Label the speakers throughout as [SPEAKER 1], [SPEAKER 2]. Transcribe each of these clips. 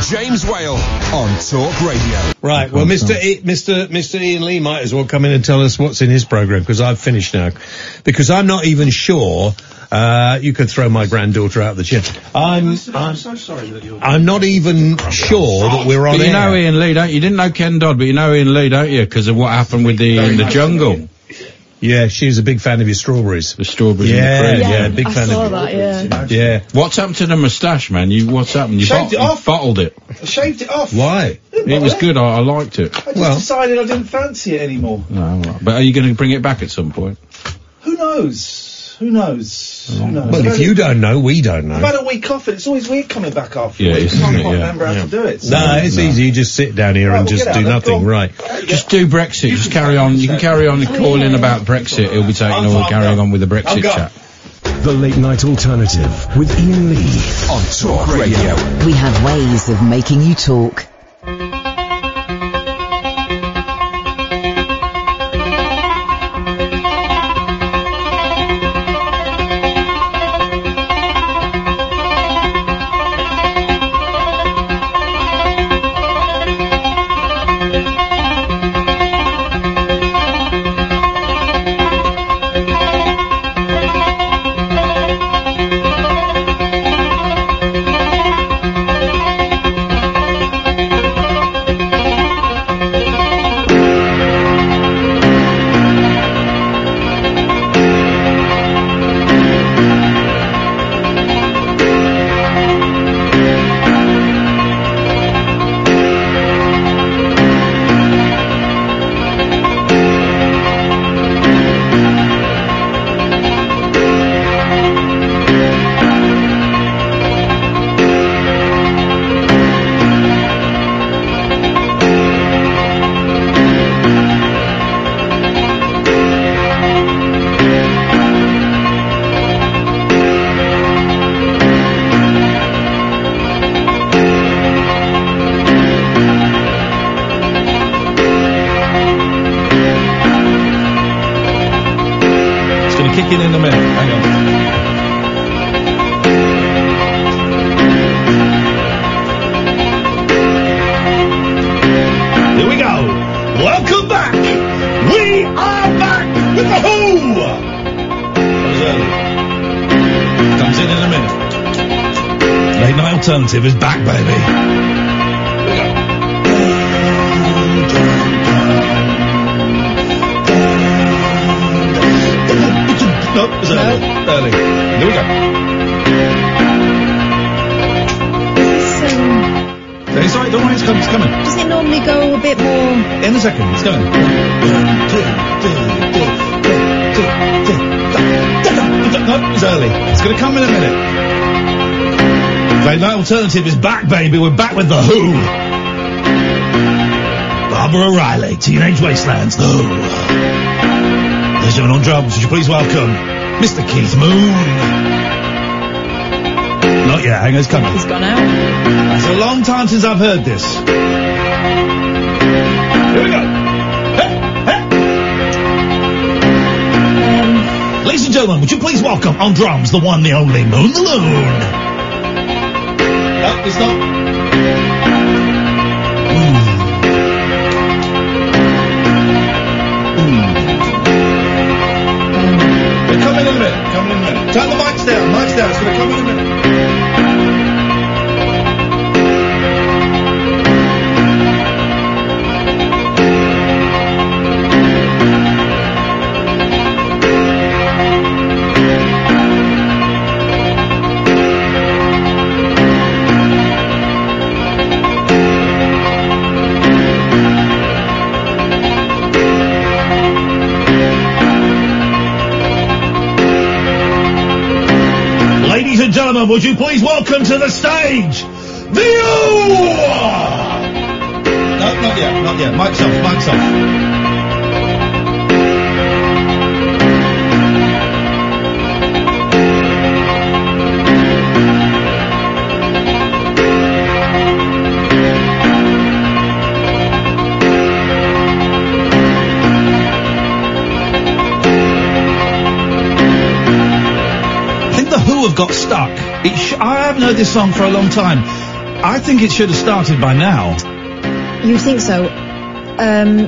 [SPEAKER 1] James Whale on Talk Radio.
[SPEAKER 2] Right. Well, Mr.
[SPEAKER 3] eh,
[SPEAKER 2] E, Mr. Mr. Ian Lee might as well come in and tell us what's in his program because I've finished now, because I'm not even sure. Uh, you could throw my granddaughter out the chair. I'm I'm,
[SPEAKER 3] so sorry that you're.
[SPEAKER 2] I'm not even sure that we're on
[SPEAKER 4] But you
[SPEAKER 2] air.
[SPEAKER 4] know Ian Lee, don't you? You didn't know Ken Dodd, but you know Ian Lee, don't you? Because of what happened with the in the jungle,
[SPEAKER 2] yeah, she's a big fan of your strawberries.
[SPEAKER 4] the strawberries
[SPEAKER 2] Yeah,
[SPEAKER 4] and the cream.
[SPEAKER 2] yeah, big
[SPEAKER 5] I
[SPEAKER 2] fan
[SPEAKER 5] saw
[SPEAKER 2] of
[SPEAKER 5] that, yeah.
[SPEAKER 2] yeah.
[SPEAKER 4] What's happened to the moustache, man? You what's happened? You,
[SPEAKER 3] Shaved
[SPEAKER 4] bot-
[SPEAKER 3] it
[SPEAKER 4] you
[SPEAKER 3] off.
[SPEAKER 4] bottled it.
[SPEAKER 3] I shaved it off.
[SPEAKER 2] Why?
[SPEAKER 4] It was good. I, I liked it.
[SPEAKER 3] I just
[SPEAKER 2] Well-
[SPEAKER 3] decided I didn't fancy it anymore.
[SPEAKER 4] No, all right. Oh, but are you going to bring it back at some point?
[SPEAKER 3] Who knows? Who knows? Who knows?
[SPEAKER 2] Well,
[SPEAKER 3] I've
[SPEAKER 2] if
[SPEAKER 3] had
[SPEAKER 2] you
[SPEAKER 3] a-
[SPEAKER 2] don't know, we don't
[SPEAKER 3] I've
[SPEAKER 2] know.
[SPEAKER 3] had a week off, and it's always weird coming back after.
[SPEAKER 4] Yeah,
[SPEAKER 3] a week.
[SPEAKER 4] it's-
[SPEAKER 3] I can't
[SPEAKER 4] yeah,
[SPEAKER 3] quite remember how
[SPEAKER 4] yeah.
[SPEAKER 3] to do it. so-
[SPEAKER 2] No, it's easy. You just sit down here
[SPEAKER 3] Right,
[SPEAKER 2] and
[SPEAKER 3] well,
[SPEAKER 2] just
[SPEAKER 3] get out
[SPEAKER 2] do
[SPEAKER 3] then,
[SPEAKER 2] nothing,
[SPEAKER 3] go on.
[SPEAKER 2] right?
[SPEAKER 4] Just do Brexit. Just carry on. You can carry on
[SPEAKER 5] Oh,
[SPEAKER 4] calling about Brexit. He'll be taking
[SPEAKER 3] I'm
[SPEAKER 4] over,
[SPEAKER 3] fine,
[SPEAKER 4] carrying
[SPEAKER 3] I'm
[SPEAKER 4] on with the
[SPEAKER 3] I'm
[SPEAKER 4] Brexit
[SPEAKER 3] gone.
[SPEAKER 4] chat.
[SPEAKER 6] The Late Night Alternative with Ian Lee.
[SPEAKER 1] On Talk Radio.
[SPEAKER 7] We have ways of making you talk.
[SPEAKER 2] It's going to kick in in a minute. Hang on.
[SPEAKER 3] Here we go. Welcome back. We are back with the Who. That was early. Comes in in a minute. Late night alternative is back, baby. Nope, it was early. Early. Here we go.
[SPEAKER 5] It's, um,
[SPEAKER 3] It's alright, don't worry, it's coming. It's coming.
[SPEAKER 5] does it normally go a bit more?
[SPEAKER 3] In a second, it's going. No, it's early. It's going to come in a minute. Late Night Alternative is back, baby. We're back with The Who. Barbara O'Reilly, Teenage Wastelands, The Who. There's John on drums. Would you please welcome Mr. Keith Moon? Not yet. Hang on, it's coming.
[SPEAKER 5] He's gone out.
[SPEAKER 3] It's a long time since I've heard this. Here we go. Hey,
[SPEAKER 5] Um,
[SPEAKER 3] hey. Ladies and gentlemen, would you please welcome on drums the one, the only Moon Loon? No, it's not. They're coming in a minute. Coming in a minute. Turn the mics down. Mics down. It's going to come in a minute. Ladies and gentlemen, would you please welcome to the stage the U! No, not yet, not yet. Mic's off, mic's off. I think the Who have got stuck. It sh- I haven't heard this song for a long time. I think it should have started by now.
[SPEAKER 5] You think so? Um,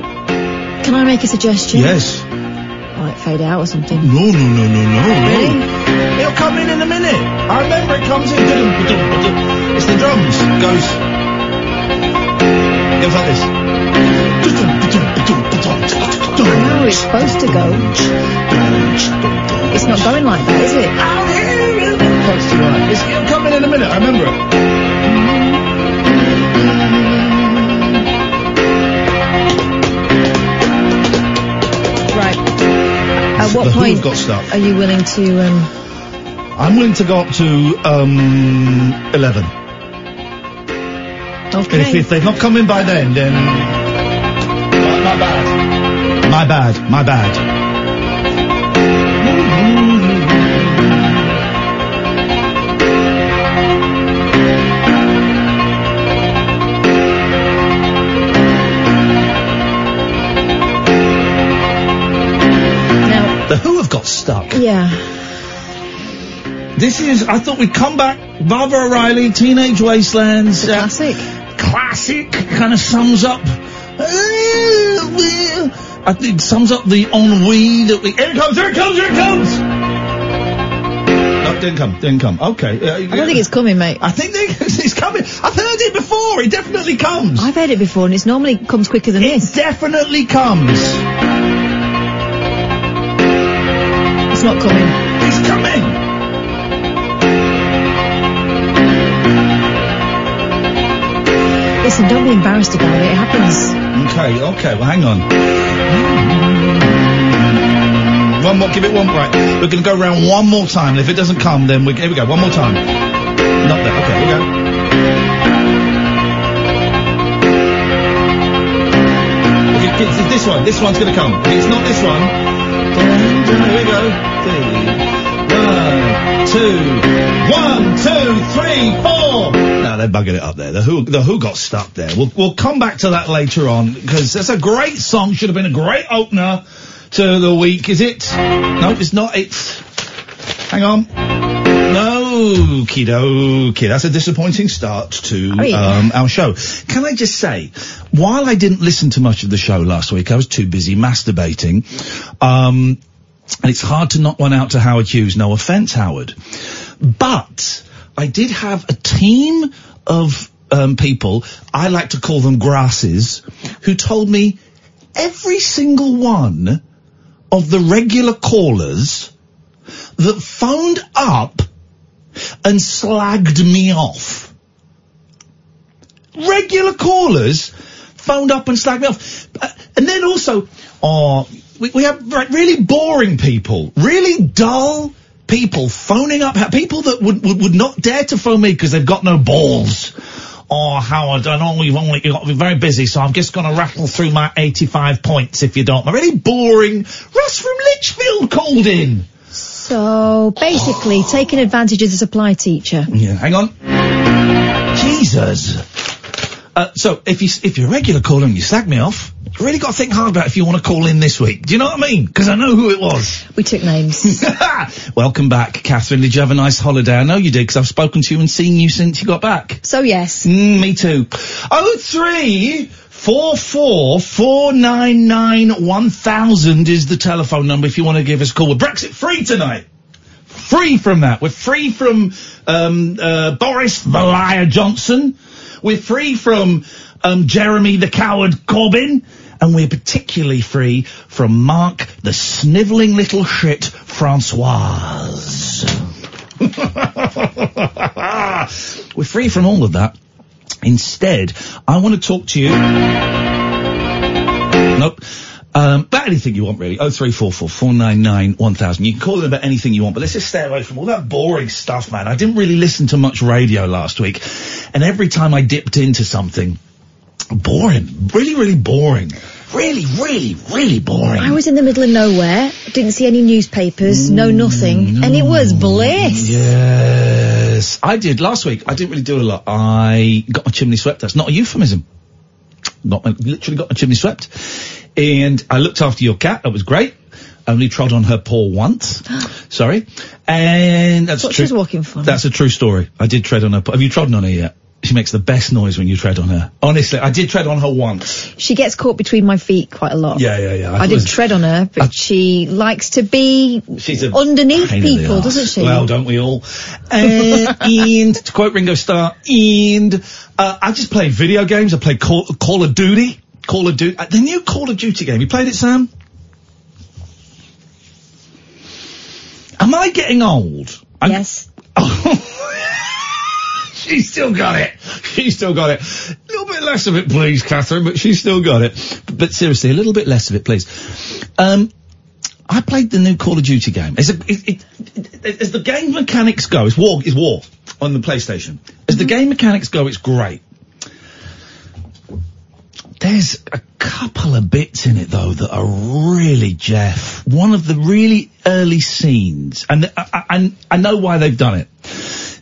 [SPEAKER 5] can I make a suggestion?
[SPEAKER 3] Yes.
[SPEAKER 5] Like fade out or something.
[SPEAKER 3] No, no, no, no, no,
[SPEAKER 5] Really?
[SPEAKER 3] no. It'll come in in a minute. I remember it comes in. It's the drums. Goes. Goes like this.
[SPEAKER 5] No, it's supposed to go. It's not going like that, is it?
[SPEAKER 3] Out here in the Close to right. It's, it'll come in in a minute. I remember it.
[SPEAKER 5] Right. At what
[SPEAKER 3] The Who
[SPEAKER 5] point
[SPEAKER 3] have got stuck.
[SPEAKER 5] are you willing to? Um,
[SPEAKER 3] I'm willing to go up to um, 11. And if,
[SPEAKER 5] okay.
[SPEAKER 3] if they've not come in by then, then my, my bad. My bad. My bad.
[SPEAKER 5] Now,
[SPEAKER 3] The Who have got stuck.
[SPEAKER 5] yeah.
[SPEAKER 3] This is. I thought we'd come back. Barbara O'Reilly, Teenage Wastelands.
[SPEAKER 5] It's a
[SPEAKER 3] uh,
[SPEAKER 5] classic.
[SPEAKER 3] classic kind of sums up. I think sums up the ennui that we. Here it comes! Here it comes! Here it comes! No, didn't come. Didn't come. Okay. Uh,
[SPEAKER 5] I don't think it's coming, mate.
[SPEAKER 3] I think they, it's coming. I've heard it before. It definitely comes.
[SPEAKER 5] I've heard it before, and it's normally comes quicker than
[SPEAKER 3] It
[SPEAKER 5] this.
[SPEAKER 3] definitely comes.
[SPEAKER 5] It's not coming.
[SPEAKER 3] It's coming.
[SPEAKER 5] Listen, don't be embarrassed about it. It happens.
[SPEAKER 3] Okay. Okay. Well, hang on. One more. Give it one. Right. We're gonna go round one more time. If it doesn't come, then we here we go. One more time. Not there. Okay. Here we go. Okay, it's- it's this one. This one's going to come. If It's not this one. Here we go. One, two, one, two, three, four. No, they're bugging it up there. The Who, the Who got stuck there. We'll, we'll come back to that later on because that's a great song. Should have been a great opener to the week. Is it? No, it's not. It's. Hang on. No, kiddo, kid. That's a disappointing start to
[SPEAKER 5] Oh, yeah.
[SPEAKER 3] um, our show. Can I just say, while I didn't listen to much of the show last week, I was too busy masturbating. Um, and it's hard to knock one out to Howard Hughes. No offence, Howard. But I did have a team of um, people, I like to call them grasses, who told me every single one of the regular callers that phoned up and slagged me off. Regular callers phoned up and slagged me off. Uh, And then also, oh, we, we have re- really boring people, really dull people phoning up, ha- people that would, would, would not dare to phone me because they've got no balls. Oh, Howard, I know we've only you've got to be very busy, so I'm just going to rattle through my 85 points if you don't. mind. really boring. Russ from Litchfield called in.
[SPEAKER 5] So basically, taking advantage of the supply teacher.
[SPEAKER 3] Yeah, hang on. Jesus. Uh, so if you if you're a regular caller and you slag me off, you really got to think hard about if you want to call in this week. Do you know what I mean? Because I know who it was.
[SPEAKER 5] We took names.
[SPEAKER 3] Welcome back, Catherine. Did you have a nice holiday? I know you did because I've spoken to you and seen you since you got back.
[SPEAKER 5] so yes.
[SPEAKER 3] Mm, me too. Oh three four four four nine nine one thousand is the telephone number if you want to give us a call. We're Brexit free tonight. Free from that. We're free from um, uh, Boris the Liar Johnson. We're free from um, Jeremy the Coward Corbyn. And we're particularly free from Mark the snivelling little shit Francoise. we're free from all of that. Instead, I want to talk to you. Nope. Um, about anything you want, really. Oh three four four four nine nine one thousand. You can call it about anything you want, but let's just stay away from all that boring stuff, man. I didn't really listen to much radio last week, and every time I dipped into something, boring, really, really boring, really, really, really boring.
[SPEAKER 5] I was in the middle of nowhere, didn't see any newspapers, no nothing, and it was bliss.
[SPEAKER 3] Yes, I did last week. I didn't really do a lot. I got my chimney swept. That's not a euphemism. Got my, literally got my chimney swept, and I looked after your cat. That was great. Only trod on her paw once. Sorry, and that's
[SPEAKER 5] Thought she
[SPEAKER 3] true.
[SPEAKER 5] was walking funny.
[SPEAKER 3] That's a true story. I did tread on her. paw. Have you trodden on her yet? She makes the best noise when you tread on her. Honestly, I did tread on her once.
[SPEAKER 5] She gets caught between my feet quite a lot.
[SPEAKER 3] Yeah, yeah, yeah.
[SPEAKER 5] I, didn't tread on her, but she likes to be
[SPEAKER 3] She's a
[SPEAKER 5] underneath
[SPEAKER 3] pain in the
[SPEAKER 5] people,
[SPEAKER 3] arse.
[SPEAKER 5] doesn't she?
[SPEAKER 3] Well, don't we all? Uh, and to quote Ringo Starr, and uh, I just played video games. I played Call, Call of Duty. Call of Duty. Uh, the new Call of Duty game. You played it, Sam? Am I getting old? I'm-
[SPEAKER 5] yes.
[SPEAKER 3] She's still got it. She's still got it. A little bit less of it, please, Catherine, but she's still got it. But, but seriously, a little bit less of it, please. Um, I played the new Call of Duty game. It's a, it, it, it- as the game mechanics go, it's war, it's war on the PlayStation. As the game mechanics go, it's great. There's a couple of bits in it though that are really Jeff. One of the really early scenes, and I, I, and I know why they've done it.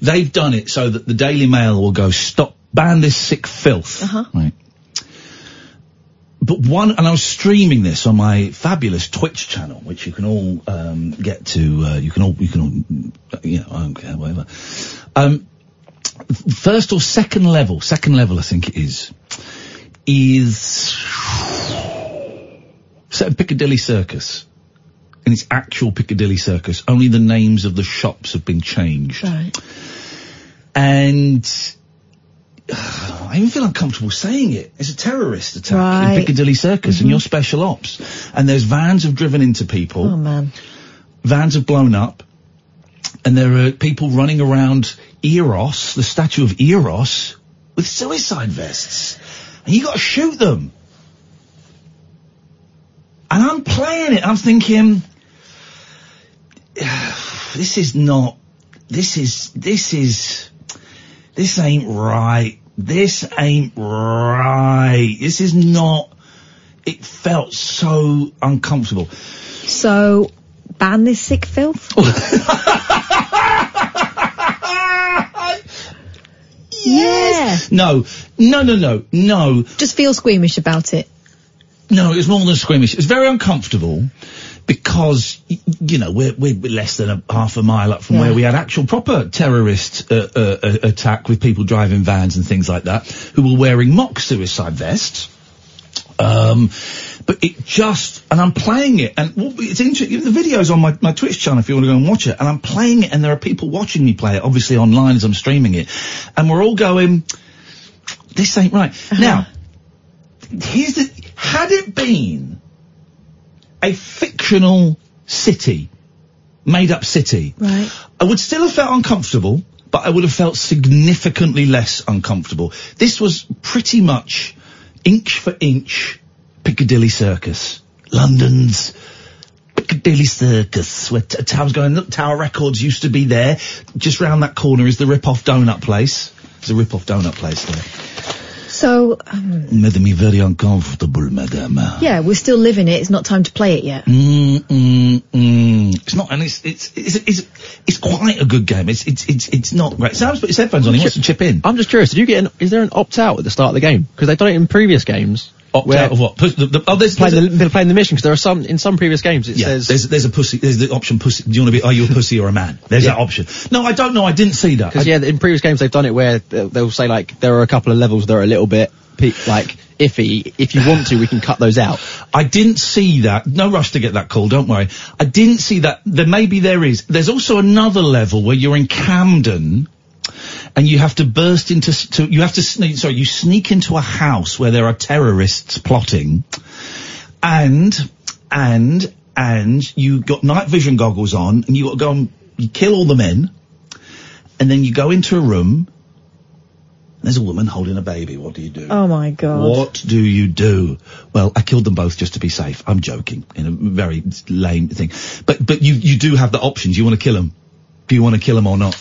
[SPEAKER 3] They've done it so that the Daily Mail will go stop, ban this sick filth.
[SPEAKER 5] Uh-huh.
[SPEAKER 3] Right. But one, and I was streaming this on my fabulous Twitch channel, which you can all um, get to. Uh, you can all, you can all, mm, you know, I don't care, whatever. Um, first or second level, second level, I think it is, is set in Piccadilly Circus. And it's actual Piccadilly Circus. Only the names of the shops have been changed.
[SPEAKER 5] Right.
[SPEAKER 3] And I even feel uncomfortable saying it. It's a terrorist attack in
[SPEAKER 5] Right. Mm-hmm.
[SPEAKER 3] Piccadilly Circus and you're special ops. And there's vans have driven into people
[SPEAKER 5] Oh man.
[SPEAKER 3] vans have blown up, and there are people running around Eros, the statue of Eros, with suicide vests, and you got to shoot them. And I'm playing it. I'm thinking, this is not. This is. This is. This ain't right. This ain't right. This is not. It felt so uncomfortable.
[SPEAKER 5] So ban this sick filth.
[SPEAKER 3] Oh.
[SPEAKER 5] yes.
[SPEAKER 3] No, no, no, no, no,
[SPEAKER 5] Just feel squeamish about it.
[SPEAKER 3] no. It was more than squeamish. It was very uncomfortable because y- you know we're we're less than a half a mile up from
[SPEAKER 5] Yeah.
[SPEAKER 3] where we had actual proper terrorist uh, uh, uh, attack with people driving vans and things like that who were wearing mock suicide vests. Um, but it just, and I'm playing it, and well, it's interesting. The video's on my, my Twitch channel if you want to go and watch it. And I'm playing it, and there are people watching me play it, obviously online as I'm streaming it. And we're all going, this ain't right. Now, here's the, had it been a fictional city, made up city,
[SPEAKER 5] Right.
[SPEAKER 3] I would still have felt uncomfortable, but I would have felt significantly less uncomfortable. This was pretty much inch for inch Piccadilly Circus. London's Piccadilly Circus, where t- Tom's going, look, Tower Records used to be there. Just round that corner is the rip-off donut place. It's a rip-off donut place there.
[SPEAKER 5] So um,
[SPEAKER 3] Made me very uncomfortable, madame.
[SPEAKER 5] yeah, we're still living it. It's not time to play it yet.
[SPEAKER 3] Mm, mm, mm. It's not, and it's, it's, it's, it's, it's quite a good game. It's, it's, it's, it's not great. Sam's put his headphones on. He wants to chip in.
[SPEAKER 8] I'm just curious. Did you get? An, is there an opt out at the start of the game? Because they've done it in previous games.
[SPEAKER 3] Opt
[SPEAKER 8] where-
[SPEAKER 3] out of what? Push the, the, oh, there's,
[SPEAKER 8] Playing
[SPEAKER 3] there's
[SPEAKER 8] the,
[SPEAKER 3] a-
[SPEAKER 8] they're playing the mission because there are some in some previous games. It
[SPEAKER 3] yeah,
[SPEAKER 8] says
[SPEAKER 3] there's there's a pussy. There's the option pussy. Do you want to be? Are you a pussy or a man? There's that option. No, I don't know. I didn't see that. I-
[SPEAKER 8] Because yeah, in previous games they've done it where they'll they'll say like there are a couple of levels that are a little bit pe- like iffy. If you want to, we can cut those out.
[SPEAKER 3] I didn't see that. No rush to get that call, don't worry. I didn't see that. There maybe there is. There's also another level where you're in Camden and you have to burst into s- to, you have to sneak sorry, you sneak into a house where there are terrorists plotting and and and you got night vision goggles on and you got to go and you kill all the men and then you go into a room and there's a woman holding a baby. What do you do?
[SPEAKER 5] Oh my god.
[SPEAKER 3] What do you do? Well, I killed them both just to be safe. I'm joking in a very lame thing. But, but you, you do have the options. You want to kill them. Do you want to kill them or not?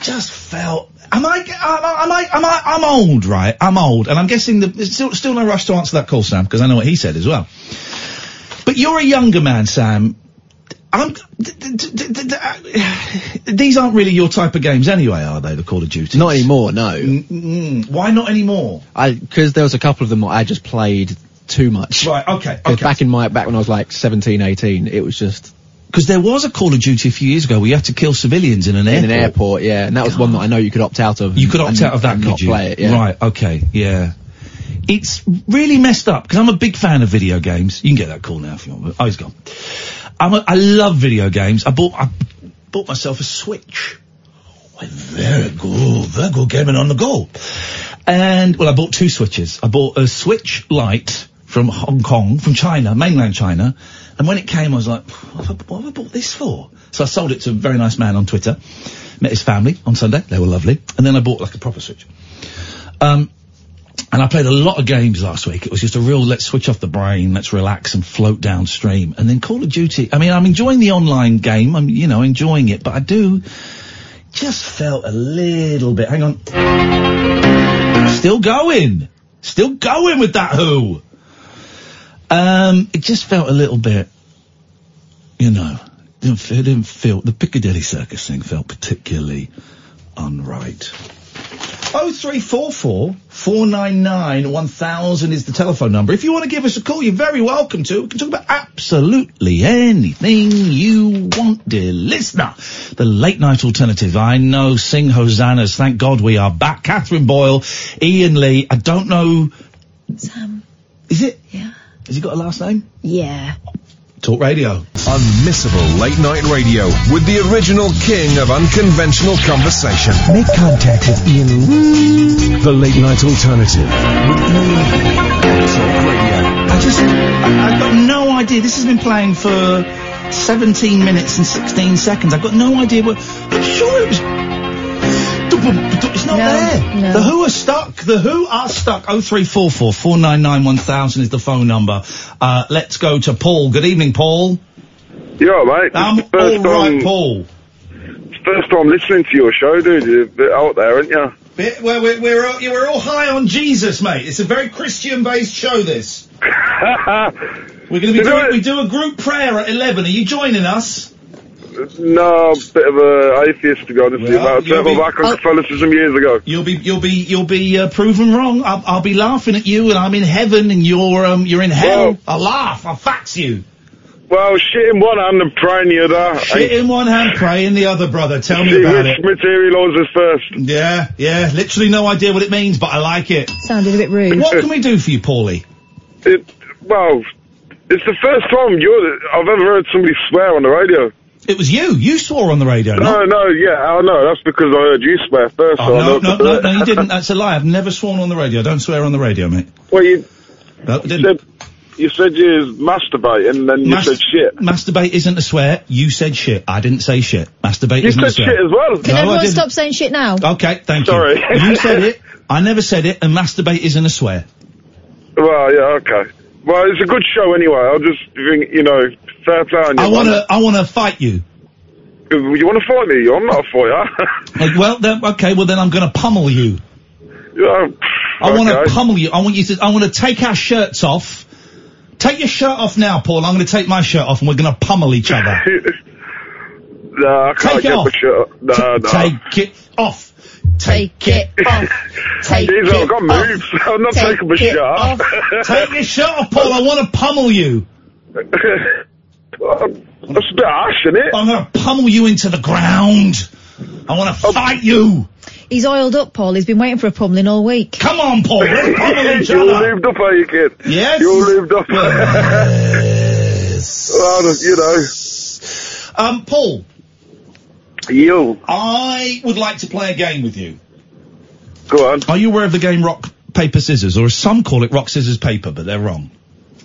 [SPEAKER 3] Just felt, am I, am I, am I, am I, I'm old, right? I'm old. And I'm guessing that there's still, still no rush to answer that call, Sam, because I know what he said as well. But you're a younger man, Sam. I'm, d- d- d- d- d- I- these aren't really your type of games anyway, are they? The Call of Duty.
[SPEAKER 8] Not anymore, no.
[SPEAKER 3] Mm, why not anymore?
[SPEAKER 8] Because there was a couple of them I just played too much.
[SPEAKER 3] Right, okay,
[SPEAKER 8] 'Cause
[SPEAKER 3] okay.
[SPEAKER 8] back in my back when I was like 17, 18, it was just
[SPEAKER 3] Because there was a Call of Duty a few years ago where you had to kill civilians in an
[SPEAKER 8] in
[SPEAKER 3] airport.
[SPEAKER 8] an airport, yeah, and that was one that I know you could opt out of.
[SPEAKER 3] You could opt
[SPEAKER 8] and-
[SPEAKER 3] out of that,
[SPEAKER 8] and
[SPEAKER 3] could
[SPEAKER 8] not
[SPEAKER 3] you?
[SPEAKER 8] Play it, yeah.
[SPEAKER 3] Right, okay, yeah. It's really messed up because I'm a big fan of video games. You can get that call now if you want. but- Oh, he's gone. I'm a, I love video games. I bought I bought myself a Switch. Well, very good, very good gaming on the go. And well, I bought two Switches. I bought a Switch Lite from Hong Kong, from China, mainland China. And when it came, I was like, what have I, what have I bought this for? So I sold it to a very nice man on Twitter. Met his family on Sunday. They were lovely. And then I bought like a proper Switch. Um, and I played a lot of games last week. It was just a real let's switch off the brain, let's relax and float downstream. And then Call of Duty. I mean, I'm enjoying the online game. I'm, you know, enjoying it, but I do just felt a little bit. Hang on. Still going. Still going with that who. Um, it just felt a little bit, you know, didn't feel, didn't feel, the Piccadilly Circus thing felt particularly unright. 0344 499 1000 is the telephone number. If you want to give us a call, you're very welcome to. We can talk about absolutely anything you want, dear listener. The late night alternative. I know, sing hosannas. Thank God we are back. Catherine Boyle, Ian Lee. I don't know.
[SPEAKER 5] Sam.
[SPEAKER 3] Is it?
[SPEAKER 5] Yeah.
[SPEAKER 3] Has he got a last name?
[SPEAKER 5] Yeah.
[SPEAKER 3] Talk radio.
[SPEAKER 2] Unmissable late night radio with the original king of unconventional conversation.
[SPEAKER 9] Make contact with Ian Lee. The late night alternative.
[SPEAKER 3] I just, I, I've got no idea. This has been playing for 17 minutes and 16 seconds. I've got no idea what. I'm sure it was. It's not there.
[SPEAKER 5] no.
[SPEAKER 3] The Who are stuck. The Who are stuck. 0344 499 1000 is the phone number. Uh, let's go to Paul. Good evening, Paul.
[SPEAKER 4] You all right, mate?
[SPEAKER 3] I'm
[SPEAKER 4] It's the first
[SPEAKER 3] all right,
[SPEAKER 4] time-
[SPEAKER 3] Paul.
[SPEAKER 4] First time listening to your show, dude. You're a bit out there, aren't you?
[SPEAKER 3] We're, we're, we're, all, we're all high on Jesus, mate. It's a very Christian based show, this. we're going to be
[SPEAKER 4] You know
[SPEAKER 3] doing,
[SPEAKER 4] it-
[SPEAKER 3] we do a group prayer at 11. Are you joining us?
[SPEAKER 4] No, I'm a bit of a atheist, to be honest with you.
[SPEAKER 3] Well,
[SPEAKER 4] mate. I
[SPEAKER 3] you'll
[SPEAKER 4] settled
[SPEAKER 3] be-
[SPEAKER 4] back on
[SPEAKER 3] oh.
[SPEAKER 4] Catholicism years ago.
[SPEAKER 3] You'll be you'll be you'll be uh, proven wrong. I'll, I'll be laughing at you, and I'm in heaven, and you're um you're in hell.
[SPEAKER 4] Well-
[SPEAKER 3] I laugh. I fax you.
[SPEAKER 4] Well, shit in one hand and praying the other.
[SPEAKER 3] Shit in one hand, pray in the other, brother. Tell me
[SPEAKER 4] See
[SPEAKER 3] about
[SPEAKER 4] which
[SPEAKER 3] it.
[SPEAKER 4] materialises first.
[SPEAKER 3] Yeah, yeah. Literally no idea what it means, but I like it.
[SPEAKER 5] Sounded a bit rude.
[SPEAKER 3] What can we do for you, Paulie?
[SPEAKER 4] It, well, it's the first time you're, I've ever heard somebody swear on the radio.
[SPEAKER 3] It was you. You swore on the radio.
[SPEAKER 4] No,
[SPEAKER 3] not-
[SPEAKER 4] no, yeah, I know. That's because I heard you swear first. so I
[SPEAKER 3] Oh, no,
[SPEAKER 4] know-
[SPEAKER 3] no, no, no, you didn't. That's a lie. I've never sworn on the radio. Don't swear on the radio, mate.
[SPEAKER 4] well, you
[SPEAKER 3] No, I didn't.
[SPEAKER 4] said, you said you was masturbating, and then you
[SPEAKER 3] Mas-
[SPEAKER 4] said shit.
[SPEAKER 3] Masturbate isn't a swear. You said shit. I didn't say shit. Masturbate
[SPEAKER 4] You
[SPEAKER 3] isn't a
[SPEAKER 4] said
[SPEAKER 3] swear.
[SPEAKER 4] shit as well.
[SPEAKER 5] Can
[SPEAKER 3] No, I
[SPEAKER 5] everyone
[SPEAKER 3] didn't.
[SPEAKER 5] stop saying shit now?
[SPEAKER 3] Okay, thank
[SPEAKER 4] Sorry.
[SPEAKER 3] you. You said it. I never said it, and masturbate isn't a swear.
[SPEAKER 4] Well, yeah, okay. Well, it's a good show anyway. I'll just think, you know, fair play on you.
[SPEAKER 3] I want to. I want to fight you.
[SPEAKER 4] You want to fight me? I'm not a fighter.
[SPEAKER 3] Like, well, then, okay. Well, then I'm going to pummel you.
[SPEAKER 4] Yeah,
[SPEAKER 3] I want to
[SPEAKER 4] okay.
[SPEAKER 3] pummel you. I want you to. I want to take our shirts off. Take your shirt off now, Paul. I'm going to take my shirt off, and we're going to pummel each other.
[SPEAKER 4] Nah, I can't
[SPEAKER 3] Take it
[SPEAKER 4] get
[SPEAKER 3] off.
[SPEAKER 4] my shirt off. Nah, nah.
[SPEAKER 3] Take it off.
[SPEAKER 5] Take it off. Take
[SPEAKER 4] Jeez,
[SPEAKER 5] it
[SPEAKER 4] I've got
[SPEAKER 5] off.
[SPEAKER 4] moves. I'm not
[SPEAKER 5] Take
[SPEAKER 4] taking my
[SPEAKER 5] it
[SPEAKER 4] shirt off.
[SPEAKER 3] Take your shirt off, Paul. I want to pummel you.
[SPEAKER 4] Um, That's a bit harsh, isn't it?
[SPEAKER 3] I'm going to pummel you into the ground. I want
[SPEAKER 4] Oh.
[SPEAKER 3] to fight you.
[SPEAKER 5] He's oiled up, Paul. He's been waiting for a pummeling all week.
[SPEAKER 3] Come on, Paul. Let's pummel each
[SPEAKER 4] you all
[SPEAKER 3] other.
[SPEAKER 4] lubed up, are you, kid?
[SPEAKER 3] Yes.
[SPEAKER 4] You all lubed up. well, you know,
[SPEAKER 3] Um, Paul,
[SPEAKER 4] you.
[SPEAKER 3] I would like to play a game with you.
[SPEAKER 4] Go on.
[SPEAKER 3] Are you aware of the game rock, paper, scissors? Or as some call it rock, scissors, paper, but they're wrong.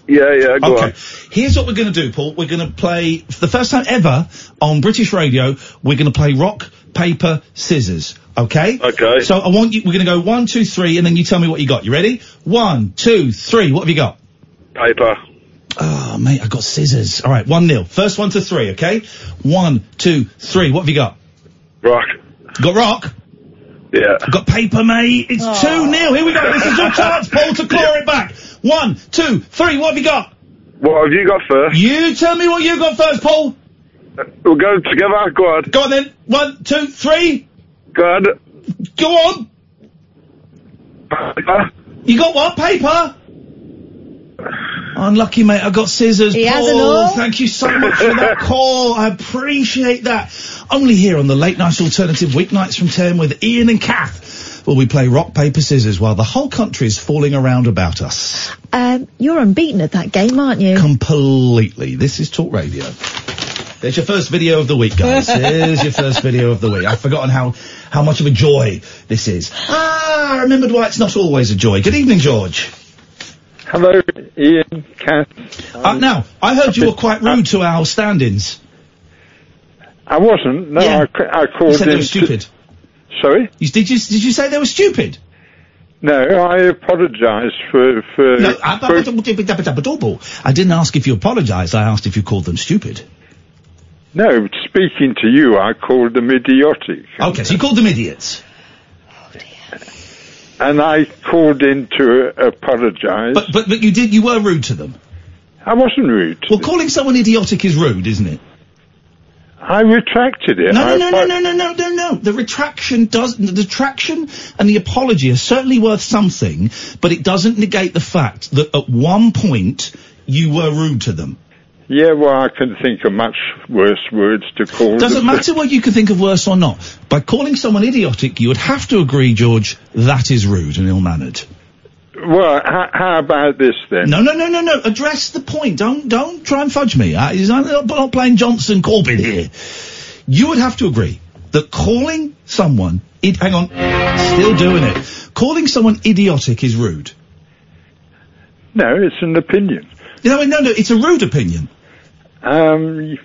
[SPEAKER 4] Yeah, yeah, go
[SPEAKER 3] okay.
[SPEAKER 4] on.
[SPEAKER 3] Here's what we're going to do, Paul. We're going to play, for the first time ever on British radio, we're going to play rock, paper, scissors. Okay?
[SPEAKER 4] Okay.
[SPEAKER 3] So I want you, we're going to go one, two, three, and then you tell me what you got. You ready? One, two, three. What have you got?
[SPEAKER 4] Paper.
[SPEAKER 3] Oh, mate, I got scissors. All right, one nil. First one to three, okay? One, two, three. What have you got?
[SPEAKER 4] Rock.
[SPEAKER 3] Got rock?
[SPEAKER 4] Yeah.
[SPEAKER 3] Got paper, mate. It's 2 0. Here we go. This is your chance, Paul, to claw it back. One, two, three. What have you got?
[SPEAKER 4] What have you got first?
[SPEAKER 3] You tell me what you got first, Paul.
[SPEAKER 4] We'll go together. Go on.
[SPEAKER 3] Go on then. One, two, three.
[SPEAKER 4] Go on.
[SPEAKER 3] Go on. You got what? Paper? Unlucky, mate. I got scissors.
[SPEAKER 5] He has
[SPEAKER 3] Paul,
[SPEAKER 5] an all.
[SPEAKER 3] Thank you so much for that call. I appreciate that. Only here on the Late Night Alternative weeknights from 10 with Ian and Kath, where we play rock, paper, scissors while the whole country is falling around about us.
[SPEAKER 5] Um, you're unbeaten at that game, aren't you?
[SPEAKER 3] Completely. This is Talk Radio. There's your first video of the week, guys. Here's your first video of the week. I've forgotten how, how much of a joy this is. Ah, I remembered why it's not always a joy. Good evening, George.
[SPEAKER 10] Hello, Ian, Kath. Um,
[SPEAKER 3] Uh, now, I heard you were quite rude to our stand-ins.
[SPEAKER 10] I wasn't. No, I, ca- I called
[SPEAKER 3] You said
[SPEAKER 10] in.
[SPEAKER 3] they were stupid.
[SPEAKER 10] Sorry?
[SPEAKER 3] You, did you did you say they were stupid?
[SPEAKER 10] No, I apologise for for.
[SPEAKER 3] No, I,
[SPEAKER 10] for-
[SPEAKER 3] I didn't ask if you apologised. I asked if you called them stupid.
[SPEAKER 10] no, speaking to you, I called them idiotic, Oh,
[SPEAKER 3] Okay, so you called them idiots.
[SPEAKER 10] and I called in to apologise.
[SPEAKER 3] But but, but you did. You were rude to them.
[SPEAKER 10] I wasn't rude.
[SPEAKER 3] Well, calling someone idiotic is rude, isn't it?
[SPEAKER 10] I retracted it.
[SPEAKER 3] No,
[SPEAKER 10] I
[SPEAKER 3] no, no,
[SPEAKER 10] apo-
[SPEAKER 3] no, no, no, no, no. The retraction does the retraction and the apology are certainly worth something, but it doesn't negate the fact that at one point you were rude to them.
[SPEAKER 10] Yeah, well, I can think of much worse words to call.
[SPEAKER 3] Doesn't
[SPEAKER 10] them.
[SPEAKER 3] matter what you can think of worse or not. By calling someone idiotic, you would have to agree, George, that is rude and ill mannered.
[SPEAKER 10] Well, h- how about this then?
[SPEAKER 3] No, no, no, no, no. Address the point. Don't, don't try and fudge me. I, I'm not, not playing Johnson Corbyn here. You would have to agree that calling someone, id- hang on, still doing it. Calling someone idiotic is rude.
[SPEAKER 10] No, it's an opinion.
[SPEAKER 3] You know, no, no, it's a rude opinion.
[SPEAKER 10] Um,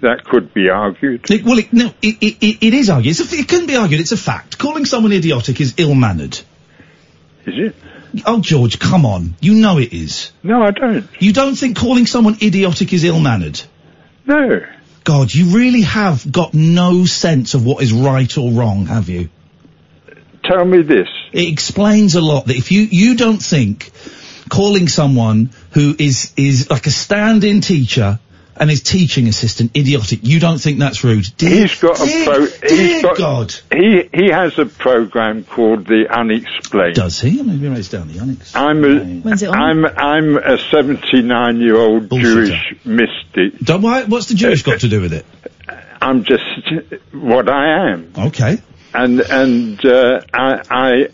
[SPEAKER 10] that could be argued.
[SPEAKER 3] It- well, it, no, it, it, it, it is argued. It's a f it couldn't be argued. It's a fact. Calling someone idiotic is ill mannered.
[SPEAKER 10] Is it?
[SPEAKER 3] Oh, George, come on. You know it is.
[SPEAKER 10] No, I don't.
[SPEAKER 3] You don't think calling someone idiotic is ill mannered?
[SPEAKER 10] No.
[SPEAKER 3] God, you really have got no sense of what is right or wrong, have you?
[SPEAKER 10] Tell me this.
[SPEAKER 3] It explains a lot that if you, you don't think calling someone who is, is like a stand-in teacher and his teaching assistant idiotic, you don't think that's rude. Dear,
[SPEAKER 10] He's got
[SPEAKER 3] dear,
[SPEAKER 10] a pro.
[SPEAKER 3] dear
[SPEAKER 10] he's got,
[SPEAKER 3] God.
[SPEAKER 10] He he has a program called the Unexplained.
[SPEAKER 3] Does he? Maybe writes down the Unix.
[SPEAKER 10] I'm a
[SPEAKER 3] When's it on?
[SPEAKER 10] am I'm a 79 year old Jewish mystic.
[SPEAKER 3] Don't why? What's the Jewish got to do with it?
[SPEAKER 10] I'm just what I am.
[SPEAKER 3] Okay.
[SPEAKER 10] And and uh, I I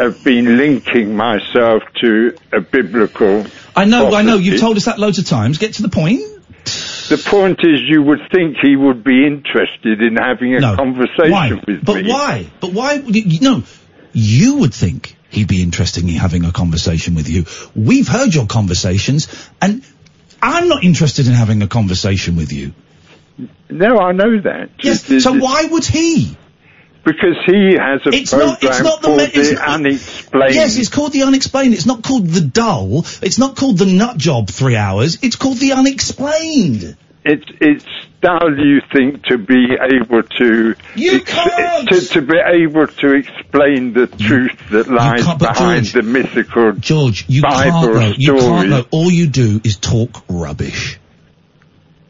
[SPEAKER 10] have been linking myself to a biblical.
[SPEAKER 3] I know, I know.
[SPEAKER 10] prophecy.
[SPEAKER 3] You've told us that loads of times. Get to the point.
[SPEAKER 10] The point is, you would think he would be interested in having a conversation with
[SPEAKER 3] But
[SPEAKER 10] me.
[SPEAKER 3] why? But why? would you- you- No, you would think he'd be interested in having a conversation with you. We've heard your conversations, and I'm not interested in having a conversation with you.
[SPEAKER 10] No, I know that.
[SPEAKER 3] Yes.
[SPEAKER 10] It- it-
[SPEAKER 3] So why would he?
[SPEAKER 10] Because he has a
[SPEAKER 3] It's
[SPEAKER 10] program
[SPEAKER 3] not- it's not the
[SPEAKER 10] called
[SPEAKER 3] me- it's
[SPEAKER 10] the
[SPEAKER 3] not-
[SPEAKER 10] Unexplained.
[SPEAKER 3] Yes, it's called the unexplained. It's not called the dull. It's not called the nut job three hours. It's called the unexplained.
[SPEAKER 10] It, it's now you think to be able to
[SPEAKER 3] You
[SPEAKER 10] ex- to, to be able to explain the truth that lies
[SPEAKER 3] can't- but
[SPEAKER 10] behind
[SPEAKER 3] George-
[SPEAKER 10] the mythical
[SPEAKER 3] George, you
[SPEAKER 10] Bible
[SPEAKER 3] can't though.
[SPEAKER 10] story.
[SPEAKER 3] You can't though. All you do is talk rubbish.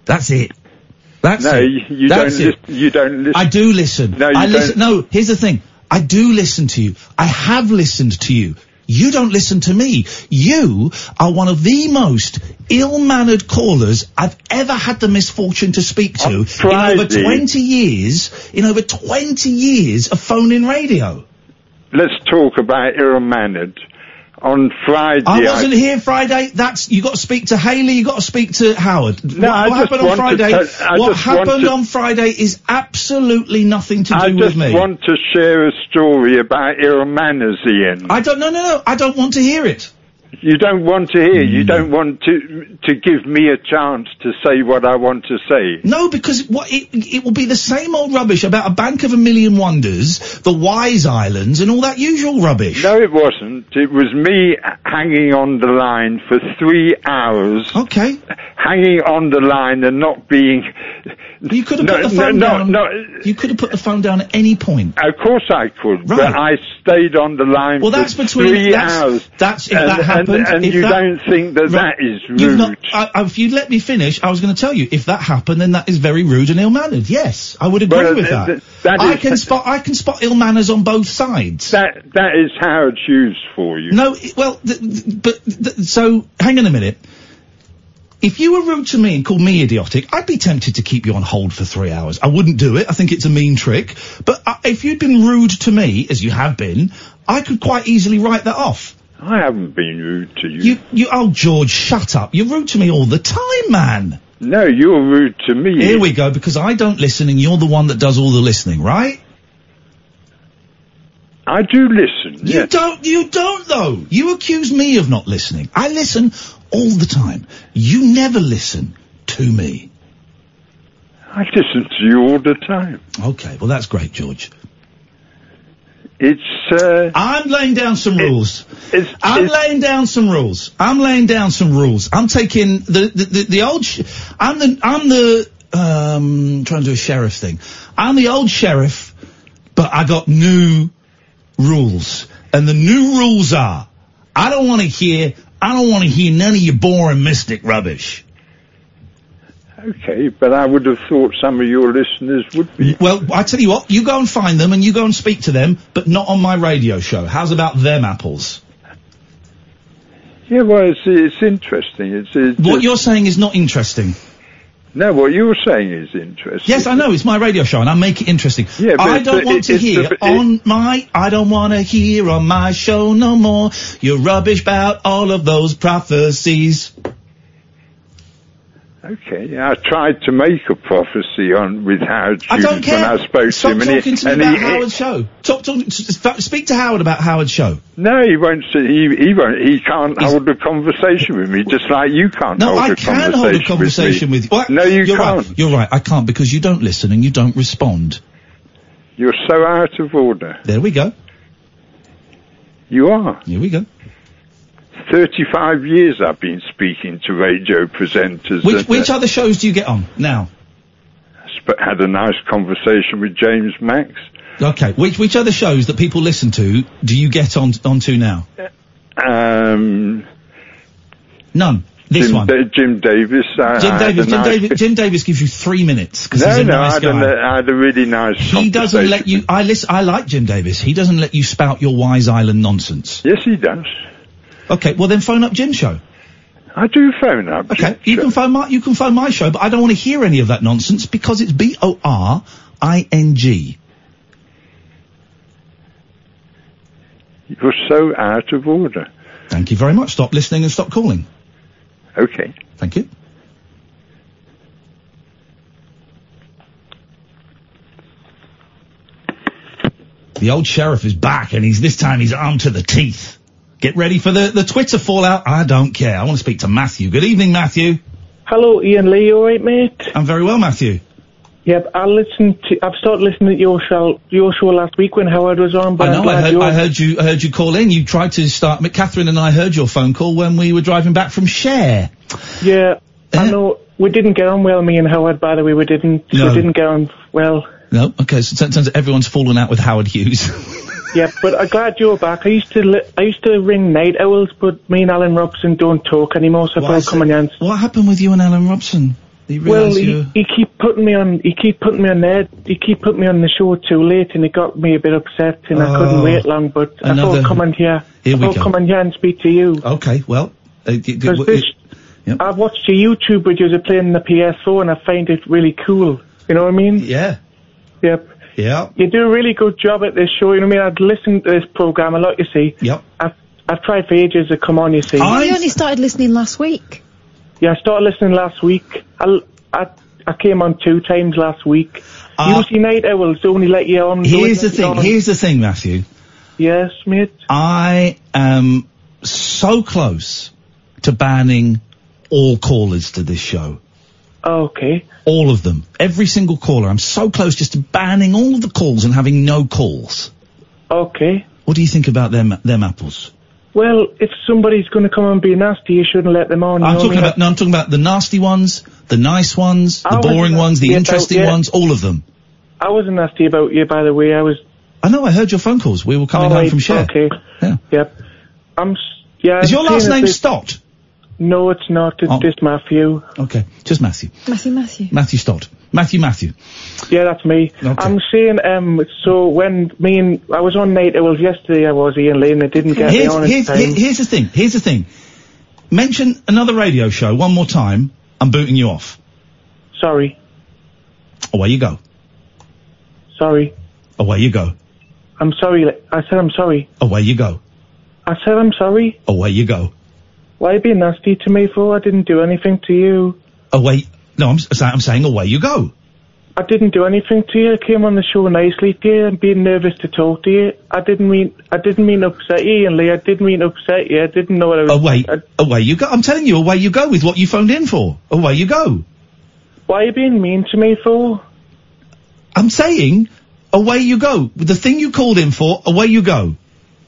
[SPEAKER 3] That's it. That's
[SPEAKER 10] no,
[SPEAKER 3] it.
[SPEAKER 10] you, you
[SPEAKER 3] That's
[SPEAKER 10] don't.
[SPEAKER 3] it.
[SPEAKER 10] Lis- you don't listen.
[SPEAKER 3] I do listen.
[SPEAKER 10] No, you
[SPEAKER 3] I listen.
[SPEAKER 10] don't.
[SPEAKER 3] No, here's the thing. I do listen to you. I have listened to you. You don't listen to me. You are one of the most ill-mannered callers I've ever had the misfortune to speak to in over
[SPEAKER 10] Friday-
[SPEAKER 3] 20 years, in over 20 years of phone-in radio.
[SPEAKER 10] Let's talk about ill mannered. On Friday,
[SPEAKER 3] I wasn't here Friday. That's you got to speak to Haley. You got to speak to Howard.
[SPEAKER 10] No,
[SPEAKER 3] what
[SPEAKER 10] I
[SPEAKER 3] what
[SPEAKER 10] just
[SPEAKER 3] happened on
[SPEAKER 10] want to
[SPEAKER 3] Friday?
[SPEAKER 10] tell- I
[SPEAKER 3] what
[SPEAKER 10] just want
[SPEAKER 3] happened
[SPEAKER 10] to-
[SPEAKER 3] on Friday is absolutely nothing to do
[SPEAKER 10] I
[SPEAKER 3] with
[SPEAKER 10] just
[SPEAKER 3] me.
[SPEAKER 10] want to share a story about ill manners, Ian.
[SPEAKER 3] I don't. No, no, no. I don't want to hear it. Hmm.
[SPEAKER 10] You don't want to hear. You don't want to to give me a chance to say what I want to say.
[SPEAKER 3] No, because what it, it will be the same old rubbish about a bank of a million wonders, the Wise Islands, and all that usual rubbish.
[SPEAKER 10] No, it wasn't. It was me hanging on the line for three hours.
[SPEAKER 3] Okay.
[SPEAKER 10] Hanging on the line and not being.
[SPEAKER 3] You could have
[SPEAKER 10] No,
[SPEAKER 3] put the
[SPEAKER 10] no,
[SPEAKER 3] phone
[SPEAKER 10] no,
[SPEAKER 3] down.
[SPEAKER 10] no.
[SPEAKER 3] You could have put the phone down at any point.
[SPEAKER 10] Of course I could,
[SPEAKER 3] Right.
[SPEAKER 10] but I stayed on the line
[SPEAKER 3] Well,
[SPEAKER 10] for
[SPEAKER 3] that's between-
[SPEAKER 10] three
[SPEAKER 3] that's-
[SPEAKER 10] hours.
[SPEAKER 3] that's- if
[SPEAKER 10] and,
[SPEAKER 3] that
[SPEAKER 10] and-
[SPEAKER 3] happened,
[SPEAKER 10] And,
[SPEAKER 3] if
[SPEAKER 10] you
[SPEAKER 3] that-
[SPEAKER 10] don't think that
[SPEAKER 3] Right.
[SPEAKER 10] that is rude.
[SPEAKER 3] You've not, I, I- if you'd let me finish, I was going to tell you if that happened, then that is very rude and ill mannered. Yes, I would agree
[SPEAKER 10] Well,
[SPEAKER 3] with
[SPEAKER 10] th-
[SPEAKER 3] that.
[SPEAKER 10] th- that
[SPEAKER 3] I
[SPEAKER 10] is-
[SPEAKER 3] can spot I can spot ill manners on both sides.
[SPEAKER 10] That that is how it's used for you.
[SPEAKER 3] No, i- well, th- th- but th- so hang on a minute. If you were rude to me and called me idiotic, I'd be tempted to keep you on hold for three hours. I wouldn't do it. I think it's a mean trick. But uh, if you'd been rude to me, as you have been, I could quite easily write that off.
[SPEAKER 10] I haven't been rude to you.
[SPEAKER 3] You, you, oh George, shut up. You're rude to me all the time, man.
[SPEAKER 10] No, you're rude to me.
[SPEAKER 3] Here we go, because I don't listen and you're the one that does all the listening, right?
[SPEAKER 10] I do listen.
[SPEAKER 3] You don't, you don't though. You accuse me of not listening. I listen all the time. You never listen to me.
[SPEAKER 10] I listen to you all the time.
[SPEAKER 3] Okay, well that's great, George.
[SPEAKER 10] It's, uh...
[SPEAKER 3] I'm laying down some rules. I'm laying down some rules. I'm laying down some rules. I'm taking the, the, the, the old, sh- I'm the, I'm the, um, trying to do a sheriff thing. I'm the old sheriff, but I got new rules. And the new rules are, I don't want to hear, I don't want to hear none of your boring mystic rubbish.
[SPEAKER 10] Okay, but I would have thought some of your listeners would be.
[SPEAKER 3] Well, I tell you what, you go and find them and you go and speak to them, but not on my radio show. How's about them apples?
[SPEAKER 10] Yeah, well, it's, it's interesting. It's, it's
[SPEAKER 3] What you're saying is not interesting.
[SPEAKER 10] No, what you're saying is interesting.
[SPEAKER 3] Yes, I know, it's my radio show and I make it interesting.
[SPEAKER 10] Yeah, but
[SPEAKER 3] I don't
[SPEAKER 10] but
[SPEAKER 3] want
[SPEAKER 10] it-
[SPEAKER 3] to
[SPEAKER 10] it's
[SPEAKER 3] hear
[SPEAKER 10] the- it-
[SPEAKER 3] on my, I don't want to hear on my show no more your rubbish about all of those prophecies.
[SPEAKER 10] Okay, I tried to make a prophecy on with Howard
[SPEAKER 3] I
[SPEAKER 10] Hughes
[SPEAKER 3] don't care.
[SPEAKER 10] when I spoke
[SPEAKER 3] Stop
[SPEAKER 10] to him,
[SPEAKER 3] talking
[SPEAKER 10] and he,
[SPEAKER 3] to me
[SPEAKER 10] and
[SPEAKER 3] about
[SPEAKER 10] he,
[SPEAKER 3] Howard's show. Stop talking. s- s- Speak to Howard about Howard's show.
[SPEAKER 10] no, he won't. s- He, he won't. He can't hold a conversation with me, just like you can't
[SPEAKER 3] No,
[SPEAKER 10] hold
[SPEAKER 3] I
[SPEAKER 10] a
[SPEAKER 3] can
[SPEAKER 10] conversation
[SPEAKER 3] hold a conversation
[SPEAKER 10] with
[SPEAKER 3] with
[SPEAKER 10] me.
[SPEAKER 3] you. Well,
[SPEAKER 10] no, you
[SPEAKER 3] you're
[SPEAKER 10] can't.
[SPEAKER 3] Right. You're right. I can't because you don't listen and you don't respond.
[SPEAKER 10] You're so out of order.
[SPEAKER 3] There we go.
[SPEAKER 10] You are.
[SPEAKER 3] Here we go.
[SPEAKER 10] Thirty-five years I've been speaking to radio presenters.
[SPEAKER 3] Which
[SPEAKER 10] and,
[SPEAKER 3] which
[SPEAKER 10] uh,
[SPEAKER 3] other shows do you get on now?
[SPEAKER 10] sp- had a nice conversation with James Max.
[SPEAKER 3] Okay. Which which other shows that people listen to do you get on onto now?
[SPEAKER 10] Um,
[SPEAKER 3] None. This
[SPEAKER 10] Jim,
[SPEAKER 3] one.
[SPEAKER 10] Da- Jim Davis. I, Uh, I
[SPEAKER 3] Jim
[SPEAKER 10] had a
[SPEAKER 3] Davis. Jim
[SPEAKER 10] nice
[SPEAKER 3] Davis. Jim Davis gives you three minutes because
[SPEAKER 10] No,
[SPEAKER 3] he's a
[SPEAKER 10] no,
[SPEAKER 3] nice
[SPEAKER 10] I, had
[SPEAKER 3] guy.
[SPEAKER 10] A, I had a really nice.
[SPEAKER 3] He doesn't let you. I listen. I like Jim Davis. He doesn't let you spout your wise island nonsense.
[SPEAKER 10] Yes, he does.
[SPEAKER 3] Okay, well then phone up Jim show.
[SPEAKER 10] I do phone up.
[SPEAKER 3] Okay, you can phone my you can phone my show, but I don't want to hear any of that nonsense because it's B O R I N G.
[SPEAKER 10] You're so out of order.
[SPEAKER 3] Thank you very much. Stop listening and stop calling.
[SPEAKER 10] Okay.
[SPEAKER 3] Thank you. The old sheriff is back, and he's this time he's armed to the teeth. Get ready for the the Twitter fallout. I don't care. I want to speak to Matthew. Good evening, Matthew.
[SPEAKER 11] Hello, Ian Lee. You all right, mate?
[SPEAKER 3] I'm very well, Matthew.
[SPEAKER 11] Yep, I listened to. I've started listening to your show, your show last week when Howard was on. But
[SPEAKER 3] I
[SPEAKER 11] I'm
[SPEAKER 3] know. I
[SPEAKER 11] glad
[SPEAKER 3] heard,
[SPEAKER 11] you're-
[SPEAKER 3] I heard you. I heard you call in. You tried to start. Catherine and I heard your phone call when we were driving back from Share.
[SPEAKER 11] Yeah, I know. We didn't get on well, me and Howard. By the way, we didn't.
[SPEAKER 3] No.
[SPEAKER 11] We didn't get on well.
[SPEAKER 3] No. Okay. So it turns out everyone's fallen out with Howard Hughes.
[SPEAKER 11] Yep, but I'm glad you're back. I used to. Li- I used to ring night owls, but me and Alan Robson don't talk anymore. So I've got common sense.
[SPEAKER 3] what happened with you and Alan Robson? He
[SPEAKER 11] Well,
[SPEAKER 3] realised
[SPEAKER 11] he,
[SPEAKER 3] you.
[SPEAKER 11] he keep putting me on. He keep putting me on there. He keep putting me on the show too late, and it got me a bit upset, and I
[SPEAKER 3] Oh,
[SPEAKER 11] couldn't wait long. But I
[SPEAKER 3] another-
[SPEAKER 11] thought, come on here.
[SPEAKER 3] Here
[SPEAKER 11] I
[SPEAKER 3] we
[SPEAKER 11] thought,
[SPEAKER 3] go.
[SPEAKER 11] come on here and speak to you.
[SPEAKER 3] Okay. Well. uh, d- d-
[SPEAKER 11] 'Cause
[SPEAKER 3] w-
[SPEAKER 11] this,
[SPEAKER 3] Yep.
[SPEAKER 11] I've watched your YouTube videos of playing the PS4, and I find it really cool. You know what I mean?
[SPEAKER 3] Yeah.
[SPEAKER 11] Yep.
[SPEAKER 3] Yeah.
[SPEAKER 11] You do a really good job at this show. You know what I mean? I'd listen to this program a lot. You see?
[SPEAKER 3] Yep.
[SPEAKER 11] I've I've tried for ages to come on. You see?
[SPEAKER 5] I only started listening last week.
[SPEAKER 11] Yeah, I started listening last week. I, I, I came on two times last week.
[SPEAKER 3] Uh,
[SPEAKER 11] Usually night owls only let you on.
[SPEAKER 3] Here's
[SPEAKER 11] don't let you
[SPEAKER 3] the thing.
[SPEAKER 11] on.
[SPEAKER 3] Here's the thing, Matthew.
[SPEAKER 11] Yes, mate.
[SPEAKER 3] I am so close to banning all callers to this show.
[SPEAKER 11] Okay.
[SPEAKER 3] All of them. Every single caller. I'm so close just to banning all of the calls and having no calls.
[SPEAKER 11] Okay.
[SPEAKER 3] What do you think about them them apples?
[SPEAKER 11] Well, if somebody's going to come and be nasty, you shouldn't let them on. you
[SPEAKER 3] I'm
[SPEAKER 11] know
[SPEAKER 3] talking
[SPEAKER 11] what I mean?
[SPEAKER 3] about no, I'm talking about the nasty ones, the nice ones, the
[SPEAKER 11] I was-
[SPEAKER 3] boring ones, the
[SPEAKER 11] yeah,
[SPEAKER 3] interesting
[SPEAKER 11] yeah.
[SPEAKER 3] ones, all of them.
[SPEAKER 11] I wasn't nasty about you, by the way. I was.
[SPEAKER 3] I know. I heard your phone calls. We were coming home
[SPEAKER 11] Alright,
[SPEAKER 3] from Cher.
[SPEAKER 11] Okay.
[SPEAKER 3] Yeah.
[SPEAKER 11] Yep. I'm. s- Yeah.
[SPEAKER 3] Is your
[SPEAKER 11] I'm
[SPEAKER 3] last
[SPEAKER 11] saying
[SPEAKER 3] name
[SPEAKER 11] if it-
[SPEAKER 3] Stott?
[SPEAKER 11] No, it's not. It's
[SPEAKER 3] Oh.
[SPEAKER 11] just Matthew.
[SPEAKER 3] Okay, just Matthew.
[SPEAKER 5] Matthew, Matthew.
[SPEAKER 3] Matthew Stott. Matthew, Matthew.
[SPEAKER 11] Yeah, that's me. I'm saying, um, so when me and I was on night, it was yesterday. I was Ian Lane. It didn't get me
[SPEAKER 3] Here's,
[SPEAKER 11] on. in
[SPEAKER 3] here's,
[SPEAKER 11] time.
[SPEAKER 3] here's the thing. Here's the thing. Mention another radio show one more time. I'm booting you off.
[SPEAKER 11] Sorry.
[SPEAKER 3] Away you go.
[SPEAKER 11] Sorry.
[SPEAKER 3] Away you go.
[SPEAKER 11] I'm sorry. li- I said I'm sorry.
[SPEAKER 3] Away Oh, you go. Oh.
[SPEAKER 11] I said I'm sorry.
[SPEAKER 3] Away you go.
[SPEAKER 11] Why are you being nasty to me for? I didn't do anything to you.
[SPEAKER 3] Away. No, I'm, s- I'm saying away you go.
[SPEAKER 11] I didn't do anything to you. I came on the show nicely to you and being nervous to talk to you. I didn't mean I didn't mean upset you, Ian Lee. I didn't mean upset you. I didn't know what I was.
[SPEAKER 3] Away. Away you go. I'm telling you, away you go with what you phoned in for. Away you go.
[SPEAKER 11] Why are you being mean to me for?
[SPEAKER 3] I'm saying, away you go. With the thing you called in for, away you go.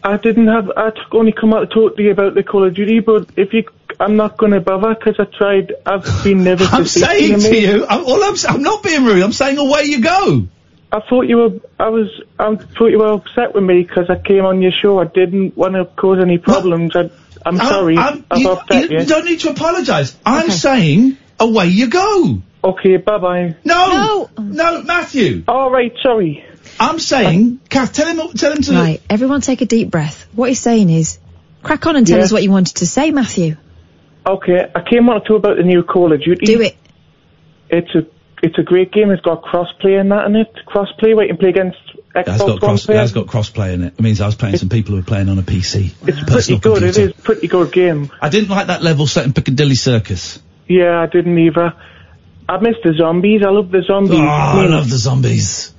[SPEAKER 11] I didn't have. I t- only come out to talk to you about the Call of Duty, but if you, I'm not going to bother because I tried. I've been nervous.
[SPEAKER 3] I'm
[SPEAKER 11] speak
[SPEAKER 3] saying to
[SPEAKER 11] mate.
[SPEAKER 3] you, I'm, all I'm, s- I'm not being rude. I'm saying away you go.
[SPEAKER 11] I thought you were. I was. I thought you were upset with me because I came on your show. I didn't want to cause any problems. I, I'm sorry.
[SPEAKER 3] I'm-
[SPEAKER 11] I've
[SPEAKER 3] you,
[SPEAKER 11] upset
[SPEAKER 3] you
[SPEAKER 11] you.
[SPEAKER 3] don't need to apologise. I'm saying, away you go.
[SPEAKER 11] Okay, bye bye.
[SPEAKER 3] No, no, Matthew.
[SPEAKER 11] All right, sorry.
[SPEAKER 3] I'm saying, Kath, tell him, tell him to.
[SPEAKER 5] Right, everyone take a deep breath. What he's saying is, crack on and tell
[SPEAKER 11] Yeah.
[SPEAKER 5] us what you wanted to say, Matthew.
[SPEAKER 11] Okay, I came on to talk about the new Call of Duty. Do
[SPEAKER 5] it.
[SPEAKER 11] It's a. It's a great game. It's got crossplay and that in it. Crossplay, where you can play against Xbox
[SPEAKER 3] That's got
[SPEAKER 11] One
[SPEAKER 3] cross.
[SPEAKER 11] players.
[SPEAKER 3] That's got crossplay in it. It means I was playing some people who were playing on a PC. It's
[SPEAKER 11] pretty good. It is pretty good game.
[SPEAKER 3] I didn't like that level set in Piccadilly Circus.
[SPEAKER 11] Yeah, I didn't either. I miss the zombies. I love the zombies.
[SPEAKER 3] Oh, I love the zombies.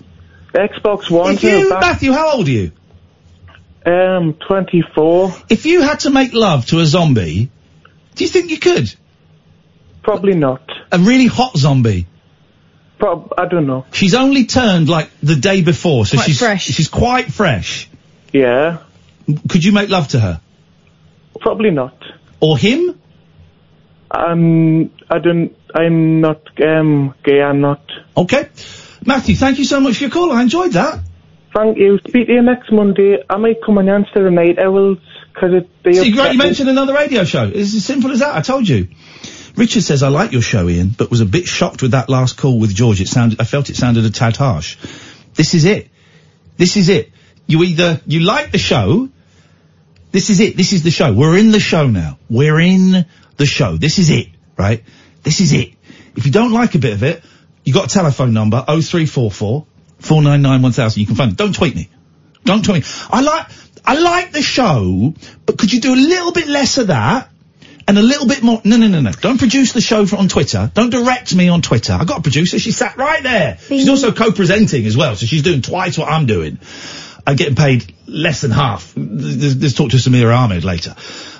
[SPEAKER 11] Xbox One.
[SPEAKER 3] If you,
[SPEAKER 11] too, back-
[SPEAKER 3] Matthew, how old are you?
[SPEAKER 11] Um, 24.
[SPEAKER 3] If you had to make love to a zombie, do you think you could?
[SPEAKER 11] Probably not.
[SPEAKER 3] A really hot zombie.
[SPEAKER 11] Prob- I don't know.
[SPEAKER 3] She's only turned like the day before, so
[SPEAKER 11] Quite
[SPEAKER 3] she's
[SPEAKER 11] fresh.
[SPEAKER 3] she's quite fresh.
[SPEAKER 11] Yeah.
[SPEAKER 3] Could you make love to her?
[SPEAKER 11] Probably not.
[SPEAKER 3] Or him?
[SPEAKER 11] Um, I don't. I'm not um, gay. I'm not.
[SPEAKER 3] Okay. Matthew, thank you so much for your call. I enjoyed that.
[SPEAKER 11] Thank you. Speak to you next Monday. I might come and answer the night owls because it. They
[SPEAKER 3] So you,
[SPEAKER 11] upset
[SPEAKER 3] you
[SPEAKER 11] me.
[SPEAKER 3] mentioned another radio show. It's as simple as that. I told you. Richard says I like your show, Ian, but was a bit shocked with that last call with George. It sounded, I felt it sounded a tad harsh. This is it. This is it. You either you like the show. This is it. This is the show. We're in the show now. We're in the show. This is it, right? This is it. If you don't like a bit of it, you got a telephone number 0344 499 1000. You can phone. Don't tweet me. Don't tweet me. I like I like the show, but could you do a little bit less of that? And a little bit more. No, no, no, no. Don't produce the show for, on Twitter. Don't direct me on Twitter. I got a producer. She sat right there. She's also co-presenting as well, so she's doing twice what I'm doing. I'm getting paid less than half. There's, there's talk to Samira Ahmed later.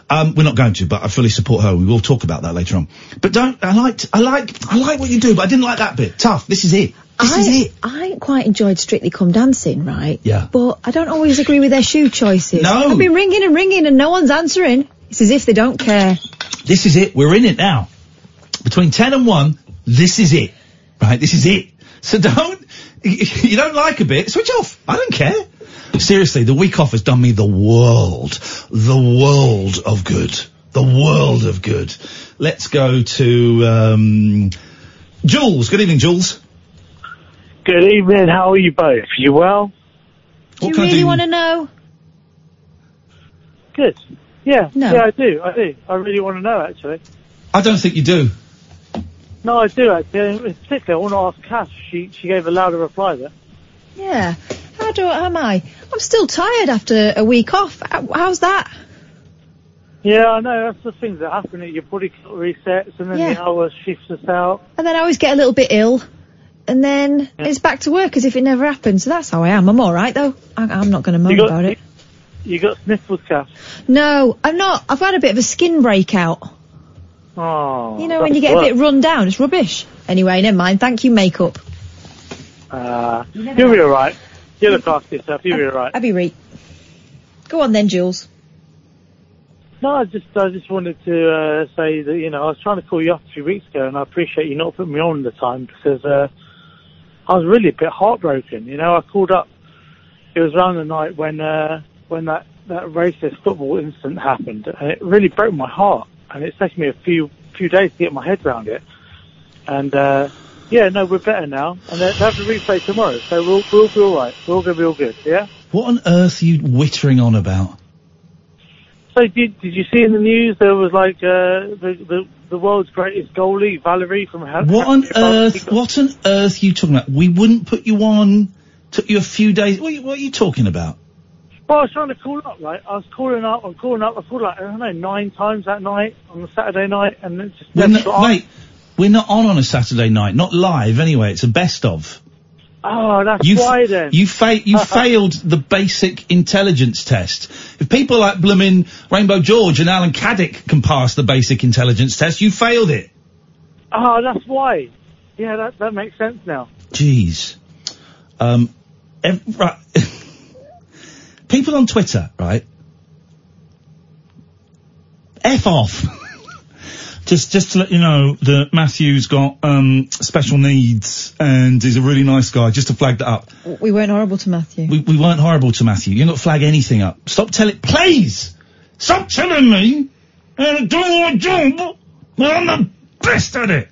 [SPEAKER 3] Um, we're not going to, but I fully support her. We will talk about that later on. But don't. I liked. I like. I like what you do, but I didn't like that bit. Tough. This is it. This
[SPEAKER 5] I,
[SPEAKER 3] is it.
[SPEAKER 5] I quite enjoyed Strictly Come Dancing, right?
[SPEAKER 3] Yeah.
[SPEAKER 5] But I don't always agree with their shoe choices.
[SPEAKER 3] No.
[SPEAKER 5] I've been ringing and ringing and no one's answering. It's as if they don't care.
[SPEAKER 3] This is it. We're in it now. Between 10 and 1, this is it. Right? This is it. So don't, you don't like a bit, switch off. I don't care. Seriously, the week off has done me the world, the world of good. The world of good. Let's go to, um, Jules. Good evening, Jules.
[SPEAKER 12] Good evening. How are you both? You well?
[SPEAKER 5] Do you really want to know?
[SPEAKER 12] Good. Yeah.
[SPEAKER 5] No.
[SPEAKER 12] Yeah, I do. I do. I really want to know, actually.
[SPEAKER 3] I don't think you do.
[SPEAKER 12] No, I do, actually. In particular, I want to ask Cass. She, she gave a louder reply there.
[SPEAKER 5] Yeah. How do am I? I'm still tired after a week off. How- How's that?
[SPEAKER 12] Yeah, I know. That's the things that happen. Your body clock resets and then
[SPEAKER 5] Yeah.
[SPEAKER 12] the hour shifts us out.
[SPEAKER 5] And then I always get a little bit ill. And then it's back to work as if it never happened. So that's how I am. I'm all right though. I, I'm not going to moan
[SPEAKER 12] got-
[SPEAKER 5] about it.
[SPEAKER 12] You got sniffles, Cass.
[SPEAKER 5] No, I'm not. I've had a bit of a skin breakout.
[SPEAKER 12] Oh.
[SPEAKER 5] You know, when you get a bit run down, it's rubbish. Anyway, never mind. Thank you, makeup.
[SPEAKER 12] Uh, you'll be alright. You'll look after yourself. You'll be alright.
[SPEAKER 5] Abby Reek. Go on then, Jules.
[SPEAKER 12] No, I just I just wanted to uh, say that you know I was trying to call you up a few weeks ago, and I appreciate you not putting me on at the time because uh, I was really a bit heartbroken. You know, I called up. It was around the night when uh, when that that racist football incident happened, and it really broke my heart. And it's taken me a few few days to get my head around it. And uh, yeah, no, we're better now, and they they have to replay tomorrow, so we'll we'll be all right. We're all gonna be all good. Yeah.
[SPEAKER 3] What on earth are you whittering on about?
[SPEAKER 12] also, did did you see in the news there was like uh, the, the the world's greatest goalie Valerie from Hel-
[SPEAKER 3] What on
[SPEAKER 12] Hel-
[SPEAKER 3] earth? What on earth are you talking about? We wouldn't put you on. Took you a few days. What, are you- what are you talking about?
[SPEAKER 12] Well, I was trying to call up, right? I was calling up, I'm calling up, I called like I don't know nine times that night on the Saturday night, and it's just
[SPEAKER 3] We're not, mate, we're not on on a Saturday night. Not live anyway. It's a best of.
[SPEAKER 12] oh, that's
[SPEAKER 3] You, f-
[SPEAKER 12] why then. Uh-huh.
[SPEAKER 3] you, fa- you failed the basic intelligence test. If people like Bloomin' Rainbow George and Alan Caddick can pass the basic intelligence test, you failed it.
[SPEAKER 12] Oh, that's why. Yeah, that that makes sense now.
[SPEAKER 3] Jeez. Um, ev- right. People on Twitter, right? F off.
[SPEAKER 13] Just, just to let you know that Matthew's got um, special needs and he's a really nice guy. Just to flag that up.
[SPEAKER 5] We weren't horrible to Matthew.
[SPEAKER 3] We, we weren't horrible to Matthew. You're not flag anything up. Stop telling, please! Stop telling me how to do my job when I'm the best at it!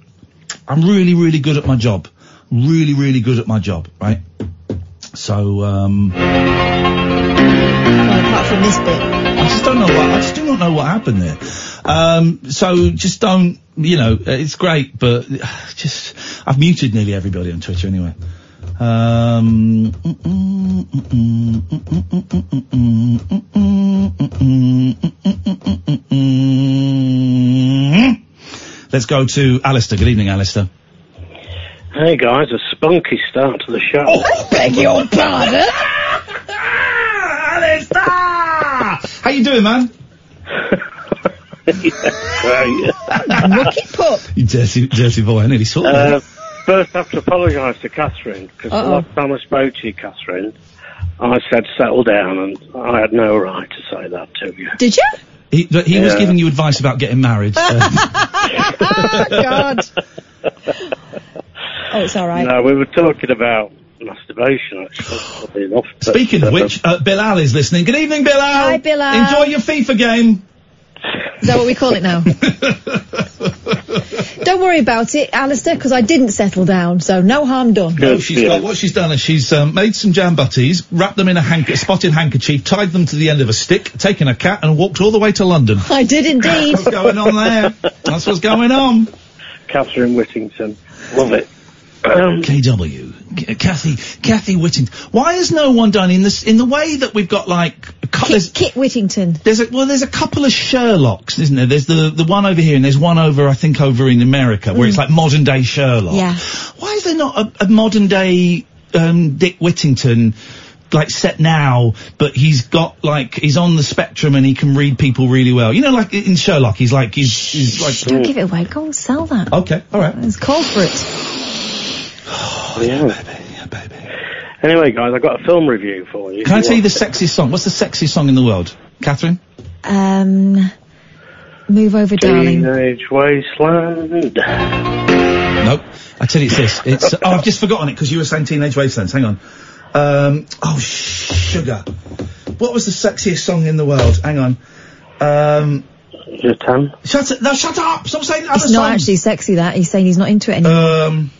[SPEAKER 3] I'm really, really good at my job. Really, really good at my job, right? So, um.
[SPEAKER 5] apart from this bit.
[SPEAKER 3] I just don't know what, I just do not know what happened there. Um, so just don't, you know, uh, it's great, but just, I've muted nearly everybody on Twitter anyway. Um, Hmm? let's go to Alistair. Good evening, Alistair.
[SPEAKER 14] Hey guys, a spunky start to the show.
[SPEAKER 3] Oh,
[SPEAKER 14] beg your pardon.
[SPEAKER 3] How you doing, man?
[SPEAKER 5] Mucky pup.
[SPEAKER 3] You dirty, dirty boy. I nearly saw that.
[SPEAKER 14] Uh, first, I have to apologise to Catherine because the
[SPEAKER 3] Uh-oh.
[SPEAKER 14] last time I spoke to you, Catherine, I said settle down, and I had no right to say that to you.
[SPEAKER 5] Did you?
[SPEAKER 3] He, but he was
[SPEAKER 14] Yeah.
[SPEAKER 3] giving you advice about getting married. so-
[SPEAKER 5] oh, God. oh, it's all right.
[SPEAKER 14] No, we were talking about masturbation actually. oddly Enough, but,
[SPEAKER 3] Speaking
[SPEAKER 14] uh,
[SPEAKER 3] of which, uh, Bilal is listening. Good evening, Bilal.
[SPEAKER 5] Hi, Bilal.
[SPEAKER 3] Enjoy your FIFA game.
[SPEAKER 5] Is that what we call it now? Don't worry about it, Alistair, because I didn't settle down, so no harm done.
[SPEAKER 3] No, she's got, what she's done is she's um, made some jam butties, wrapped them in a handker- spotted handkerchief, tied them to the end of a stick, taken a cat, and walked all the way to London.
[SPEAKER 5] I did indeed.
[SPEAKER 3] What's going on there? That's what's going on.
[SPEAKER 14] Catherine Whittington, love it.
[SPEAKER 3] KW, K- Kathy, Kathy Whittington. Why has no one done in this in the way that we've got like a cou- there's-
[SPEAKER 5] Kit Whittington.
[SPEAKER 3] There's a, well, there's a couple of Sherlocks, isn't there? There's the the one over here, and there's one over I think over in America where it's like modern day Sherlock.
[SPEAKER 5] Yeah.
[SPEAKER 3] Why is there not a, a modern day um, Dick Whittington? Like set now, but he's got like he's on the spectrum and he can read people really well. You know, like in Sherlock, he's like he's, he's like.
[SPEAKER 5] Don't give it away. Go and sell that.
[SPEAKER 3] Okay, Oh, all right.
[SPEAKER 5] It's called for it.
[SPEAKER 14] Oh, yeah. Anyway, guys, I've got a film review for you.
[SPEAKER 3] Can I tell you the sexiest song? What's the sexiest song in the world, Catherine?
[SPEAKER 5] Um, move over, darling.
[SPEAKER 14] Teenage Wasteland.
[SPEAKER 3] Nope. I tell you, it's this. It's oh, I've just forgotten it because you were saying Teenage Wastelands. Hang on. Um, oh, sugar. What was the sexiest song in the world? Hang on. Um,
[SPEAKER 14] Your time.
[SPEAKER 3] Shut it. No, shut up. Stop saying other
[SPEAKER 5] It's not
[SPEAKER 3] songs.
[SPEAKER 5] actually sexy that he's saying he's not into it anymore.
[SPEAKER 3] Um.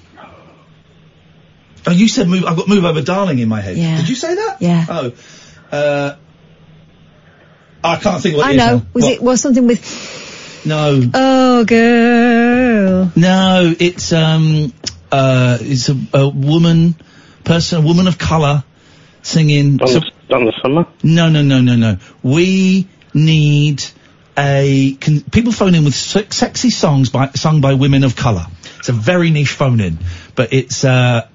[SPEAKER 3] Oh, you said move. I've got move over, darling, in my head.
[SPEAKER 5] Yeah.
[SPEAKER 3] Did you say that?
[SPEAKER 5] Yeah.
[SPEAKER 3] Oh. Uh. I can't think what
[SPEAKER 5] I
[SPEAKER 3] it is
[SPEAKER 5] know.
[SPEAKER 3] now.
[SPEAKER 5] Was
[SPEAKER 3] What?
[SPEAKER 5] it was something with
[SPEAKER 3] No.
[SPEAKER 5] oh girl?
[SPEAKER 3] No, it's um, uh, it's a, a woman, person, a woman of color, singing.
[SPEAKER 14] Done, done the summer.
[SPEAKER 3] No, no, no, no, no. We need a can, people phone in with se- sexy songs by sung by women of color. It's a very niche phone in, but it's. Uh,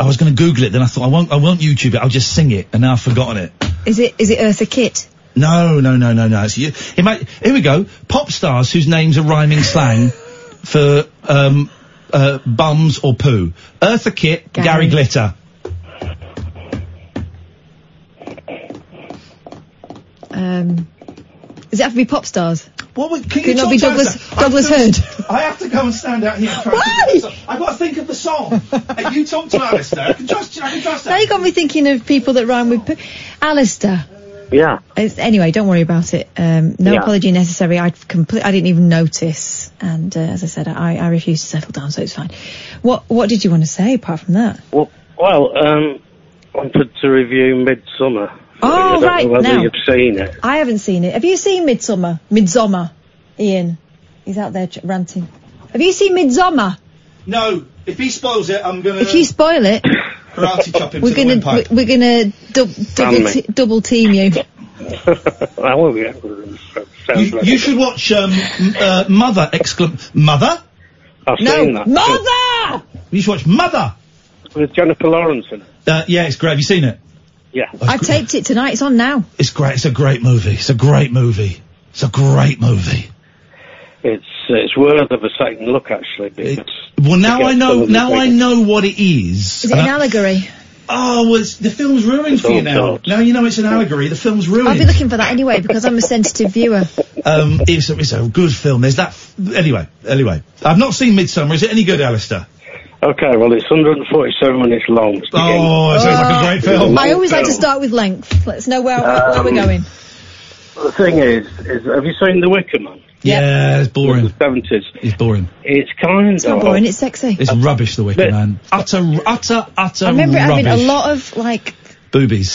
[SPEAKER 3] I was going to Google it, then I thought I won't. I won't YouTube it. I'll just sing it, and now I've forgotten it.
[SPEAKER 5] Is it is it Eartha Kitt?
[SPEAKER 3] No, no, no, no, no. It's you, it might, here we go. Pop stars whose names are rhyming slang for um, uh, bums or poo. Eartha Kitt, Gary, Glitter.
[SPEAKER 5] Um, does it have to be pop stars?
[SPEAKER 3] What would can
[SPEAKER 5] Could
[SPEAKER 3] you
[SPEAKER 5] it not
[SPEAKER 3] talk
[SPEAKER 5] be
[SPEAKER 3] to
[SPEAKER 5] Douglas
[SPEAKER 3] Alistair?
[SPEAKER 5] Douglas
[SPEAKER 3] I have
[SPEAKER 5] Hurd?
[SPEAKER 3] to- I have to go and stand out here. and try and think of the song. I've got to think of the song. and you talk to Alistair. I can trust you. I can trust
[SPEAKER 5] Now you got me thinking of people that rhyme with p- Alistair.
[SPEAKER 14] Yeah.
[SPEAKER 5] It's- Anyway, don't worry about it. Um, no
[SPEAKER 14] Yeah.
[SPEAKER 5] apology necessary. I complete. I didn't even notice, and uh, as I said, I, I refuse to settle down, so it's fine. What What did you want to say apart from that?
[SPEAKER 14] Well, well um, wanted to review Midsummer
[SPEAKER 5] Oh,
[SPEAKER 14] I don't
[SPEAKER 5] right,
[SPEAKER 14] know whether
[SPEAKER 5] now.
[SPEAKER 14] you've seen it.
[SPEAKER 5] I haven't seen it. Have you seen Midsummer? Midsummer, Ian. He's out there ch- ranting. Have you seen Midsummer?
[SPEAKER 4] No, if he spoils it, I'm gonna
[SPEAKER 5] If you spoil it,
[SPEAKER 4] karate chop him
[SPEAKER 5] we're
[SPEAKER 4] to the
[SPEAKER 5] gonna
[SPEAKER 4] windpipe.
[SPEAKER 5] we're gonna dub, double,
[SPEAKER 4] me.
[SPEAKER 5] te- double team you.
[SPEAKER 14] I won't be able to. Sounds
[SPEAKER 3] You,
[SPEAKER 14] like
[SPEAKER 3] you should watch um, m- uh, Mother! Exclam- Mother?
[SPEAKER 14] I've seen that.
[SPEAKER 5] Mother!
[SPEAKER 3] You should watch Mother!
[SPEAKER 14] With Jennifer Lawrence in it.
[SPEAKER 3] Uh, yeah, it's great. Have you seen it?
[SPEAKER 14] Yeah.
[SPEAKER 5] I taped it tonight. It's on now.
[SPEAKER 3] It's great. It's a great movie. It's a great movie. It's a great movie.
[SPEAKER 14] It's uh, it's worth of a second look actually because
[SPEAKER 3] Well, now
[SPEAKER 14] Okay,
[SPEAKER 3] I know.
[SPEAKER 14] so
[SPEAKER 3] Now
[SPEAKER 14] we'll
[SPEAKER 3] I
[SPEAKER 14] take it.
[SPEAKER 3] know what it is.
[SPEAKER 5] Is it
[SPEAKER 3] And
[SPEAKER 5] an
[SPEAKER 3] I-
[SPEAKER 5] allegory?
[SPEAKER 3] oh, well, it's, the film's ruined for you
[SPEAKER 14] all
[SPEAKER 3] now.
[SPEAKER 14] dark.
[SPEAKER 3] Now you know it's an allegory. The film's
[SPEAKER 5] I'll be
[SPEAKER 3] ruined.
[SPEAKER 5] looking for that anyway because I'm a sensitive viewer.
[SPEAKER 3] Um, it's, a- it's a good film. There's that. F- anyway, anyway, I've not seen Midsummer. Is it any good, Alistair?
[SPEAKER 14] okay, well it's 147 minutes long. It's
[SPEAKER 3] Oh, it sounds like a great film.
[SPEAKER 5] Uh, I always like to start with length. Let's know where, where we're
[SPEAKER 14] Um,
[SPEAKER 5] going.
[SPEAKER 14] The thing is, is have you seen The Wicker Man?
[SPEAKER 3] Yeah, it's boring.
[SPEAKER 14] Seventies.
[SPEAKER 3] It's boring.
[SPEAKER 14] It's kind
[SPEAKER 5] It's not
[SPEAKER 14] of
[SPEAKER 5] boring. It's sexy.
[SPEAKER 3] It's rubbish. The Wicker Man. Utter, utter, utter
[SPEAKER 5] I remember it
[SPEAKER 3] rubbish.
[SPEAKER 5] having a lot of like, Boobies
[SPEAKER 3] boobies.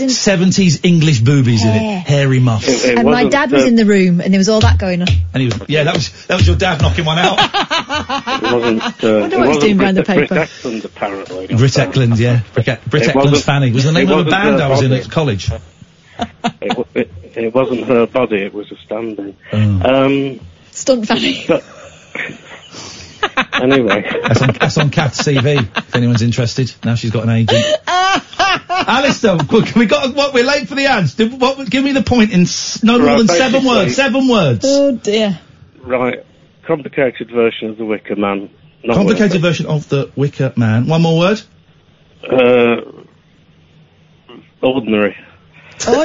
[SPEAKER 5] and-
[SPEAKER 3] Seventies. Seventies English boobies in
[SPEAKER 5] Hair.
[SPEAKER 3] it. Hairy muffs.
[SPEAKER 5] and my dad was in the room, and there was all that going on.
[SPEAKER 3] And he was, yeah, that was that was your dad knocking one out.
[SPEAKER 14] It wasn't. Uh,
[SPEAKER 5] wonder
[SPEAKER 14] it
[SPEAKER 5] what he's
[SPEAKER 14] wasn't
[SPEAKER 5] doing behind the
[SPEAKER 14] Brit- Brit
[SPEAKER 5] paper.
[SPEAKER 14] Eklund, apparently.
[SPEAKER 3] Brit Eklund, yeah, Brit, E, Brit
[SPEAKER 14] It
[SPEAKER 3] Eklund's
[SPEAKER 14] wasn't-
[SPEAKER 3] Fanny was the
[SPEAKER 14] it
[SPEAKER 3] name of a
[SPEAKER 14] wasn't
[SPEAKER 3] band
[SPEAKER 14] her
[SPEAKER 3] I was in
[SPEAKER 14] body.
[SPEAKER 3] at college.
[SPEAKER 14] it, wa- it, it wasn't her body; it was a standing.
[SPEAKER 3] Oh.
[SPEAKER 14] Um,
[SPEAKER 5] Stunt Fanny.
[SPEAKER 14] but anyway,
[SPEAKER 3] That's on, that's on Kath's CV. If anyone's interested, now she's got an agent. Alistair, quick, we got what? We're late for the ads. Did, what, give me the point in s- no more
[SPEAKER 14] Right,
[SPEAKER 3] than seven
[SPEAKER 14] basically-
[SPEAKER 3] words. Seven words.
[SPEAKER 5] Oh dear.
[SPEAKER 14] right, complicated version of the Wicker Man. Not
[SPEAKER 3] Complicated version of the Wicker Man. One more word.
[SPEAKER 14] worth it. Uh, ordinary.
[SPEAKER 5] Oh,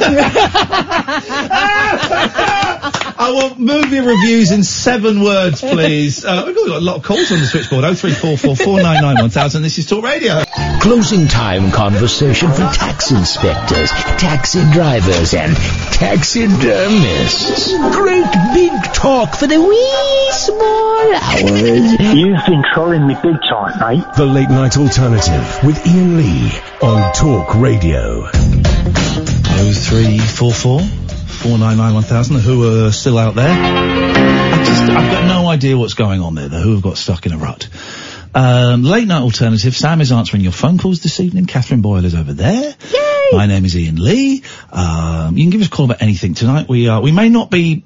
[SPEAKER 3] I want movie reviews in seven words, please. Uh, we've got a lot of calls on the switchboard. Oh three four four four nine nine one thousand. This is Talk Radio.
[SPEAKER 2] Closing time conversation for tax inspectors, taxi drivers, and taxidermists. Great big talk for the wee small hours. You've been trolling me big time, mate. The Late Night Alternative with Ian Lee on Talk Radio.
[SPEAKER 3] Oh three four four four nine nine one thousand. The Who are still out there? I just, I've got no idea what's going on there. The Who have got stuck in a rut. Um, late night alternative. Sam is answering your phone calls this evening. Catherine Boyle is over there. Yay! My name is Ian Lee. Um, you can give us a call about anything tonight. We are. We may not be.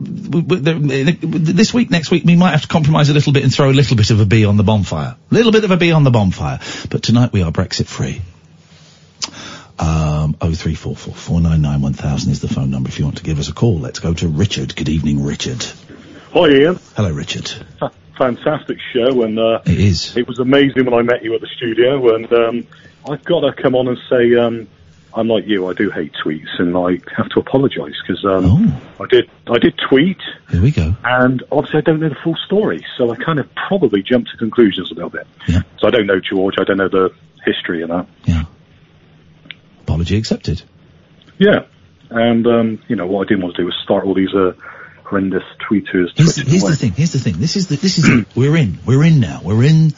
[SPEAKER 3] We, we, there- this week, next week, we might have to compromise a little bit and throw a little bit of a bee on the bonfire. A little bit of a bee on the bonfire. But tonight we are Brexit free. Um, 0344 499 1000 is the phone number if you want to give us a call. Let's go to Richard. Good evening, Richard.
[SPEAKER 15] Hi, Ian.
[SPEAKER 3] Hello, Richard.
[SPEAKER 15] Fa- Fantastic show, and uh,
[SPEAKER 3] it is.
[SPEAKER 15] It was amazing when I met you at the studio, and um, I've got to come on and say um, I'm like you. I do hate tweets, and I have to apologise because um, I did I did tweet,
[SPEAKER 3] Oh. Here we go.
[SPEAKER 15] and obviously I don't know the full story, so I kind of probably jumped to conclusions a little bit.
[SPEAKER 3] Yeah.
[SPEAKER 15] So I don't know George. I don't know the history and that.
[SPEAKER 3] Apology accepted.
[SPEAKER 15] Yeah, and um, you know what I didn't want to do was start all these uh, horrendous tweeters.
[SPEAKER 3] Here's,
[SPEAKER 15] twitching
[SPEAKER 3] here's
[SPEAKER 15] away.
[SPEAKER 3] the thing. Here's the thing. This is the, this is it. We're in. We're in now. We're in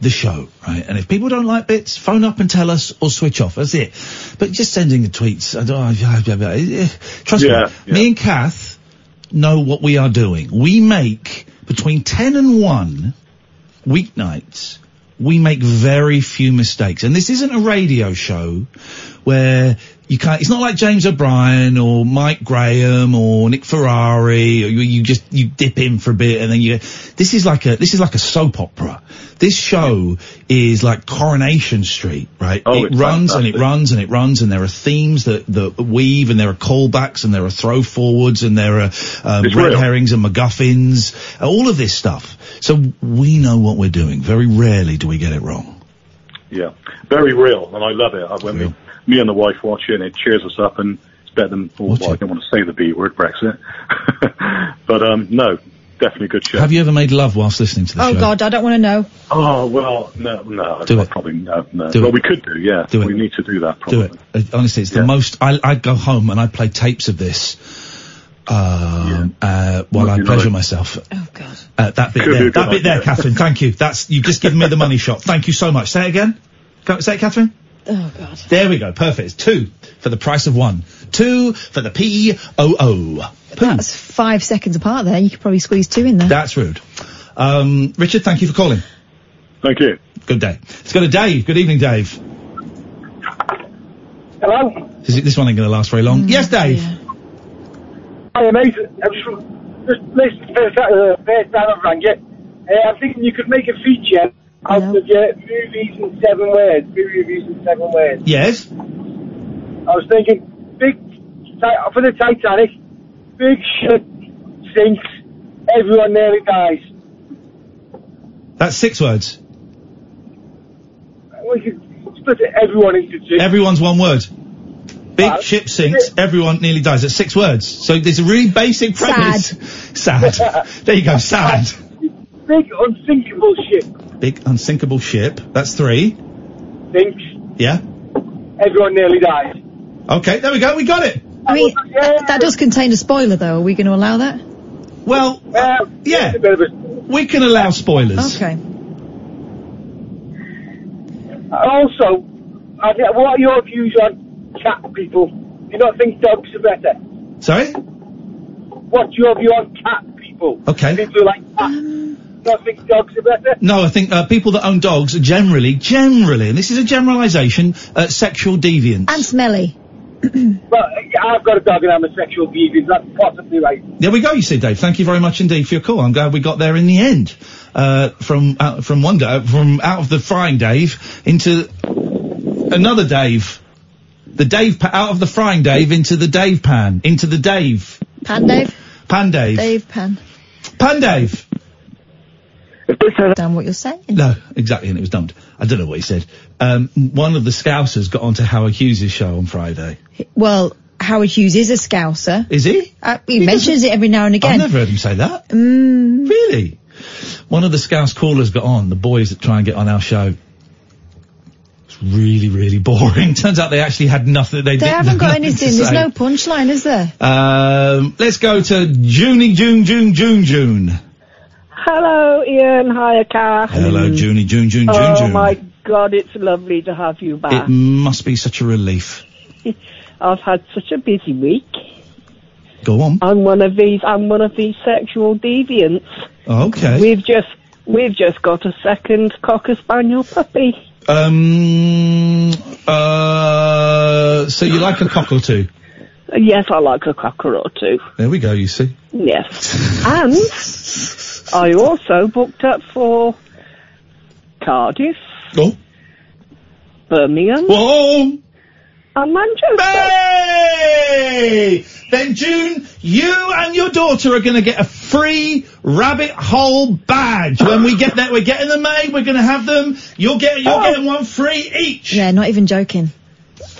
[SPEAKER 3] the show, right? And if people don't like bits, phone up and tell us or switch off. That's it. But just sending the tweets. I don't, I, I, trust me. Me and Kath know what we are doing. We make between 10 and 1 weeknights. We make very few mistakes. And this isn't a radio show where you can't, it's not like James O'Brien or Mike Graham or Nick Ferrari or you, you just, you dip in for a bit and then you, this is like a, this is like a soap opera. This show is like Coronation Street, right?
[SPEAKER 15] Oh,
[SPEAKER 3] it
[SPEAKER 15] it's
[SPEAKER 3] runs and it
[SPEAKER 15] fantastic.
[SPEAKER 3] runs and it runs and there are themes that, that weave and there are callbacks and there are throw forwards and there are, um,
[SPEAKER 15] It's
[SPEAKER 3] red
[SPEAKER 15] real.
[SPEAKER 3] herrings and MacGuffins, uh, all of this stuff. So we know what we're doing. Very rarely do we get it wrong.
[SPEAKER 15] Yeah, very real, and I love it. I, when me, me and the wife watch it, and it cheers us up, and it's better than. Well, I don't want to say the B word, Brexit, but um, no, definitely a good show.
[SPEAKER 3] Have you ever made love whilst listening to the
[SPEAKER 5] Oh
[SPEAKER 3] show?
[SPEAKER 5] God, I don't want to know.
[SPEAKER 15] Oh well, no, no,
[SPEAKER 3] Do
[SPEAKER 15] I
[SPEAKER 3] it.
[SPEAKER 15] probably no, no.
[SPEAKER 3] Do
[SPEAKER 15] well,
[SPEAKER 3] it.
[SPEAKER 15] we could do, yeah.
[SPEAKER 3] Do it.
[SPEAKER 15] we need to do that. Probably.
[SPEAKER 3] Do it. Uh, Honestly, it's the most. I, I go home and I play tapes of this um, uh, while I
[SPEAKER 15] you
[SPEAKER 3] pleasure
[SPEAKER 15] like?
[SPEAKER 3] myself. Oh God. Uh, that bit
[SPEAKER 15] Could be
[SPEAKER 3] there.
[SPEAKER 15] a
[SPEAKER 3] That
[SPEAKER 15] good
[SPEAKER 3] bit there,
[SPEAKER 15] idea.
[SPEAKER 3] Catherine. Thank you. That's you've just given me the money shot. Thank you so much. Say it again. Ca- Say it, Catherine.
[SPEAKER 5] Oh God.
[SPEAKER 3] There we go. Perfect. It's two. for the price of one. Two for the P O O.
[SPEAKER 5] That's five seconds apart there. You could probably squeeze two in there.
[SPEAKER 3] That's rude. Um, Richard, thank you for calling.
[SPEAKER 15] Thank you.
[SPEAKER 3] Good day. Let's go to Dave. Good evening, Dave.
[SPEAKER 16] Hello?
[SPEAKER 3] Is it, this one ain't going to last very long. yes, Dave.
[SPEAKER 16] Hi, mate. I'm just, just listening to the first time I've rang you. Uh, I'm thinking you could make a feature out of your movies in seven words, movie reviews in seven words.
[SPEAKER 3] Yes.
[SPEAKER 16] I was thinking, big, Ti- for the Titanic, big shit sinks, everyone nearly dies.
[SPEAKER 3] That's six words.
[SPEAKER 16] We could split it, everyone into two.
[SPEAKER 3] Everyone's one word. Big ship sinks, everyone nearly dies. That's six words. So there's a really basic premise. Sad. there you go, sad.
[SPEAKER 16] Big unsinkable ship
[SPEAKER 3] Big unsinkable ship. That's three.
[SPEAKER 16] sinks,
[SPEAKER 3] Yeah.
[SPEAKER 16] everyone nearly dies.
[SPEAKER 3] Okay, there we go. We got it.
[SPEAKER 5] I mean, that does contain a spoiler, though. Are we going to allow that?
[SPEAKER 3] Well, yeah. We can allow spoilers.
[SPEAKER 5] Okay.
[SPEAKER 16] Also, I think- what are your views on cat people? Do you not think dogs are better?
[SPEAKER 3] Sorry?
[SPEAKER 16] What's your view on cat people?
[SPEAKER 3] Okay.
[SPEAKER 16] People who like cats. Do you not think dogs are better?
[SPEAKER 3] No, I think uh, people that own dogs are generally, generally, and this is a generalisation, uh, sexual deviant.
[SPEAKER 5] And smelly.
[SPEAKER 16] Well, I've got a dog and I'm a sexual deviant. That's possibly right.
[SPEAKER 3] There we go, you see, Dave. Thank you very much indeed for your call. I'm glad we got there in the end. Uh, from out, from one da- from out of the frying Dave into another Dave. The Dave pa- out of the frying Dave into the Dave pan into the Dave
[SPEAKER 5] Pan Dave?
[SPEAKER 3] pan Dave
[SPEAKER 5] Dave Pan.
[SPEAKER 3] pan Dave.
[SPEAKER 5] Damn what you're saying.
[SPEAKER 3] No, exactly, and it was dumped. I don't know what he said. Um, one of the Scousers got onto Howard Hughes' show on Friday.
[SPEAKER 5] Well, Howard Hughes is a scouser.
[SPEAKER 3] Is he?
[SPEAKER 5] Uh, he, mentions it every now and again.
[SPEAKER 3] I've never heard him say that.
[SPEAKER 5] Mm,
[SPEAKER 3] Really? One of the Scouse callers got on, the boys that try and get on our show. It's really, really boring. Turns out they actually had nothing. They,
[SPEAKER 5] they
[SPEAKER 3] didn't
[SPEAKER 5] haven't
[SPEAKER 3] have
[SPEAKER 5] got
[SPEAKER 3] nothing to
[SPEAKER 5] anything. There's
[SPEAKER 3] say.
[SPEAKER 5] no punchline, is there?
[SPEAKER 3] Um, let's go to Junie, June, June, June, June.
[SPEAKER 17] Hello, Ian. Hiya, Kath.
[SPEAKER 3] Hello,
[SPEAKER 5] Mm.
[SPEAKER 3] Junie, June, June, June,
[SPEAKER 17] oh
[SPEAKER 3] June.
[SPEAKER 17] my God, it's lovely to have you
[SPEAKER 3] It
[SPEAKER 17] back.
[SPEAKER 3] must be such a relief.
[SPEAKER 17] I've had such a busy week.
[SPEAKER 3] Go on.
[SPEAKER 17] I'm one of these. I'm one of these sexual deviants.
[SPEAKER 3] Okay.
[SPEAKER 17] We've just we've just got a second cocker spaniel puppy.
[SPEAKER 3] Um, uh, so you like a cock or two?
[SPEAKER 17] Yes, I like a cocker or two.
[SPEAKER 3] There we go, you see.
[SPEAKER 17] Yes, and I also booked up for Cardiff,
[SPEAKER 3] Oh.
[SPEAKER 17] Birmingham,
[SPEAKER 3] Whoa.
[SPEAKER 17] and Manchester.
[SPEAKER 3] Hey! Then June, you and your daughter are going to get a free rabbit hole badge when we get that. We're getting them made. We're going to have them. You'll get. You're getting one free each.
[SPEAKER 5] Yeah, not even joking.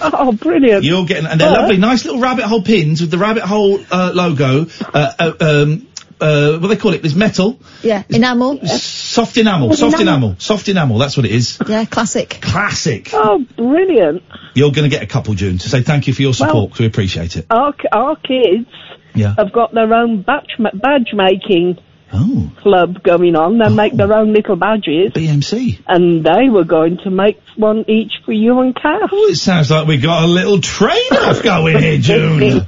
[SPEAKER 17] Oh, brilliant!
[SPEAKER 3] You're getting, and they're
[SPEAKER 5] Huh?
[SPEAKER 3] lovely, nice little rabbit hole pins with the rabbit hole uh, logo. Uh, uh, um, uh, what do they call it? It's metal,
[SPEAKER 5] Yeah, enamel.
[SPEAKER 3] soft enamel,
[SPEAKER 5] With
[SPEAKER 3] soft
[SPEAKER 5] enamel.
[SPEAKER 3] enamel, soft enamel. That's what it is.
[SPEAKER 5] Yeah, classic.
[SPEAKER 3] Classic.
[SPEAKER 17] Oh, brilliant!
[SPEAKER 3] You're going to get a couple, June, to say thank you for your support. 'cause we appreciate it.
[SPEAKER 17] Our ki- our kids
[SPEAKER 3] Yeah.
[SPEAKER 17] have got their own badge ma- badge making
[SPEAKER 3] oh.
[SPEAKER 17] club going on. They make their own little badges.
[SPEAKER 3] BMC.
[SPEAKER 17] And they were going to make one each for you and Kath.
[SPEAKER 3] It sounds like we got a little trade off going here, June.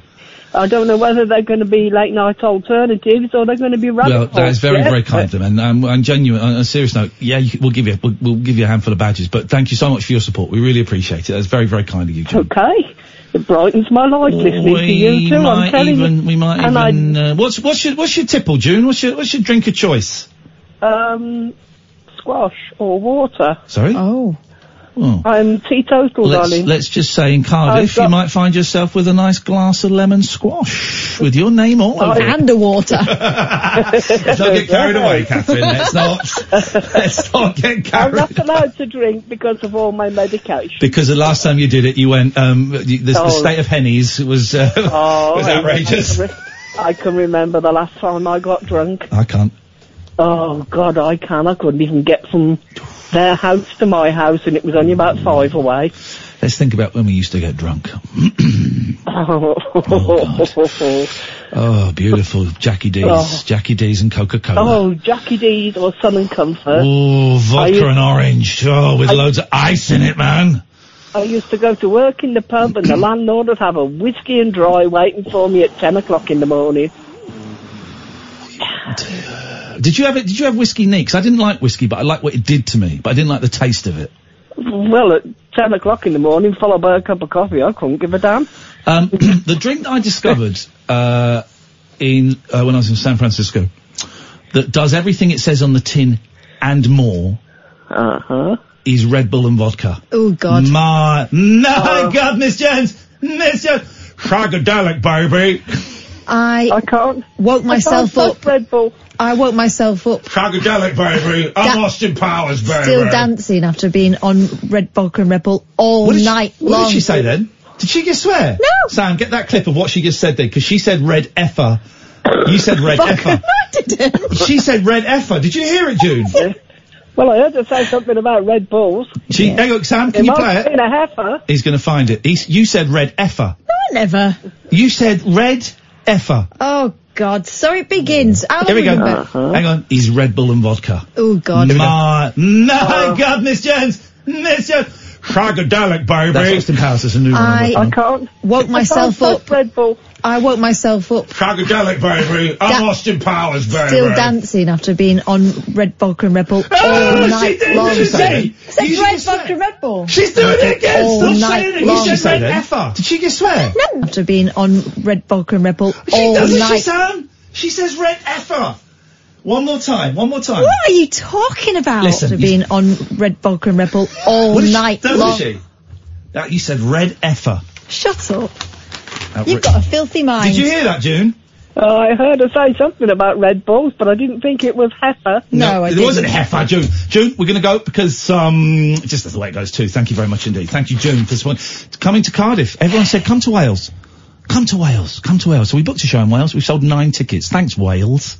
[SPEAKER 17] I don't know whether they're going to be late night alternatives or they're going to be rabbit
[SPEAKER 3] Well, that
[SPEAKER 17] holes,
[SPEAKER 3] is very,
[SPEAKER 17] yeah?
[SPEAKER 3] very kind of them, and um, and genuine. On a serious note, yeah, you, we'll give you we'll, we'll give you a handful of badges, but thank you so much for your support. We really appreciate it. That's very, very kind of you, June.
[SPEAKER 17] Okay. It brightens my life listening to you too, I'm
[SPEAKER 3] might
[SPEAKER 17] telling
[SPEAKER 3] even
[SPEAKER 17] you.
[SPEAKER 3] we might
[SPEAKER 17] and
[SPEAKER 3] even. Uh, what's what's your what's your tipple, June? What's your what's your drink of choice?
[SPEAKER 17] I, um, squash or water.
[SPEAKER 3] Sorry.
[SPEAKER 5] Oh.
[SPEAKER 17] I'm teetotal,
[SPEAKER 3] Let's,
[SPEAKER 17] darling.
[SPEAKER 3] let's just say in Cardiff,
[SPEAKER 17] I've got-
[SPEAKER 3] you might find yourself with a nice glass of lemon squash with your name all over it.
[SPEAKER 5] Underwater.
[SPEAKER 3] Let's not get carried away, Catherine. Let's not. Let's Oh, not get
[SPEAKER 17] I'm
[SPEAKER 3] carried.
[SPEAKER 17] not allowed to drink because of all my medication.
[SPEAKER 3] Because the last time you did it, you went. Um, the, the, the
[SPEAKER 17] Oh.
[SPEAKER 3] state of hennies was uh,
[SPEAKER 17] Oh,
[SPEAKER 3] was
[SPEAKER 17] I-
[SPEAKER 3] outrageous.
[SPEAKER 17] I, can re- I can remember the last time I got drunk.
[SPEAKER 3] I can't.
[SPEAKER 17] Oh God, I can. I couldn't even get from their house to my house, and it was only about five away.
[SPEAKER 3] Let's think about when we used to get drunk.
[SPEAKER 17] Oh,
[SPEAKER 3] Oh, beautiful Jackie D's,
[SPEAKER 17] Oh.
[SPEAKER 3] Jackie D's and Coca Cola.
[SPEAKER 17] oh, Jackie D's or Southern Comfort.
[SPEAKER 3] Oh,
[SPEAKER 17] I used-
[SPEAKER 3] vodka and orange. Oh, with
[SPEAKER 17] I-
[SPEAKER 3] loads of ice in it, man.
[SPEAKER 17] I used to go to work in the pub and the landlord would have a whiskey and dry waiting for me at 10 o'clock in the morning.
[SPEAKER 3] Did you have it? Did you have whiskey neeks? I didn't like whiskey, but I like what it did to me. But I didn't like the taste of it.
[SPEAKER 17] Well, at 10 o'clock in the morning, followed by a cup of coffee, I couldn't give a damn.
[SPEAKER 3] Um, the drink that I discovered uh, in uh, when I was in San Francisco that does everything it says on the tin and more is Red Bull and vodka.
[SPEAKER 5] Oh God.
[SPEAKER 3] My my God, Miss Jones, Miss Jones, psychedelic baby,
[SPEAKER 5] I I can't woke myself
[SPEAKER 17] Oh,
[SPEAKER 5] up. I woke myself up
[SPEAKER 3] psychedelic baby. I'm
[SPEAKER 5] Da-
[SPEAKER 3] Austin Powers baby.
[SPEAKER 5] still dancing after being on Red Vodka and Red Bull all
[SPEAKER 3] What did she-
[SPEAKER 5] night
[SPEAKER 3] what
[SPEAKER 5] long.
[SPEAKER 3] did she say then? Did she just swear? No. Sam, get that clip of what she just said then, because she said red effer. You said red effer. She said red effer. Did you hear it, June?
[SPEAKER 17] Well, I heard her say something about Red Bulls.
[SPEAKER 3] She, hang on, Sam, can you play it?
[SPEAKER 17] In a heifer.
[SPEAKER 3] He's going to find it. He's, you said red effer.
[SPEAKER 5] No, I never.
[SPEAKER 3] You said red effer.
[SPEAKER 5] Oh God! So it begins. How
[SPEAKER 3] Here we go.
[SPEAKER 5] long have
[SPEAKER 3] Hang on. He's Red Bull and vodka.
[SPEAKER 5] Oh God!
[SPEAKER 3] My, my God, Miss Jones, Miss Jones, psychedelic baby. That's Austin Powers. It's a new
[SPEAKER 5] I,
[SPEAKER 3] one.
[SPEAKER 17] can't
[SPEAKER 5] woke myself up.
[SPEAKER 17] Red Bull.
[SPEAKER 5] I woke myself up
[SPEAKER 3] Psychedelic baby. I'm Austin Powers baby.
[SPEAKER 5] still dancing after being on Red Vodka and Red Bull all
[SPEAKER 3] Oh, she
[SPEAKER 5] night
[SPEAKER 3] did,
[SPEAKER 5] long.
[SPEAKER 3] she
[SPEAKER 5] I
[SPEAKER 3] did.
[SPEAKER 5] said Red Vodka and Red Bull.
[SPEAKER 3] She's doing it again.
[SPEAKER 5] All
[SPEAKER 3] Stop
[SPEAKER 5] night
[SPEAKER 3] saying it.
[SPEAKER 5] long.
[SPEAKER 3] You said red effer. Did she just swear?
[SPEAKER 5] No. After being on Red Vodka and Red Bull
[SPEAKER 3] She
[SPEAKER 5] all
[SPEAKER 3] doesn't, she,
[SPEAKER 5] night.
[SPEAKER 3] Sam? She says red effer. One more time. One more time.
[SPEAKER 5] What are you talking about?
[SPEAKER 3] Listen,
[SPEAKER 5] after
[SPEAKER 3] you-
[SPEAKER 5] being on Red Vodka and Red Bull all
[SPEAKER 3] What is she-
[SPEAKER 5] night
[SPEAKER 3] doesn't
[SPEAKER 5] long.
[SPEAKER 3] she? That, you said red effer.
[SPEAKER 5] Shut up!
[SPEAKER 3] That
[SPEAKER 5] You've
[SPEAKER 3] re-
[SPEAKER 5] got a filthy mind.
[SPEAKER 3] Did you hear that, June?
[SPEAKER 17] Oh, I heard her say something about Red Bulls, but I didn't think it was heifer.
[SPEAKER 3] it wasn't heifer, June. June, we're going to go because um, just that's the way it goes too. Thank you very much indeed. Thank you, June, for spo- coming to Cardiff. Everyone said, "Come to Wales, come to Wales, come to Wales." So we booked a show in Wales. We've sold nine tickets. Thanks, Wales.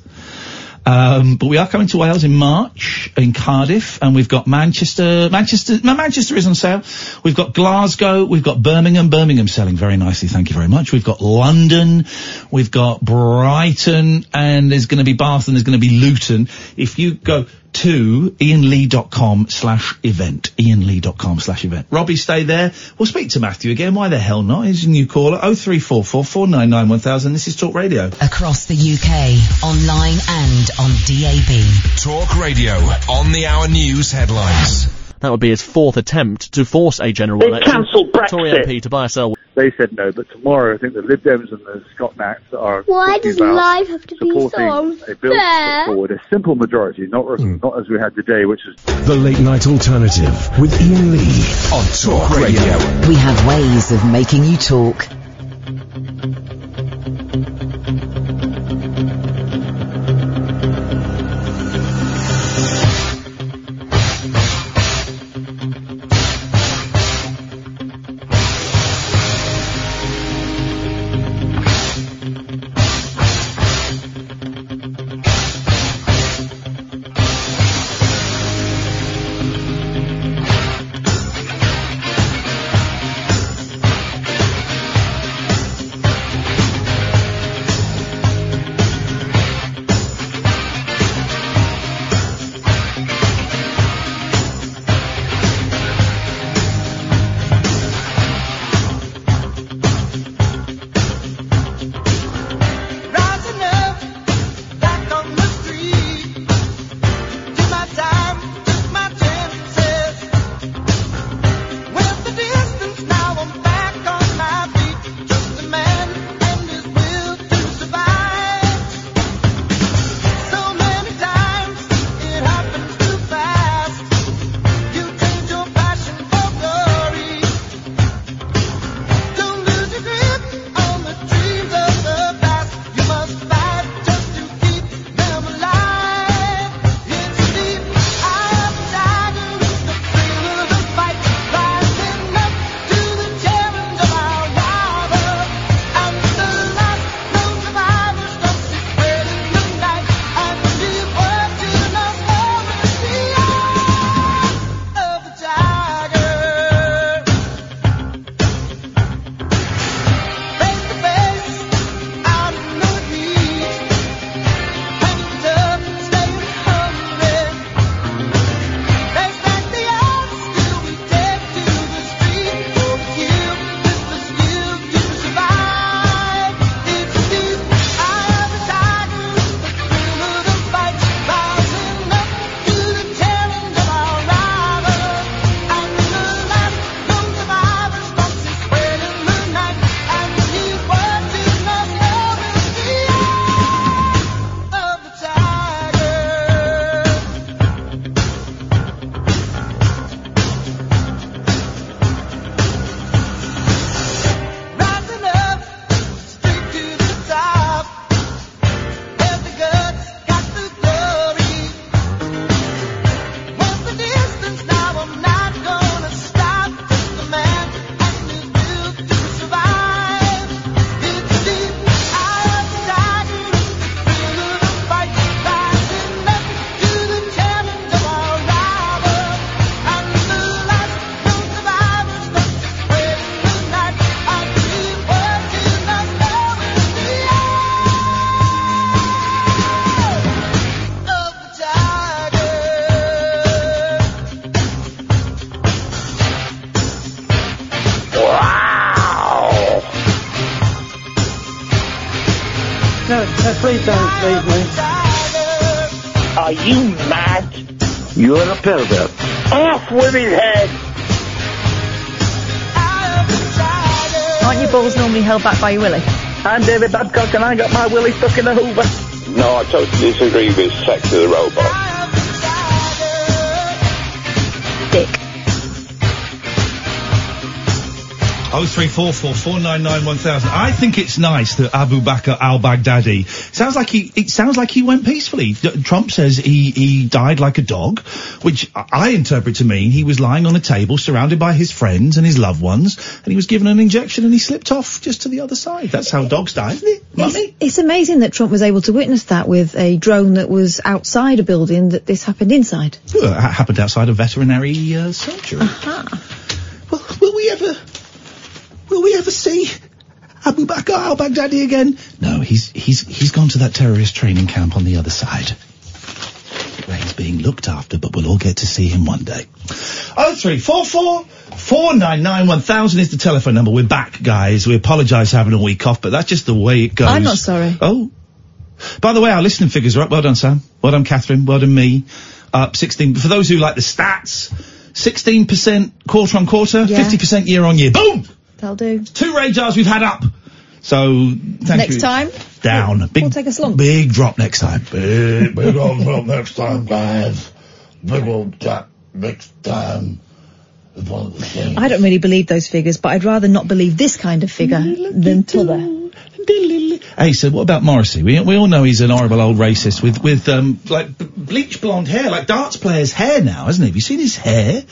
[SPEAKER 3] Um, but we are coming to Wales in March in Cardiff, and we've got Manchester. Manchester, Ma- Manchester is on sale. We've got Glasgow. We've got Birmingham. Birmingham selling very nicely. Thank you very much. We've got London. We've got Brighton, and there's going to be Bath, and there's going to be Luton. If you go to ianlee.com slash event, ianlee.com slash event. Robbie, stay there. We'll speak to Matthew again. Why the hell not? He's a new caller. 0344 499 1000. This is Talk Radio.
[SPEAKER 18] Across the UK, online and on DAB.
[SPEAKER 1] Talk Radio on the hour news headlines.
[SPEAKER 19] That would be his fourth attempt to force a general
[SPEAKER 15] They've
[SPEAKER 19] election.
[SPEAKER 15] cancelled Brexit.
[SPEAKER 19] Tory MP Tobias Elwood.
[SPEAKER 15] They said no, but tomorrow I think the Lib Dems and the Scott Nats are
[SPEAKER 20] Why
[SPEAKER 15] talking
[SPEAKER 20] does
[SPEAKER 15] about
[SPEAKER 20] life have to be
[SPEAKER 15] supporting
[SPEAKER 20] so
[SPEAKER 15] a bill to
[SPEAKER 20] unfair?
[SPEAKER 15] put forward a simple majority, not
[SPEAKER 3] Hmm.
[SPEAKER 15] not as we had today, which is
[SPEAKER 2] The Late Night Alternative with Ian Lee on Talk Radio.
[SPEAKER 18] We have ways of making you talk.
[SPEAKER 20] Thank
[SPEAKER 16] Are you mad?
[SPEAKER 4] You're a pervert.
[SPEAKER 16] Off with his head!
[SPEAKER 5] Aren't your balls normally held back by your willy?
[SPEAKER 16] I'm David Babcock and I got my willy stuck in a hoover.
[SPEAKER 20] No, I totally disagree with Sex of the Robot.
[SPEAKER 5] Dick.
[SPEAKER 3] Oh three four four four nine nine one thousand. I think it's nice that Abu Bakr al Baghdadi sounds like he it sounds like he went peacefully. D- Trump says he he died like a dog, which I- I interpret to mean he was lying on a table surrounded by his friends and his loved ones, and he was given an injection and he slipped off just to the other side. That's how dogs die, isn't it?
[SPEAKER 5] It's, it's amazing that Trump was able to witness that with a drone that was outside a building that this happened inside.
[SPEAKER 3] Uh, it happened outside a veterinary uh, surgery. Will, will we ever? Will we ever see Abu Bakr al Baghdadi again? No, he's he's he's gone to that terrorist training camp on the other side. Where he's being looked after, but we'll all get to see him one day. Oh three four four four nine nine one thousand is the telephone number. We're back, guys. We apologise for having a week off, but that's just the way it goes.
[SPEAKER 5] I'm not sorry.
[SPEAKER 3] Oh. By the way, our listening figures are up. Well done, Sam. Well done, Catherine. Well done, me. Up 16. For those who like the stats, 16% quarter on quarter, 50% year on year. Boom!
[SPEAKER 5] That'll do.
[SPEAKER 3] Two radars we've had up. So, thank
[SPEAKER 5] Next
[SPEAKER 3] you.
[SPEAKER 5] time?
[SPEAKER 3] Down. Big,
[SPEAKER 5] We'll take a slump.
[SPEAKER 3] big drop next time. Big, big drop.
[SPEAKER 21] Until next time, guys. Big old chat next time.
[SPEAKER 3] um,
[SPEAKER 21] Upon the same.
[SPEAKER 5] I don't really believe those figures, but I'd rather not believe this kind of figure than t'other.
[SPEAKER 3] Hey, so what about Morrissey? We, we all know he's an horrible old racist with, with um, like b- bleach blonde hair, like darts player's hair now, hasn't he? Have you seen his hair?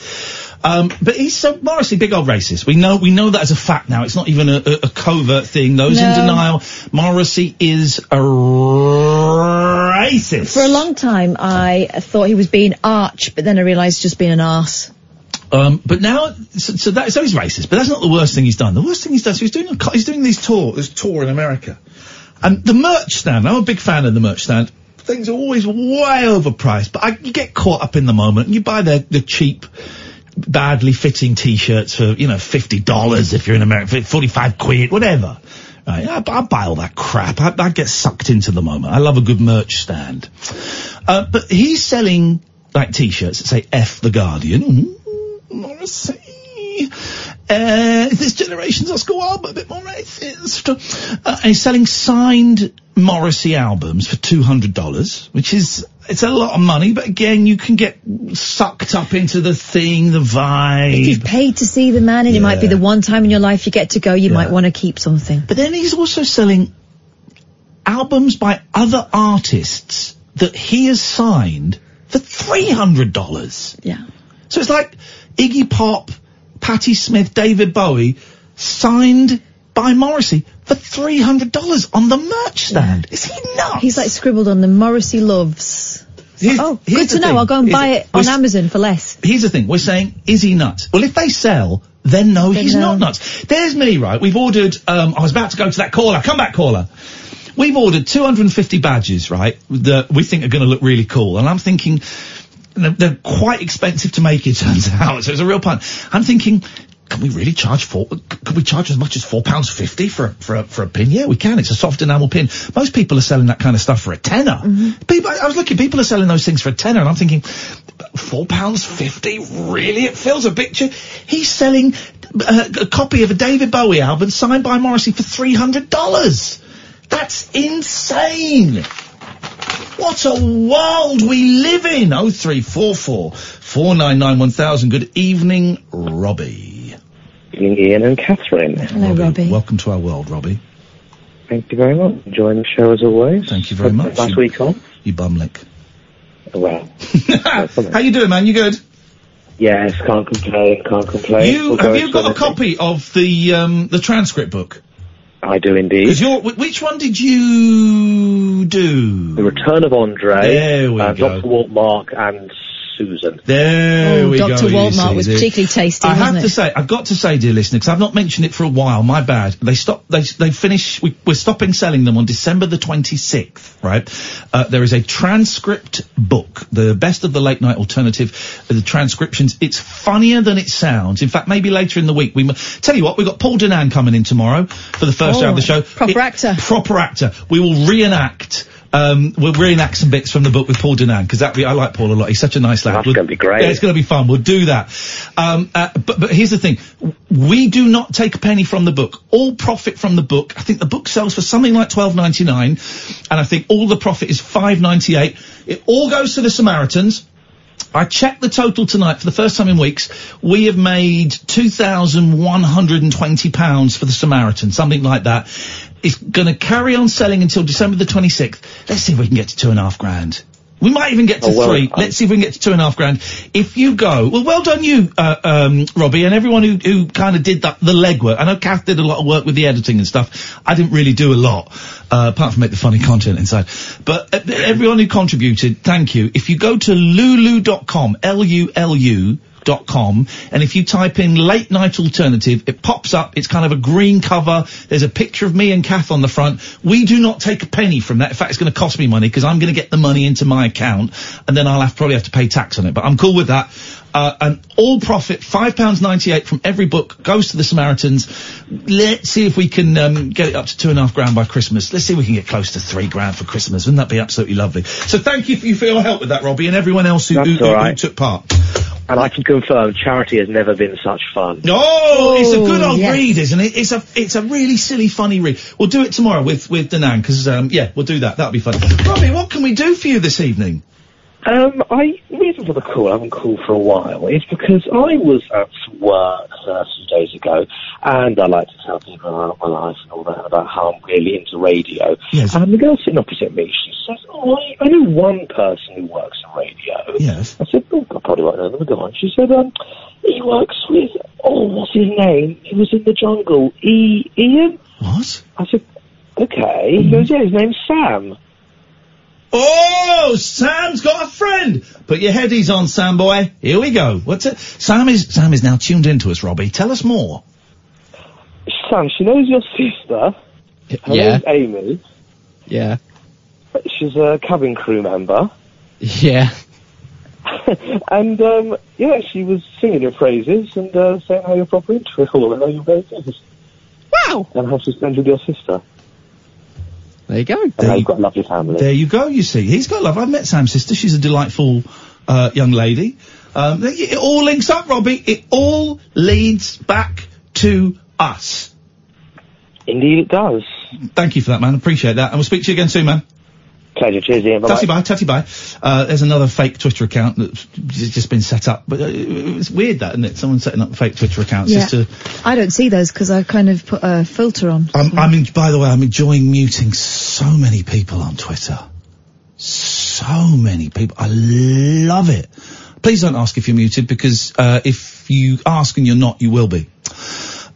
[SPEAKER 3] Um, but he's so Morrissey, big old racist. We know we know that as a fact now. It's not even a, a, a covert thing. Those in
[SPEAKER 5] No.
[SPEAKER 3] denial, Morrissey is a racist.
[SPEAKER 5] For a long time, I thought he was being arch, but then I realised just being an arse.
[SPEAKER 3] Um, but now, so, so that so he's racist. But that's not the worst thing he's done. The worst thing he's done is he's doing a, co- he's doing these tour this tour in America, and the merch stand. I'm a big fan of the merch stand. Things are always way overpriced, but I, you get caught up in the moment and you buy the the cheap. Badly fitting T-shirts for you know fifty dollars if you're in America, forty-five quid, whatever. Right, I, I buy all that crap. I, I get sucked into the moment. I love a good merch stand, uh, but he's selling like T-shirts that say "F the Guardian." Mm-hmm. Morrissey. Uh, this generation's Oscar Wilde, but a bit more racist. Uh, and he's selling signed Morrissey albums for two hundred dollars, which is it's a lot of money. But again, you can get sucked up into the thing, the
[SPEAKER 5] If
[SPEAKER 3] vibe.
[SPEAKER 5] you've paid to see the man, and it might be the one time in your life you get to go, you might want to keep something.
[SPEAKER 3] But then he's also selling albums by other artists that he has signed for three hundred dollars.
[SPEAKER 5] Yeah.
[SPEAKER 3] So it's like Iggy Pop, Patti Smith, David Bowie, signed by Morrissey for three hundred dollars on the merch stand. Is he nuts?
[SPEAKER 5] He's like scribbled on the Morrissey loves. It's like, oh,
[SPEAKER 3] here's
[SPEAKER 5] good to
[SPEAKER 3] the
[SPEAKER 5] know.
[SPEAKER 3] thing.
[SPEAKER 5] I'll go and
[SPEAKER 3] Here's
[SPEAKER 5] buy
[SPEAKER 3] the-
[SPEAKER 5] it on
[SPEAKER 3] we're s-
[SPEAKER 5] Amazon for less.
[SPEAKER 3] Here's the thing: we're saying, is he nuts? Well, if they sell, then no, he's not nuts. There's me, right? We've ordered. Um, I was about to go to that caller. Come back, caller. We've ordered 250 badges, right? That we think are going to look really cool. And I'm thinking, they're, they're quite expensive to make. It turns out, so it's a real pun. I'm thinking. Can we really charge four? Can we charge as much as four pounds fifty for a, for a, for a pin? Yeah, we can. It's a soft enamel pin. Most people are selling that kind of stuff for a tenner. People, I was looking. People are selling those things for a tenner, and I'm thinking, four pounds fifty. Really, it fills a picture. He's selling uh, a copy of a David Bowie album signed by Morrissey for three hundred dollars. That's insane. What a world we live in. Oh three four four four nine nine one thousand. Good evening, Robbie.
[SPEAKER 22] Evening, Ian and Catherine.
[SPEAKER 5] Hello, Robbie.
[SPEAKER 3] Welcome to our world, Robbie.
[SPEAKER 22] Thank you very much. Enjoying the show as always.
[SPEAKER 3] Thank you very much.
[SPEAKER 22] Last
[SPEAKER 3] You-
[SPEAKER 22] week on.
[SPEAKER 3] You bumlick.
[SPEAKER 22] Well.
[SPEAKER 3] How you doing, man? You good?
[SPEAKER 22] Yes, can't complain. Can't complain.
[SPEAKER 3] You
[SPEAKER 22] Although
[SPEAKER 3] have you
[SPEAKER 22] it's
[SPEAKER 3] got
[SPEAKER 22] one
[SPEAKER 3] a
[SPEAKER 22] of
[SPEAKER 3] copy of the um, the transcript book?
[SPEAKER 22] I do indeed.
[SPEAKER 3] 'Cause you're- wh- which one did you do?
[SPEAKER 22] The Return of Andre.
[SPEAKER 3] There we
[SPEAKER 22] uh,
[SPEAKER 3] go.
[SPEAKER 22] Dr. Walt Mark and Susan.
[SPEAKER 3] There
[SPEAKER 22] Oh,
[SPEAKER 3] we go.
[SPEAKER 22] Dr. Walmart was
[SPEAKER 3] Ulysses.
[SPEAKER 22] particularly tasty,
[SPEAKER 3] I have
[SPEAKER 22] wasn't
[SPEAKER 3] to
[SPEAKER 22] it?
[SPEAKER 3] say, I've got to say, dear listener, 'cause I've not mentioned it for a while. My bad. They stop. They they finish. We, we're stopping selling them on December the twenty sixth. Right. Uh, there is a transcript book, the best of the late night alternative. uh, The transcriptions. It's funnier than it sounds. In fact, maybe later in the week we mu- tell you what. We've got Paul Danan coming in tomorrow for the first
[SPEAKER 22] Oh,
[SPEAKER 3] hour of the show. Proper
[SPEAKER 5] actor.
[SPEAKER 3] Proper actor. We will reenact. Um, we're reenacting bits from the book with Paul Denan because that I like Paul a lot. He's such a nice lad. That's going to be
[SPEAKER 22] great.
[SPEAKER 3] Yeah, it's going to be fun. We'll do that. Um, uh, but but here's the thing: we do not take a penny from the book. All profit from the book. I think the book sells for something like twelve ninety nine, and I think all the profit is five ninety eight. It all goes to the Samaritans. I checked the total tonight for the first time in weeks. We have made £2,120 for the Samaritan, something like that. It's going to carry on selling until December the 26th. Let's see if we can get to two and a half grand. We might even get to
[SPEAKER 22] Oh, well,
[SPEAKER 3] three.
[SPEAKER 22] I-
[SPEAKER 3] Let's see if we can get to two and a half grand. If you go, well, well done you, uh, um, Robbie, and everyone who, who kind of did that, the legwork. I know Kath did a lot of work with the editing and stuff. I didn't really do a lot, uh, apart from make the funny content inside. But uh, everyone who contributed, thank you. If you go to lulu.com, L-U-L-U, dot com and if you type in late night alternative it pops up it's kind of a green cover there's a picture of me and kath on the front we do not take a penny from that in fact it's going to cost me money because i'm going to get the money into my account and then i'll have probably have to pay tax on it but i'm cool with that uh, and all profit £5.98 from every book goes to the samaritans let's see if we can um, get it up to two and a half grand by christmas let's see if we can get close to three grand for christmas wouldn't that be absolutely lovely so thank you for, for your help with that robbie and everyone else who, who,
[SPEAKER 22] That's
[SPEAKER 3] who-
[SPEAKER 22] all
[SPEAKER 3] who
[SPEAKER 22] right.
[SPEAKER 3] took part
[SPEAKER 22] And I can confirm, charity has never been such fun.
[SPEAKER 3] No, it's a good old
[SPEAKER 22] yes.
[SPEAKER 3] read, isn't it? It's a it's a really silly, funny read. We'll do it tomorrow with with Danan because um, yeah, we'll do that. That'll be fun. Robbie, what can we do for you this evening?
[SPEAKER 22] Um, I reason for the call, I haven't called for a while, is because I was at work uh, a few days ago, and I like to tell people about my life and all that about how I'm really into radio.
[SPEAKER 3] Yes.
[SPEAKER 22] And the girl sitting opposite me, she says, "Oh, I, I know one person who works in radio."
[SPEAKER 3] Yes.
[SPEAKER 22] I said, "Oh, I probably won't know them." Go on. She said, um, "He works with oh, what's his name? He was in the jungle. E Ian."
[SPEAKER 3] What?
[SPEAKER 22] I said, "Okay." He goes, "Yeah, his name's Sam."
[SPEAKER 3] Oh, Sam's got a friend. Put your headies on, Sam boy. Here we go. What's it? Sam is Sam is now tuned into us. Robbie, tell us more.
[SPEAKER 22] Sam, she knows your sister. Her
[SPEAKER 23] yeah.
[SPEAKER 22] name's Amy.
[SPEAKER 23] Yeah.
[SPEAKER 22] She's a cabin crew member.
[SPEAKER 23] Yeah.
[SPEAKER 22] and, um, yeah, she was singing your praises and uh, saying how you're proper into it all and how you're very good.
[SPEAKER 3] Wow!
[SPEAKER 22] And how she's friends with your sister.
[SPEAKER 3] There you go.
[SPEAKER 22] And how you've got a lovely family.
[SPEAKER 3] There you go. You see, he's got love. I've met Sam's sister. She's a delightful uh, young lady. Um, it it all links up, Robbie. It all leads back to us.
[SPEAKER 22] Indeed, it does.
[SPEAKER 3] Thank you for that, man. Appreciate that, and we'll speak to you again soon, man.
[SPEAKER 22] Pleasure. Cheers, Ian. Bye-bye.
[SPEAKER 3] Tutty bye, tutty bye. Uh, there's another fake Twitter account that's j- just been set up, but uh, it's weird that, isn't it? Someone setting up fake Twitter accounts just to
[SPEAKER 5] I don't see those because I kind of put a filter on.
[SPEAKER 3] I'm, I'm in, by the way, I'm enjoying muting so many people on Twitter. So many people. I love it. Please don't ask if you're muted because uh, if you ask and you're not, you will be.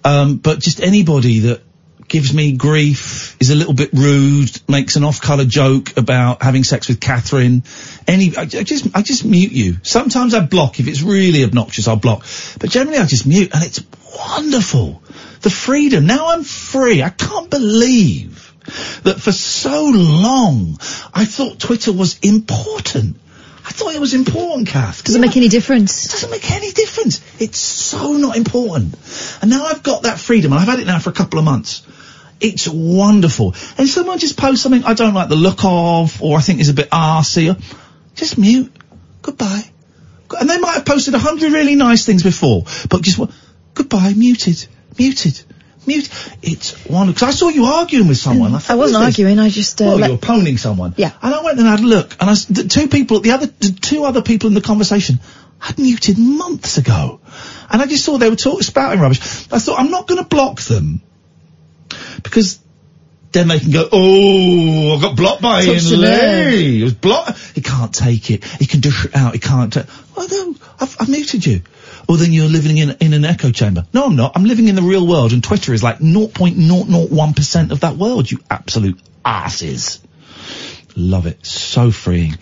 [SPEAKER 3] Um, but just anybody that gives me grief, is a little bit rude, makes an off-color joke about having sex with Catherine. Any, I, I just, I just mute you. Sometimes I block if it's really obnoxious. I'll block, but generally I just mute, and it's wonderful. The freedom. Now I'm free. I can't believe that for so long I thought Twitter was important. I thought it was important, Kath.
[SPEAKER 5] Doesn't make any difference.
[SPEAKER 3] Doesn't make any difference. It's so not important. And now I've got that freedom. I've had it now for a couple of months. It's wonderful. And someone just posts something I don't like the look of, or I think is a bit arsey. or- Just mute. Goodbye. Go- And they might have posted a hundred really nice things before, but just what? Goodbye. Muted. Muted. Mute. It's wonderful. Because I saw you arguing with someone. I, thought,
[SPEAKER 5] Mm. I wasn't
[SPEAKER 3] "Who's this?"
[SPEAKER 5] arguing. I just uh,
[SPEAKER 3] well,
[SPEAKER 5] let-
[SPEAKER 3] you were poning someone.
[SPEAKER 5] Yeah.
[SPEAKER 3] And I went and had a look, and I s the two people, the other, the two other people in the conversation had muted months ago. And I just saw they were talking, spouting rubbish. I thought, I'm not going to block them. Because then they can go, oh, I got blocked by
[SPEAKER 2] Touched
[SPEAKER 3] Ian
[SPEAKER 2] the nerve.
[SPEAKER 3] Lee. It was blocked. He can't take it. He can dish it out. He can't. Ta- oh no, I've, I've muted you. Well, then you're living in in an echo chamber. No, I'm not. I'm living in the real world, and Twitter is like 0.001 percent of that world. You absolute asses. Love it. So freeing.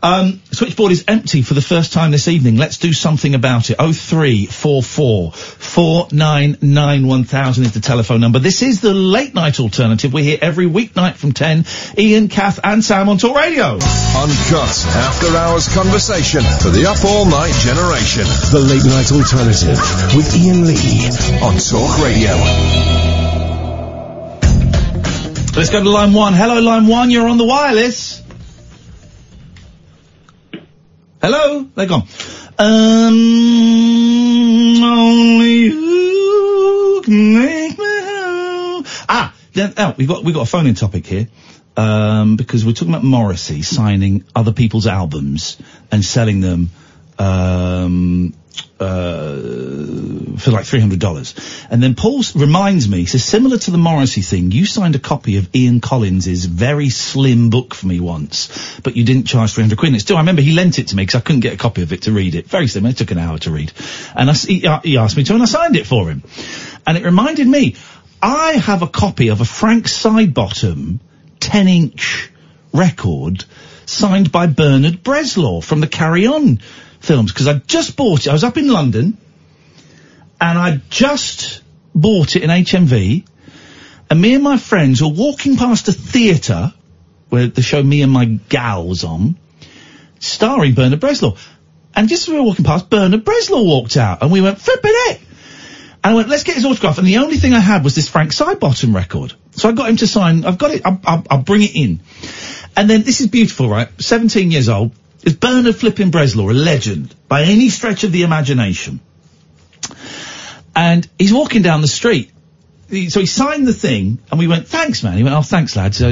[SPEAKER 3] Um, switchboard is empty for the first time this evening. Let's do something about it. 0344 499 1000 is the telephone number. This is the late night alternative. We're here every weeknight from 10. Ian, Kath and Sam on Talk Radio.
[SPEAKER 1] Uncut after hours conversation for the up all night generation.
[SPEAKER 2] The Late Night Alternative with Ian Lee
[SPEAKER 1] on Talk Radio.
[SPEAKER 3] Let's go to line one. Hello, line one. You're on the wireless. Hello? They're gone. Um, only you can make me whole. Ah, then, oh, we've got, we've got a phone in topic here. Um, because we're talking about Morrissey signing other people's albums and selling them, um, uh, for like $300. And then Paul s- reminds me, he says, similar to the Morrissey thing, you signed a copy of Ian Collins's very slim book for me once, but you didn't charge 300 quid. And it's still, I remember he lent it to me because I couldn't get a copy of it to read it. Very slim. It took an hour to read. And I s he, uh, he asked me to and I signed it for him. And it reminded me, I have a copy of a Frank Sidebottom 10 inch record signed by Bernard Breslaw from the Carry On films because I just bought it. I was up in London and I just bought it in HMV and me and my friends were walking past a theatre where the show me and my gal was on starring Bernard Breslaw. And just as we were walking past, Bernard Breslaw walked out and we went, flipping it! And I went, let's get his autograph. And the only thing I had was this Frank Sidebottom record. So I got him to sign. I've got it. I'll, I'll, I'll bring it in. And then this is beautiful, right? 17 years old. Is Bernard Flippin Breslaw a legend by any stretch of the imagination? And he's walking down the street. He- So he signed the thing, and we went, thanks, man. He went, oh, thanks, lad. So,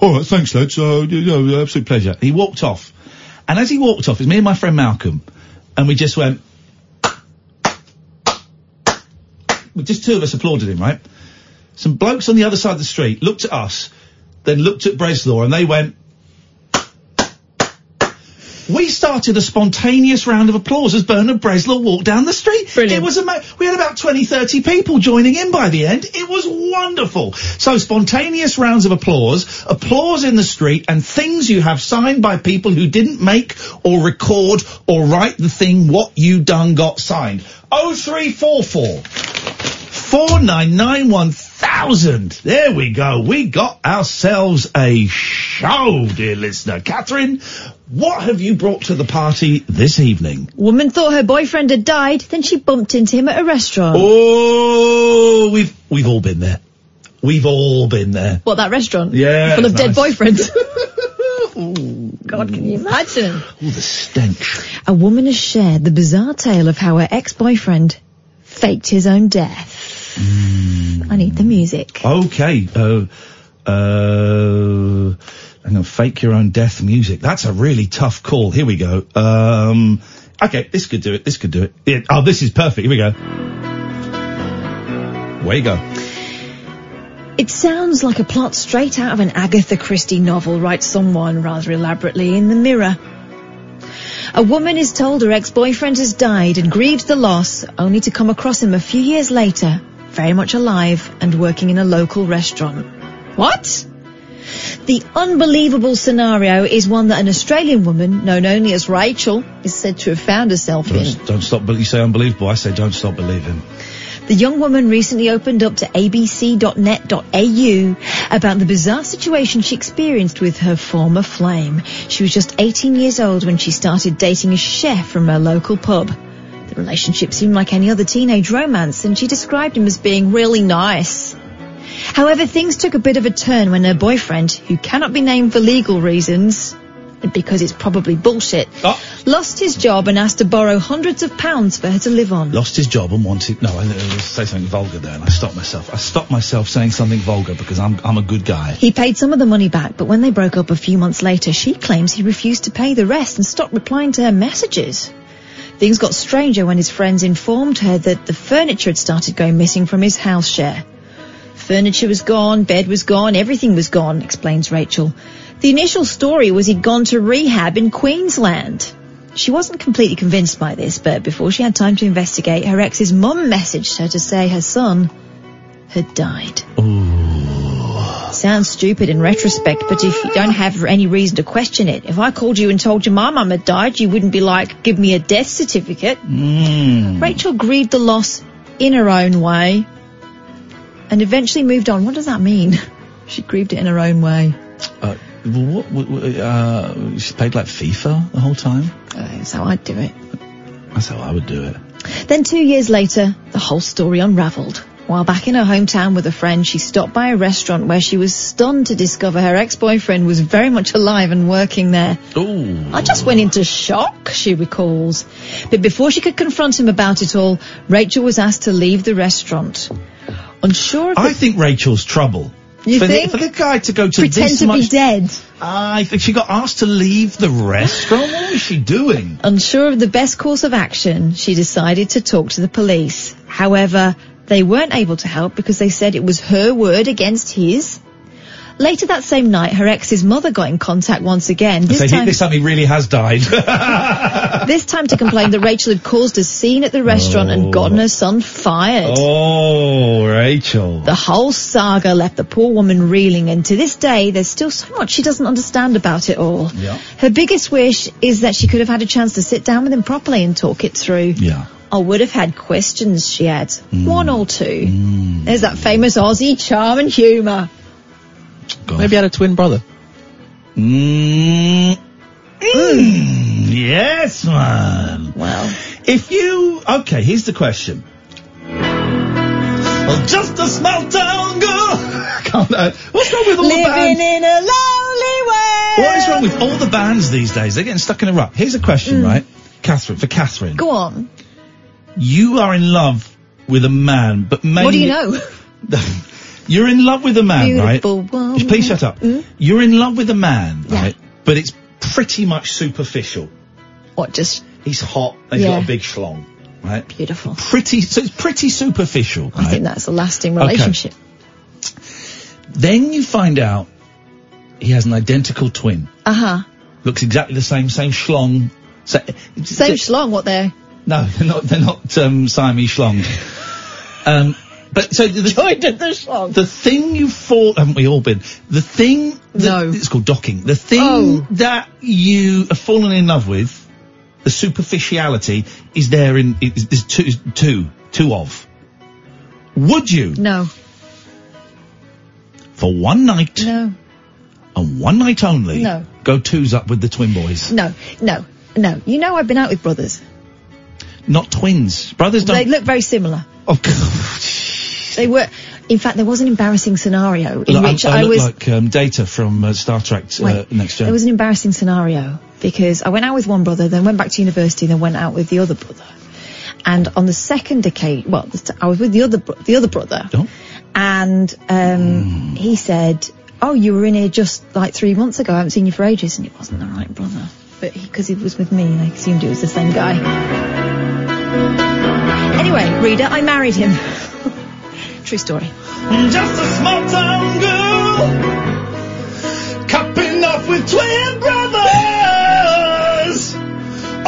[SPEAKER 3] all right, thanks, lad. So, you know, absolute pleasure. He walked off. And as he walked off, it's me and my friend Malcolm, and we just went, well, just two of us applauded him, right? Some blokes on the other side of the street looked at us, then looked at Breslaw, and they went. We started a spontaneous round of applause as Bernard Breslaw walked down the street. Brilliant. It was ama- we had about 20, 30 people joining in by the end. It was wonderful. So spontaneous rounds of applause, applause in the street, and things you have signed by people who didn't make or record or write the thing what you done got signed. 0344 Four nine nine one thousand. There we go. We got ourselves a show, dear listener. Catherine, what have you brought to the party this evening?
[SPEAKER 5] Woman thought her boyfriend had died, then she bumped into him at a restaurant.
[SPEAKER 3] Oh, we've we've all been there. We've all been there.
[SPEAKER 5] What, that restaurant?
[SPEAKER 3] Yeah,
[SPEAKER 5] Full of dead
[SPEAKER 3] nice.
[SPEAKER 5] boyfriends. God, can you imagine?
[SPEAKER 3] Oh, the stench.
[SPEAKER 5] A woman has shared the bizarre tale of how her ex-boyfriend faked his own death. I need the music.
[SPEAKER 3] Okay. Uh, uh, hang on. Fake your own death music. That's a really tough call. Here we go. Um, okay. This could do it. This could do it. Yeah, oh, this is perfect. Here we go. Way you go.
[SPEAKER 5] It sounds like a plot straight out of an Agatha Christie novel, writes someone rather elaborately in the mirror. A woman is told her ex-boyfriend has died and grieves the loss, only to come across him a few years later, very much alive and working in a local restaurant. What? The unbelievable scenario is one that an Australian woman, known only as Rachel, is said to have found herself in.
[SPEAKER 3] Don't, don't stop. But you say unbelievable. I say don't stop believing.
[SPEAKER 5] The young woman recently opened up to abc.net.au about the bizarre situation she experienced with her former flame. She was just 18 years old when she started dating a chef from her local pub. The relationship seemed like any other teenage romance and she described him as being really nice. However, things took a bit of a turn when her boyfriend, who cannot be named for legal reasons, because it's probably bullshit, lost his job and asked to borrow hundreds of pounds for her to live on.
[SPEAKER 3] Lost his job and wanted. No, I, I say something vulgar there, and I stopped myself. I stopped myself saying something vulgar because I'm I'm a good guy.
[SPEAKER 5] He paid some of the money back, but when they broke up a few months later, she claims he refused to pay the rest and stopped replying to her messages. Things got stranger when his friends informed her that the furniture had started going missing from his house share. Furniture was gone, bed was gone, everything was gone, explains Rachel. The initial story was he'd gone to rehab in Queensland. She wasn't completely convinced by this, but before she had time to investigate, her ex's mum messaged her to say her son had died. Sounds stupid in retrospect, but if you don't have any reason to question it, if I called you and told you my mum had died, you wouldn't be like, give me a death certificate.
[SPEAKER 8] Hmm.
[SPEAKER 5] Hmm. Rachel grieved the loss in her own way and eventually moved on. What does that mean? She grieved it in her own way.
[SPEAKER 3] Uh, well, what? what- what, Uh, she played like FIFA the whole time.
[SPEAKER 5] Oh, that's how I'd do it.
[SPEAKER 3] That's how I would do it.
[SPEAKER 5] Then two years later, the whole story unraveled. While back in her hometown with a friend, she stopped by a restaurant where she was stunned to discover her ex-boyfriend was very much alive and working there.
[SPEAKER 3] Ooh.
[SPEAKER 5] I just went into shock, she recalls. But before she could confront him about it all, Rachel was asked to leave the restaurant. Unsure of
[SPEAKER 3] I
[SPEAKER 5] the-
[SPEAKER 3] think Rachel's trouble.
[SPEAKER 5] You
[SPEAKER 3] for,
[SPEAKER 5] think?
[SPEAKER 3] The, for the guy to go to
[SPEAKER 5] pretend
[SPEAKER 3] this
[SPEAKER 5] to
[SPEAKER 3] much,
[SPEAKER 5] be dead.
[SPEAKER 3] I think she got asked to leave the restaurant. What was she doing?
[SPEAKER 5] Unsure of the best course of action, she decided to talk to the police. However, they weren't able to help because they said it was her word against his. Later that same night, her ex's mother got in contact once again. This
[SPEAKER 3] so he,
[SPEAKER 5] time,
[SPEAKER 3] this time he really has died.
[SPEAKER 5] this time to complain that Rachel had caused a scene at the restaurant and gotten her son fired.
[SPEAKER 3] oh, Rachel.
[SPEAKER 5] The whole saga left the poor woman reeling, and to this day, there's still so much she doesn't understand about it all.
[SPEAKER 3] Yeah.
[SPEAKER 5] Her biggest wish is that she could have had a chance to sit down with him properly and talk it through.
[SPEAKER 3] Yeah. Mm.
[SPEAKER 5] I would have had questions, she adds. One or two. There's that famous Aussie charm and humour.
[SPEAKER 23] Maybe had a twin brother.
[SPEAKER 3] Mm. Mm. Yes, man.
[SPEAKER 5] Well,
[SPEAKER 3] if you okay, here's the question. Well, Oh, just a small town girl. Can't, uh, what's wrong with all the bands?
[SPEAKER 5] Living in a lonely world.
[SPEAKER 3] What is wrong with all the bands these days? They're getting stuck in a rut. Here's a question, right, Catherine? For Catherine,
[SPEAKER 5] Mm. Go on.
[SPEAKER 3] you are in love with a man, but mainly
[SPEAKER 5] What do you know?
[SPEAKER 3] You're in love with a man,
[SPEAKER 5] Beautiful
[SPEAKER 3] right?
[SPEAKER 5] woman.
[SPEAKER 3] Please shut up.
[SPEAKER 5] Mm.
[SPEAKER 3] You're in love with a man, right? But it's pretty much superficial.
[SPEAKER 5] What just?
[SPEAKER 3] He's hot and he's
[SPEAKER 5] Yeah.
[SPEAKER 3] got a big schlong, right?
[SPEAKER 5] Beautiful.
[SPEAKER 3] Pretty. So it's pretty superficial.
[SPEAKER 5] I think that's a lasting relationship.
[SPEAKER 3] Then you find out he has an identical twin.
[SPEAKER 5] Uh huh.
[SPEAKER 3] Looks exactly the same. Same schlong. Sa-
[SPEAKER 5] Same schlong, what they're.
[SPEAKER 3] No, they're not. They're not um, Siamese schlong. um, but so the,
[SPEAKER 5] the schlong.
[SPEAKER 3] The thing you thought, haven't we all been? The thing. That, no. It's called docking. The thing
[SPEAKER 5] Oh.
[SPEAKER 3] that you have fallen in love with, the superficiality is there in is, is two is two two of. Would you
[SPEAKER 5] No.
[SPEAKER 3] for one night
[SPEAKER 5] No.
[SPEAKER 3] and one night only
[SPEAKER 5] No.
[SPEAKER 3] go twos up with the twin boys?
[SPEAKER 5] No, no, no. You know I've been out with brothers.
[SPEAKER 3] Not twins. Brothers don't.
[SPEAKER 5] They look very similar.
[SPEAKER 3] Oh,
[SPEAKER 5] They were. In fact, there was an embarrassing scenario in
[SPEAKER 3] Look, I-
[SPEAKER 5] which
[SPEAKER 3] I,
[SPEAKER 5] I,
[SPEAKER 3] look
[SPEAKER 5] was.
[SPEAKER 3] like um, Data from uh, Star Trek uh,
[SPEAKER 5] Wait,
[SPEAKER 3] Next Gen.
[SPEAKER 5] There was an embarrassing scenario because I went out with one brother, then went back to university, then went out with the other brother. And on the second occasion, well, the t- I was with the other bro- the other brother, and
[SPEAKER 3] Hmm.
[SPEAKER 5] um, he said, "Oh, you were in here just like three months ago. I haven't seen you for ages." And it wasn't the right brother, but because he, was with me, and I assumed it was the same guy. Anyway, reader, I married him. True story.
[SPEAKER 3] Just a small town girl, cupping off with twin brothers.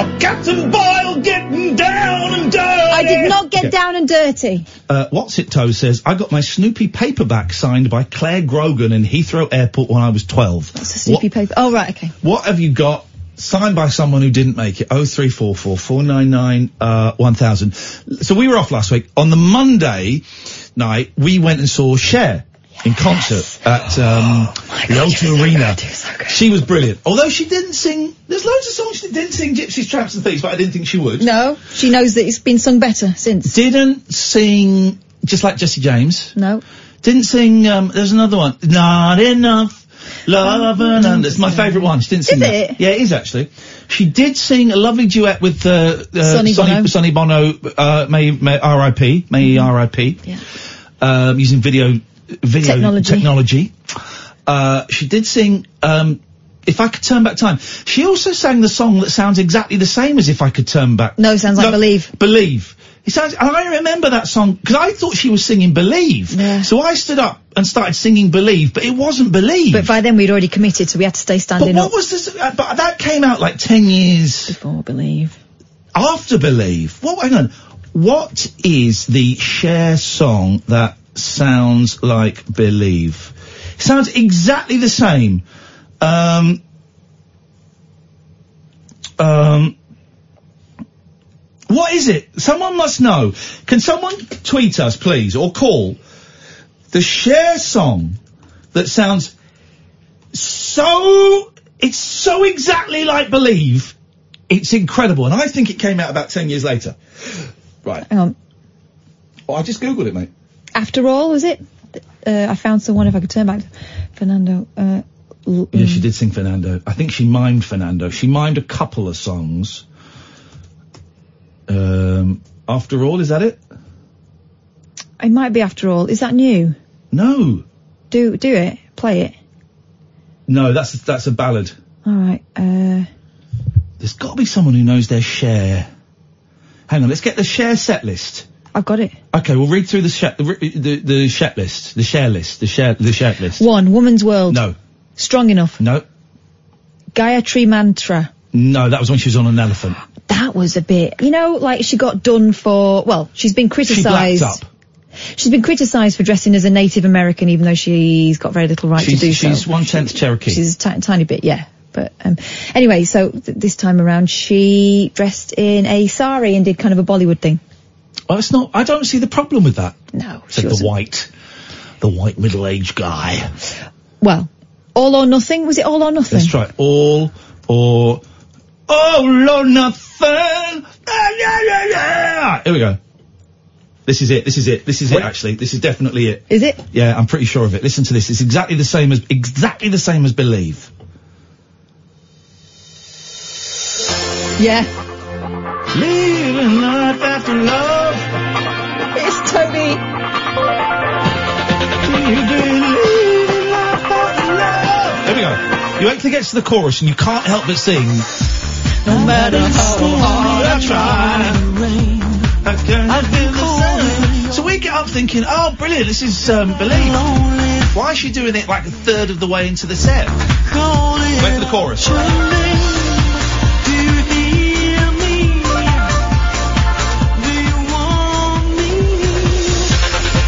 [SPEAKER 3] Oh, Captain Boyle getting down and dirty.
[SPEAKER 5] I did not get
[SPEAKER 3] Okay.
[SPEAKER 5] down and dirty.
[SPEAKER 3] Uh, What's It Toe says, I got my Snoopy paperback signed by Claire Grogan in Heathrow Airport when I was 12. That's
[SPEAKER 5] a Snoopy paper. Oh, right, okay.
[SPEAKER 3] What have you got signed by someone who didn't make it? Oh, 0344 499 uh, 1000. So we were off last week. On the Monday night, we went and saw Cher in concert at
[SPEAKER 5] Oh,
[SPEAKER 3] um, the Alta Arena. She was brilliant. Although she didn't sing, there's loads of songs she didn't sing, Gypsies, Tramps and Thieves, but I didn't think she would.
[SPEAKER 5] No, she knows that it's been sung better since.
[SPEAKER 3] Didn't sing just like Jesse James.
[SPEAKER 5] No.
[SPEAKER 3] Didn't sing. Um, there's another one. Not enough. Love and under. It's my favourite one. She didn't sing
[SPEAKER 5] Oh, Is
[SPEAKER 3] that.
[SPEAKER 5] it?
[SPEAKER 3] Yeah, it is actually. She did sing a lovely duet with uh, uh,
[SPEAKER 5] Sonny Bono. Mm-hmm.
[SPEAKER 3] Sonny Bono. Uh, may, may R.I.P. May he R.I.P.
[SPEAKER 5] Yeah.
[SPEAKER 3] Um, using video video
[SPEAKER 5] Technology.
[SPEAKER 3] technology. Uh, she did sing. Um, if I could turn back time, she also sang the song that sounds exactly the same as "If I Could Turn Back."
[SPEAKER 5] No, sounds like Believe.
[SPEAKER 3] Believe. It sounds. And I remember that song because I thought she was singing Believe. So I stood up and started singing Believe, but it wasn't Believe.
[SPEAKER 5] But by then we'd already committed, so we had to stay
[SPEAKER 3] But
[SPEAKER 5] standing
[SPEAKER 3] what
[SPEAKER 5] up.
[SPEAKER 3] was this? Uh, but that came out like ten years
[SPEAKER 5] before Believe.
[SPEAKER 3] After Believe. What? Hang on. What is the share song that sounds like Believe? Sounds exactly the same. Um. Um. What is it? Someone must know. Can someone tweet us, please, or call the share song that sounds so it's so exactly like Believe. It's incredible, and I think it came out about ten years later. Right.
[SPEAKER 5] Hang on.
[SPEAKER 3] Well, I just googled it, mate.
[SPEAKER 5] After all, was it? Uh, I found someone if I could turn back. Fernando. Uh, l-
[SPEAKER 3] Yeah, she did sing Fernando. I think she mimed Fernando. She mimed a couple of songs. Um, after all, is that it?
[SPEAKER 5] it might be after all. Is that new?
[SPEAKER 3] No.
[SPEAKER 5] Do do it. Play it.
[SPEAKER 3] No, that's that's a ballad.
[SPEAKER 5] All right. Uh,
[SPEAKER 3] There's got to be someone who knows their share. Hang on, let's get the share set list.
[SPEAKER 5] I've got it.
[SPEAKER 3] Okay, we'll read through the sh- the, re- the the share list, the share list, the share the share list.
[SPEAKER 5] One. Woman's World.
[SPEAKER 3] No,
[SPEAKER 5] Strong enough.
[SPEAKER 3] No.
[SPEAKER 5] Gayatri Mantra.
[SPEAKER 3] no, that was when she was on an elephant.
[SPEAKER 5] That was a bit, you know, like she got done for. Well, she's been
[SPEAKER 3] She blacked
[SPEAKER 5] criticised.
[SPEAKER 3] up.
[SPEAKER 5] She's been criticised for dressing as a Native American, even though she's got very little right
[SPEAKER 3] she's
[SPEAKER 5] to do so.
[SPEAKER 3] she's one tenth Cherokee.
[SPEAKER 5] She's a ti- tiny bit, yeah. But um, anyway, so th- this time around, she dressed in a sari and did kind of a Bollywood thing.
[SPEAKER 3] Well, Oh, it's not. I don't see the problem with that.
[SPEAKER 5] No,
[SPEAKER 3] said the white, the white middle-aged guy.
[SPEAKER 5] Well, all or nothing. Was it all or nothing?
[SPEAKER 3] Let's try all or oh Lord, nothing. Ah, yeah, yeah, yeah. Here we go. This is it. This is it. This is it. Actually, this is definitely it.
[SPEAKER 5] Is it?
[SPEAKER 3] Yeah, I'm pretty sure of it. Listen to this. It's exactly the same as exactly the same as believe.
[SPEAKER 5] Yeah.
[SPEAKER 3] Leaving life after love.
[SPEAKER 5] It's Toby.
[SPEAKER 3] Here we go. You actually get to the chorus and you can't help but sing.
[SPEAKER 2] No matter how hard I
[SPEAKER 3] try, So we get up thinking, oh, brilliant, this is um, Believe. Why is she doing it like a third of the way into the set? Wait for the chorus.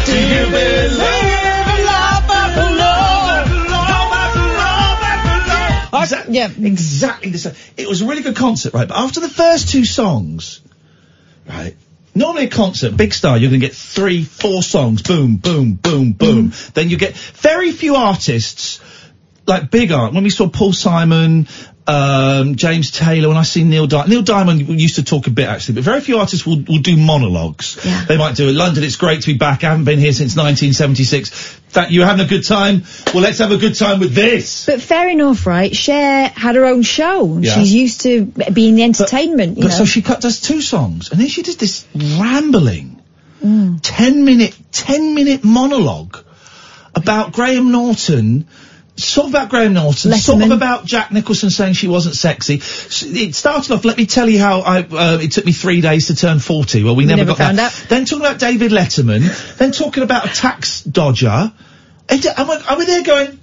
[SPEAKER 3] Do you believe in love after love? Love after love after love? Exactly, yeah, exactly the same. It was a really good concert, right? But after the first two songs, right? Normally a concert, big star, you're going to get three, four songs, boom, boom, boom, boom. Then you get very few artists, like big art. When we saw Paul Simon, um, James Taylor, when I see Neil Diamond, Neil Diamond used to talk a bit actually, but very few artists will, will do monologues. They might do London, it's great to be back. I haven't been here since 1976. That you're having a good time. Well, let's have a good time with this.
[SPEAKER 5] But fair enough, right? Cher had her own show. and
[SPEAKER 3] Yeah.
[SPEAKER 5] She's used to be in the entertainment. you
[SPEAKER 3] But
[SPEAKER 5] know.
[SPEAKER 3] so she cut, does two songs, and then she does this rambling, ten minute, ten minute monologue about Graham Norton. Sort of about Graham Norton, sort of about Jack Nicholson saying she wasn't sexy. S- It started off, let me tell you how I, uh, it took me three days to turn 40. Well, we
[SPEAKER 2] We
[SPEAKER 3] never,
[SPEAKER 2] never
[SPEAKER 3] got
[SPEAKER 2] found
[SPEAKER 3] that. Then talking about David Letterman, then talking about a tax dodger. And uh, I'm, like- I'm there going,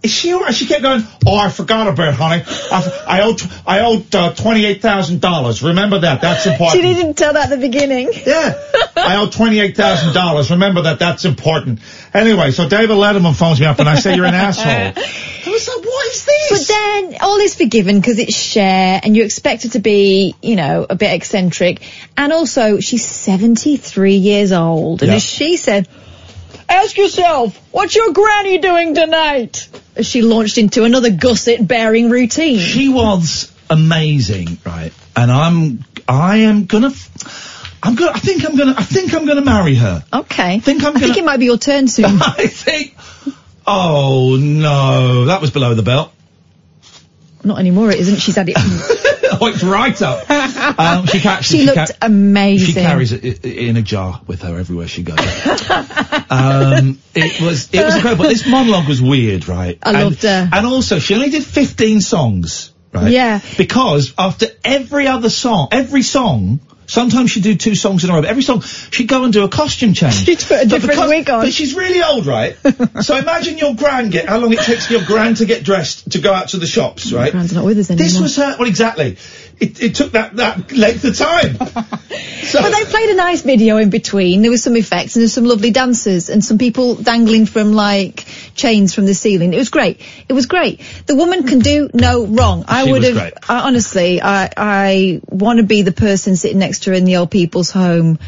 [SPEAKER 3] is she all right? She kept going, oh, I forgot about it, honey. I, I owed, I owed uh, $28,000. Remember that. That's
[SPEAKER 5] She
[SPEAKER 3] important.
[SPEAKER 5] didn't tell that at the beginning.
[SPEAKER 3] Yeah. I owe twenty-eight thousand dollars. Remember that. That's important. Anyway, so David Letterman phones me up and I say you're an asshole. I was like, what is this?
[SPEAKER 5] But then all is forgiven because it's Cher and you expect her to be, you know, a bit eccentric. And also, she's 73 years old. And
[SPEAKER 2] Yeah.
[SPEAKER 5] as she said, ask yourself, what's your granny doing tonight? As she launched into another gusset bearing routine.
[SPEAKER 3] She was amazing, right? And I'm, I am gonna, f- I'm gonna, I think I'm gonna, I think I'm gonna marry her.
[SPEAKER 5] Okay.
[SPEAKER 3] Think I'm
[SPEAKER 5] I think
[SPEAKER 3] gonna-
[SPEAKER 5] it might be your turn soon.
[SPEAKER 3] I think. Oh no, that was below the belt.
[SPEAKER 5] Not anymore, it isn't. She's had it.
[SPEAKER 3] oh, it's right up. Um, she, ca-
[SPEAKER 5] She
[SPEAKER 3] she ca-
[SPEAKER 5] looked amazing.
[SPEAKER 3] She carries it i- in a jar with her everywhere she goes. um, it was it was incredible. This monologue was weird, right?
[SPEAKER 5] I
[SPEAKER 3] and,
[SPEAKER 5] loved her.
[SPEAKER 3] And also, she only did fifteen songs, right?
[SPEAKER 5] Yeah.
[SPEAKER 3] Because after every other song, every song. Sometimes she'd do two songs in a row, but every song she'd go and do a costume change. She'd put a
[SPEAKER 2] different wig on.
[SPEAKER 3] But she's really old, right? so imagine your gran get how long it takes for your gran to get dressed to go out to the shops, right?
[SPEAKER 5] Grand's not with us anymore.
[SPEAKER 3] This was her. Well, exactly. It, it took that, that length of time.
[SPEAKER 5] But they played a nice video in between. There was some effects and there was some lovely dancers and some people dangling from like chains from the ceiling. It was great. It was great. The woman can do no wrong. I
[SPEAKER 2] She
[SPEAKER 5] would
[SPEAKER 2] was
[SPEAKER 5] have
[SPEAKER 2] great.
[SPEAKER 5] I, honestly. I I want to be the person sitting next to her in the old people's home.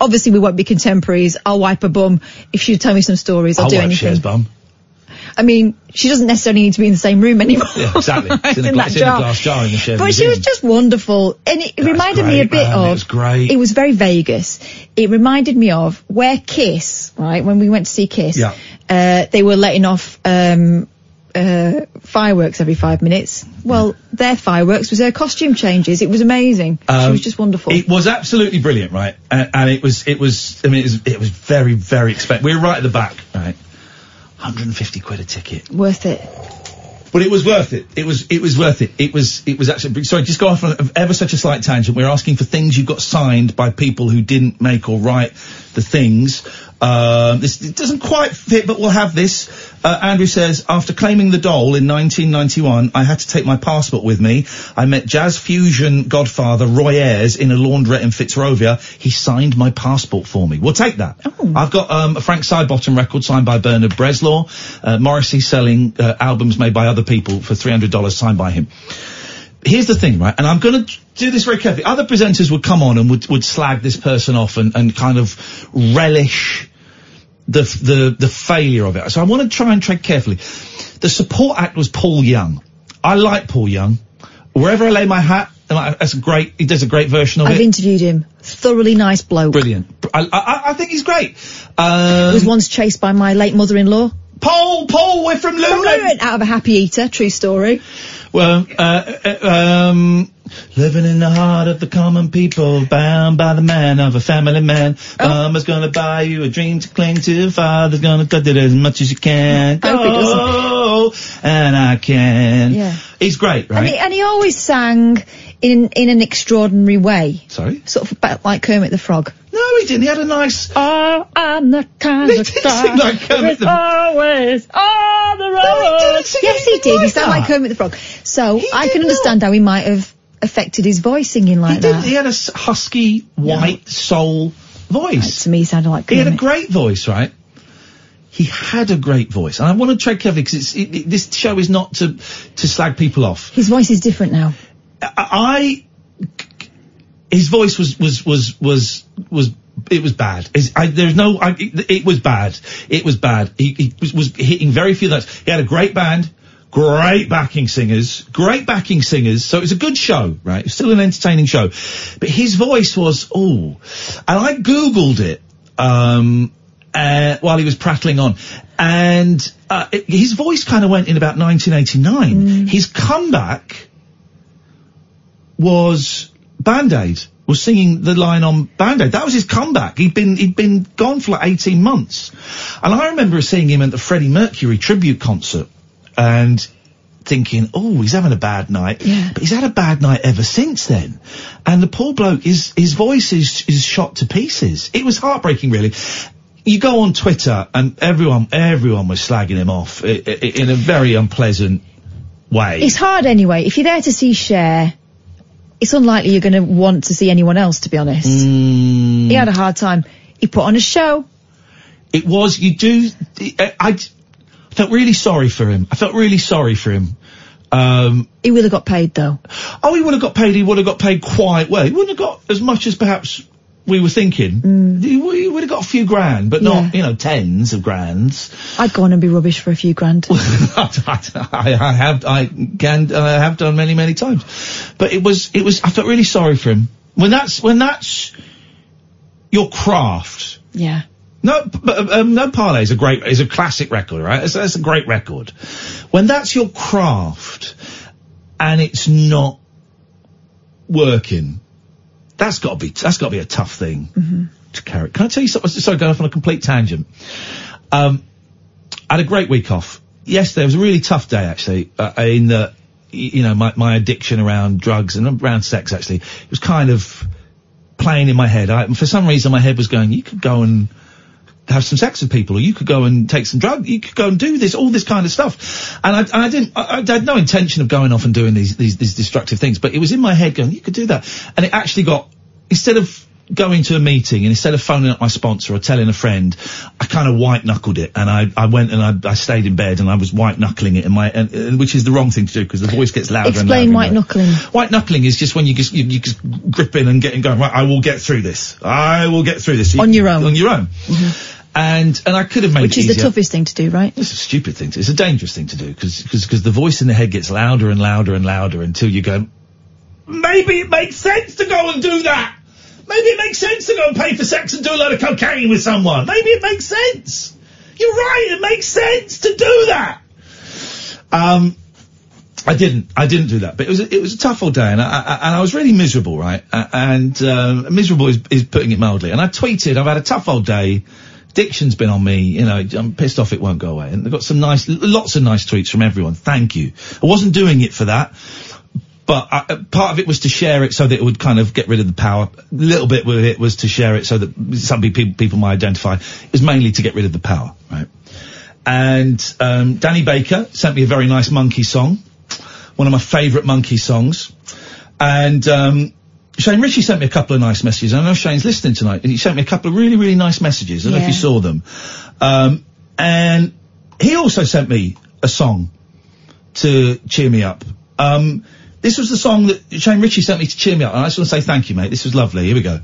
[SPEAKER 5] Obviously, we won't be contemporaries. I'll wipe her bum if she'll tell me some stories. I'll,
[SPEAKER 3] I'll
[SPEAKER 5] do
[SPEAKER 3] wipe
[SPEAKER 5] anything.
[SPEAKER 3] Cher's bum.
[SPEAKER 5] I mean, she doesn't necessarily need to be in the same room anymore.
[SPEAKER 3] Yeah, exactly. It's in, a,
[SPEAKER 5] In
[SPEAKER 3] gla-
[SPEAKER 5] that
[SPEAKER 3] it's in a
[SPEAKER 5] jar.
[SPEAKER 3] glass jar in the Cher's
[SPEAKER 5] But she was just wonderful, and it reminded me a
[SPEAKER 3] great,
[SPEAKER 5] bit
[SPEAKER 3] man.
[SPEAKER 5] of.
[SPEAKER 3] It was great.
[SPEAKER 5] It was very Vegas. it reminded me of where Kiss, right? When we went to see Kiss,
[SPEAKER 3] Yeah.
[SPEAKER 5] uh, they were letting off um, uh, fireworks every five minutes. Well, their fireworks was their costume changes. It was amazing. she
[SPEAKER 3] Um,
[SPEAKER 5] was just wonderful.
[SPEAKER 3] It was absolutely brilliant, right? And, and it was, it was, I mean, it was, it was very, very expensive. We were right at the back, right? 150 quid a ticket,
[SPEAKER 5] Worth it.
[SPEAKER 3] but it was worth it. It was, it was worth it. It was, it was actually. Sorry, just go off on ever such a slight tangent. We are asking for things you got signed by people who didn't make or write the things. Um, this it doesn't quite fit, but we'll have this. Uh, Andrew says, after claiming the doll in 1991, um, I had to take my passport with me. I met jazz fusion godfather Roy Ayres in a laundrette in Fitzrovia. He signed my passport for me. We'll take that. I've got um, a Frank Sidebottom record signed by Bernard Breslaw. Uh, Morrissey selling uh, albums made by other people for $300 signed by him here's the thing, right? And I'm going to do this very carefully. Other presenters would come on and would, would slag this person off and, and kind of relish the, f- the, the failure of it. So I want to try and tread carefully. The support act was Paul Young. I like Paul Young. Wherever I lay my hat, and I- that's a great, he does a great version of
[SPEAKER 5] I've
[SPEAKER 3] it.
[SPEAKER 5] interviewed him. Thoroughly nice bloke.
[SPEAKER 3] Brilliant. I, I, I think he's great. Um,
[SPEAKER 5] was once chased by my late mother-in-law.
[SPEAKER 3] Paul, Paul, we're from Luton.
[SPEAKER 5] out of a happy eater. True story.
[SPEAKER 3] Well, uh, uh, um, living in the heart of the common people, bound by the man of a family man. Mama's gonna buy you a dream to cling to. Father's gonna cut it as much as you can.
[SPEAKER 5] I hope it doesn't.
[SPEAKER 3] Go, and I can.
[SPEAKER 5] Yeah.
[SPEAKER 3] He's great,
[SPEAKER 5] And
[SPEAKER 3] right?
[SPEAKER 5] he, and he always sang in in an extraordinary way.
[SPEAKER 3] Sorry?
[SPEAKER 5] Sort of about like Kermit the Frog.
[SPEAKER 3] No, he didn't. He had a nice.
[SPEAKER 5] Oh, I'm the kind of guy.
[SPEAKER 3] like Kermit
[SPEAKER 5] who's
[SPEAKER 3] the-
[SPEAKER 5] always on the road. yes, he did. He sang like Kermit the Frog. So I can understand how he might have affected his voice singing like
[SPEAKER 3] He
[SPEAKER 5] that.
[SPEAKER 3] didn't. He had a s- husky, white soul voice.
[SPEAKER 5] to me, he sounded like
[SPEAKER 3] He had a
[SPEAKER 5] Kermit.
[SPEAKER 3] great voice, right? He had a great voice, and I want to tread carefully because it, it, this show is not to to slag people off.
[SPEAKER 5] His voice is different now.
[SPEAKER 3] I, his voice was was was was was it was bad. His, I, there's no, I, it, it was bad. It was bad. He, he was, was hitting very few notes. He had a great band, great backing singers, great backing singers. So it was a good show, right? It was still an entertaining show, but his voice was oh, and I googled it um, uh, while he was prattling on, and uh, it, his voice kind of went in about 1989. His comeback was Band Aid. Was singing the line on Band Aid. That was his comeback. He'd been he'd been gone for like eighteen months, and I remember seeing him at the Freddie Mercury tribute concert, and thinking, oh, he's having a bad night. But he's had a bad night ever since then, and the poor bloke is his voice is is shot to pieces. It was heartbreaking, really. You go on Twitter, and everyone everyone was slagging him off i- i- in a very unpleasant way.
[SPEAKER 5] It's hard anyway. If you're there to see Cher, it's unlikely you're going to want to see anyone else, to be honest.
[SPEAKER 3] Mm.
[SPEAKER 5] He had a hard time. He put on a show.
[SPEAKER 3] It was, you do, I, I felt really sorry for him. I felt really sorry for him. Um,
[SPEAKER 5] he would have got paid though.
[SPEAKER 3] Oh, he would have got paid, he would have got paid quite well. He wouldn't have got as much as perhaps we were thinking. He, w- he would have got a few grand, but not, you know, tens of grands.
[SPEAKER 5] I'd go on and be rubbish for a few grand.
[SPEAKER 3] I, I have, I can, I have done many, many times. But it was, it was, I felt really sorry for him. When that's, when that's your craft,
[SPEAKER 5] yeah.
[SPEAKER 3] No, p- p- um, no parlay is a great is a classic record, right? That's, that's a great record. When that's your craft, and it's not working, that's got to be that's got to be a tough thing
[SPEAKER 5] mm-hmm.
[SPEAKER 3] to carry. Can I tell you something? Sorry, going off on a complete tangent. Um, I had a great week off. Yesterday was a really tough day, actually, uh, in the, you know, my, my addiction around drugs and around sex, actually. It was kind of playing in my head. I, for some reason, my head was going, you could go and have some sex with people, or you could go and take some drug, you could go and do this, all this kind of stuff. And I, and I didn't, I, I had no intention of going off and doing these, these, these destructive things, but it was in my head going, you could do that. And it actually got, instead of going to a meeting and instead of phoning up my sponsor or telling a friend, I kind of white knuckled it. And I, I went and I, I stayed in bed and I was white knuckling it in my, and, and, which is the wrong thing to do because the voice gets louder and louder.
[SPEAKER 5] Explain
[SPEAKER 3] and
[SPEAKER 5] white
[SPEAKER 3] louder.
[SPEAKER 5] knuckling.
[SPEAKER 3] White knuckling is just when you just you, you just grip in and get and going. Right, I will get through this. I will get through this on your own. On your own. And and I could have made
[SPEAKER 5] Which
[SPEAKER 3] it
[SPEAKER 5] is the
[SPEAKER 3] easier.
[SPEAKER 5] toughest thing to do, right?
[SPEAKER 3] It's a stupid thing. To, it's a dangerous thing to do because because the voice in the head gets louder and louder and louder until you go. Maybe it makes sense to go and do that. Maybe it makes sense to go and pay for sex and do a load of cocaine with someone. Maybe it makes sense. You're right. It makes sense to do that. Um, I didn't. I didn't do that. But it was it was a tough old day, and I, I and I was really miserable, right? Uh, and um miserable is, is putting it mildly. And I tweeted, I've had a tough old day. Addiction's been on me. You know, I'm pissed off. It won't go away. And I got some nice, lots of nice tweets from everyone. Thank you. I wasn't doing it for that. But I, part of it was to share it so that it would kind of get rid of the power. A little bit with it was to share it so that some people people might identify. It was mainly to get rid of the power, right? And um, Danny Baker sent me a very nice monkey song one of my favourite monkey songs. And um, Shane Ritchie sent me a couple of nice messages. I know Shane's listening tonight, and he sent me a couple of really, really nice messages. I don't know if you
[SPEAKER 4] Yeah.
[SPEAKER 3] saw them. Um, and he also sent me a song to cheer me up. Um, this was the song that Shane Ritchie sent me to cheer me up, and I just want to say thank you, mate. This was lovely. Here we go.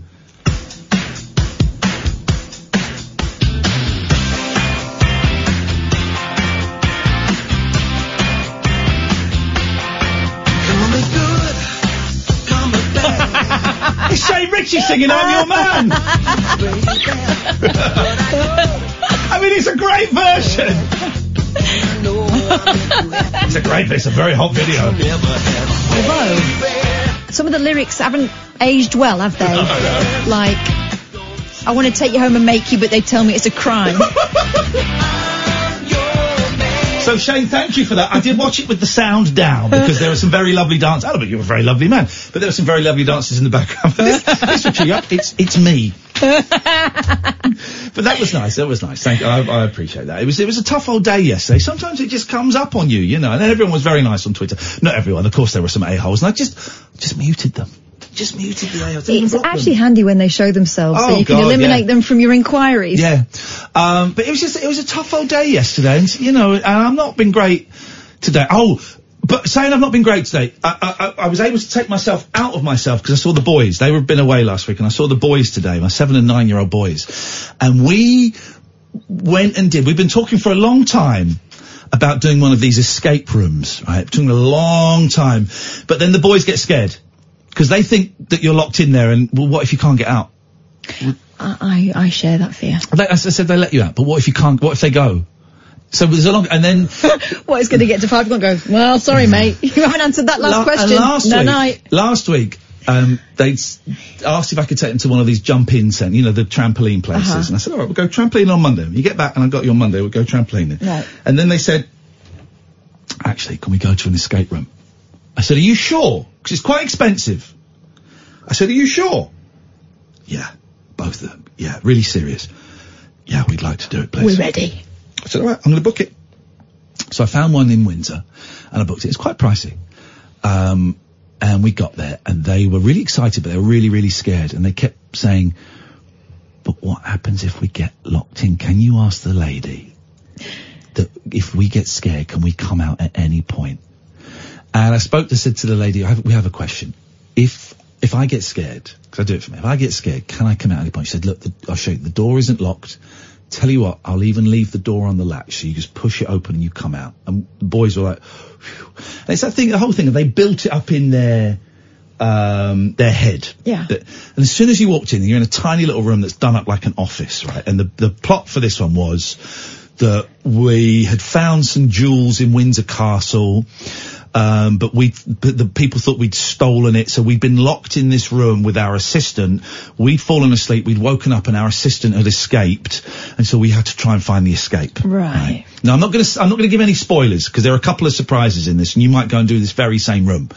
[SPEAKER 3] It's Shane Ritchie singing I'm Your Man. I mean, it's a great version. it's a great, it's a very hot video.
[SPEAKER 5] Although, some of the lyrics haven't aged well, have they? Like, I want to take you home and make you, but they tell me it's a crime.
[SPEAKER 3] So Shane, thank you for that. I did watch it with the sound down because there were some very lovely oh, dances. I don't think you're a very lovely man, but there were some very lovely dances in the background. this, this will cheer you up. It's it's me. but that was nice. That was nice. Thank you. I, I appreciate that. It was it was a tough old day yesterday. Sometimes it just comes up on you, you know. And everyone was very nice on Twitter. Not everyone, of course. There were some a holes, and I just just muted them. Just muted the a holes.
[SPEAKER 5] it's actually handy when they show themselves, so
[SPEAKER 3] Oh,
[SPEAKER 5] you can
[SPEAKER 3] God,
[SPEAKER 5] eliminate
[SPEAKER 3] yeah.
[SPEAKER 5] them from your inquiries.
[SPEAKER 3] Yeah, um, but it was just it was a tough old day yesterday, and you know, and I've not been great today. Oh, but saying I've not been great today, I, I, I- I was able to take myself out of myself because I saw the boys. They were been away last week, and I saw the boys today, my seven and nine year old boys, and we went and did. We've been talking for a long time about doing one of these escape rooms, right? Talking a long time, but then the boys get scared because they think that you're locked in there, and well, what if you can't get out?
[SPEAKER 5] I, I, I share that fear.
[SPEAKER 3] They, I said they let you out, but what if you can't? What if they go? So there's a long, and then
[SPEAKER 5] What is going to get to five o'clock? Go. Well, sorry, mate, you haven't answered that last
[SPEAKER 3] Mm. La- and
[SPEAKER 5] question.
[SPEAKER 3] Last
[SPEAKER 5] no,
[SPEAKER 3] week,
[SPEAKER 5] no.
[SPEAKER 3] last week, um, they s- asked if I could take them to one of these jump-in centers, you know, the trampoline places,
[SPEAKER 4] Uh-huh.
[SPEAKER 3] and I said, all right, we'll go trampoline on Monday. You get back, and I got you on Monday. We'll go trampolining.
[SPEAKER 4] Right.
[SPEAKER 3] And then they said, actually, can we go to an escape room? I said, are you sure? Because it's quite expensive. I said, are you sure? Yeah, both of them. Yeah, really serious. Yeah, we'd like to do it, please.
[SPEAKER 5] We're ready.
[SPEAKER 3] I said, all right, I'm going to book it. So I found one in Windsor and I booked it. It's quite pricey. Um, and we got there and they were really excited, but they were really, really scared. And they kept saying, but what happens if we get locked in? Can you ask the lady that if we get scared, can we come out at any point? And I spoke to said to the lady, I have, we have a question. If if I get scared, because I do it for me, if I get scared, can I come out at any point? She said, look, the, I'll show you. The door isn't locked. Tell you what, I'll even leave the door on the latch, so you just push it open and you come out. And the boys were like, Phew. and it's that thing, the whole thing. They built it up in their um, their head.
[SPEAKER 5] Yeah.
[SPEAKER 3] That- and as soon as you walked in, you're in a tiny little room that's done up like an office, right? And the the plot for this one was that we had found some jewels in Windsor Castle. Um, but we, but the people thought we'd stolen it, so we'd been locked in this room with our assistant. We'd fallen asleep, we'd woken up, and our assistant had escaped, and so we had to try and find the escape.
[SPEAKER 5] Right.
[SPEAKER 3] Now I'm not going to I'm not going to give any spoilers because there are a couple of surprises in this, and you might go and do this very same room.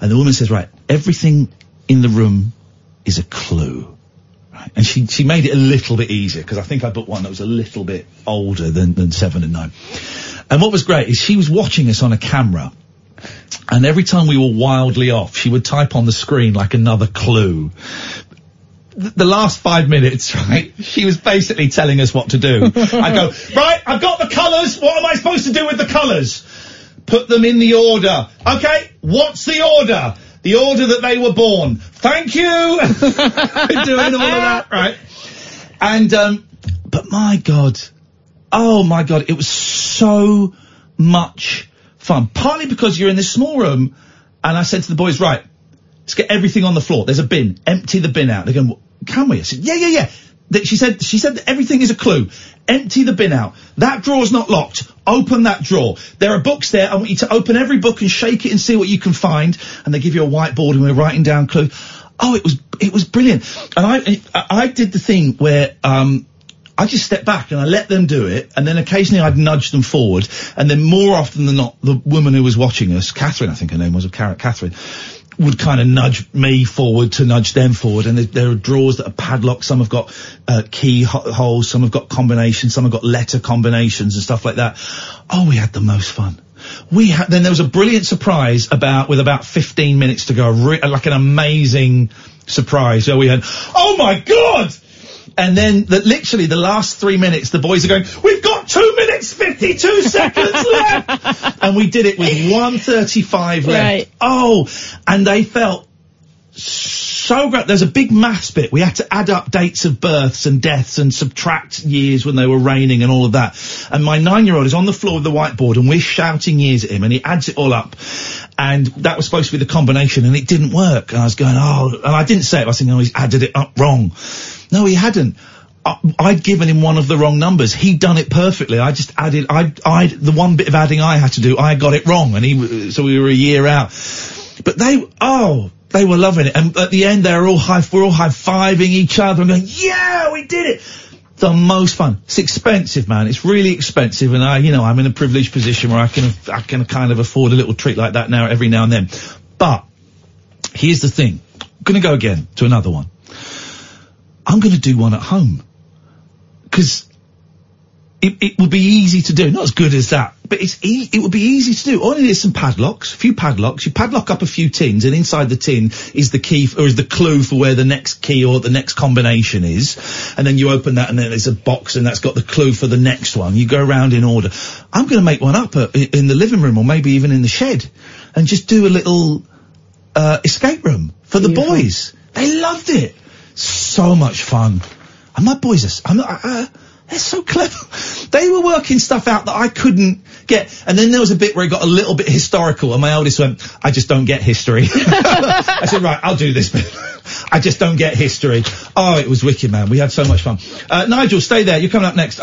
[SPEAKER 3] And the woman says, right, everything in the room is a clue. Right. And she, she made it a little bit easier because I think I booked one that was a little bit older than, than seven and nine. And what was great is she was watching us on a camera. And every time we were wildly off, she would type on the screen like another clue. Th- The last five minutes, right? She was basically telling us what to do. I go, right, I've got the colours. What am I supposed to do with the colours? Put them in the order. Okay, what's the order? The order that they were born. Thank you. Doing all of that, right? And um, but my God, oh my God, it was so much fun. Partly because you're in this small room, and I said to the boys, right, Let's get everything on the floor. There's a bin. Empty the bin out. They're going, can we? I said, yeah, yeah, yeah. That she said, she said that everything is a clue. Empty the bin out. That drawer's not locked. Open that drawer. There are books there. I want you to open every book and shake it and see what you can find. And they give you a whiteboard and we're writing down clue. Oh, it was, it was brilliant. And I, I I did the thing where, um, I just stepped back and I let them do it, and then occasionally I'd nudge them forward, and then more often than not, the woman who was watching us, Catherine, I think her name was, or Car- Catherine, would kind of nudge me forward to nudge them forward, and there, there are drawers that are padlocked. Some have got uh, key ho- holes, some have got combinations, some have got letter combinations and stuff like that. Oh, we had the most fun. We had then there was a brilliant surprise about with about 15 minutes to go, a re- like an amazing surprise where we had, oh my god! And then the, literally the last three minutes, the boys are going, we've got two minutes, 52 seconds left. And we did it with 135 left.
[SPEAKER 4] Right.
[SPEAKER 3] Oh, and they felt so great. There's a big maths bit. We had to add up dates of births and deaths and subtract years when they were reigning and all of that. And my nine year old is on the floor of the whiteboard and we're shouting years at him and he adds it all up. And that was supposed to be the combination and it didn't work. And I was going, oh, and I didn't say it. I was thinking, oh, he's added it up wrong. No, he hadn't. I- I'd given him one of the wrong numbers. He'd done it perfectly. I just added, I, I, the one bit of adding I had to do, I got it wrong, and he, w- so we were a year out. But they, oh, they were loving it. And at the end, they were all high, we're all high fiving each other and going, yeah, we did it. The most fun. It's expensive, man. It's really expensive, and I, you know, I'm in a privileged position where I can, I can kind of afford a little treat like that now, every now and then. But here's the thing. I'm gonna go again to another one. I'm going to do one at home because it, it would be easy to do. Not as good as that, but it's e- it would be easy to do. All you need is some padlocks, a few padlocks. You padlock up a few tins, and inside the tin is the key f- or is the clue for where the next key or the next combination is. And then you open that, and then there's a box, and that's got the clue for the next one. You go around in order. I'm going to make one up uh, i in the living room, or maybe even in the shed, and just do a little uh, escape room for the boys. They loved it. So much fun. And my boys are, s- I'm not, uh, they're so clever. They were working stuff out that I couldn't get. And then there was a bit where it got a little bit historical and my eldest went, I just don't get history. I said, right, I'll do this bit. I just don't get history. Oh, it was wicked, man. We had so much fun. Uh, Nigel, stay there. You're coming up next.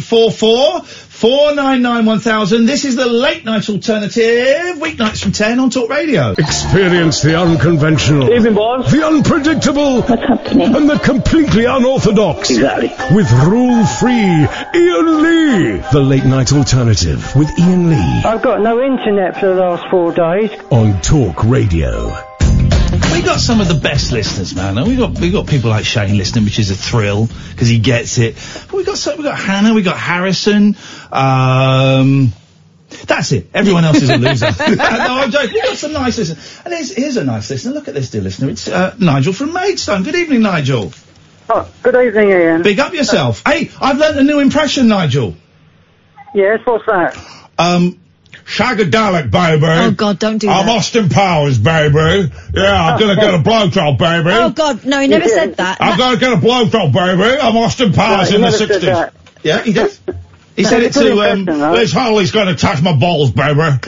[SPEAKER 3] 0344 499 1000. This is the late night alternative. Weeknights from 10 on Talk Radio.
[SPEAKER 2] Experience the unconventional. The unpredictable. And the completely unorthodox. Exactly. With rule free Ian Lee. The late night alternative with Ian Lee
[SPEAKER 24] I've got no internet for the last four days.
[SPEAKER 2] on Talk Radio.
[SPEAKER 3] We got some of the best listeners, man. And We got we got people like Shane listening, which is a thrill because he gets it. But we got some, we got Hannah, we got Harrison. Um, that's it. Everyone else is a loser. no, I'm joking. We got some nice listeners, and here's, here's a nice listener. Look at this dear listener. It's uh, Nigel from Maidstone. Good evening, Nigel.
[SPEAKER 24] Oh, good evening, Ian.
[SPEAKER 3] Big up yourself. Hey, I've learnt a new impression, Nigel.
[SPEAKER 24] Yes, what's that?
[SPEAKER 3] Um, Shagadelic, baby.
[SPEAKER 5] Oh, God, don't do
[SPEAKER 3] I'm
[SPEAKER 5] that.
[SPEAKER 3] Austin Powers, baby. Yeah, I'm gonna get a blowjob, baby.
[SPEAKER 5] Oh, God, no, he never said that.
[SPEAKER 3] I'm gonna get a blowjob, baby. I'm Austin
[SPEAKER 4] No,
[SPEAKER 3] Powers
[SPEAKER 4] he
[SPEAKER 3] in the
[SPEAKER 4] never said
[SPEAKER 3] '60s.
[SPEAKER 4] that.
[SPEAKER 3] Yeah, he did. He
[SPEAKER 24] That's
[SPEAKER 3] said
[SPEAKER 24] a
[SPEAKER 3] it
[SPEAKER 24] good
[SPEAKER 3] to um,
[SPEAKER 24] impression, though.
[SPEAKER 3] Liz Hurley's gonna touch my balls, baby.
[SPEAKER 24] I'm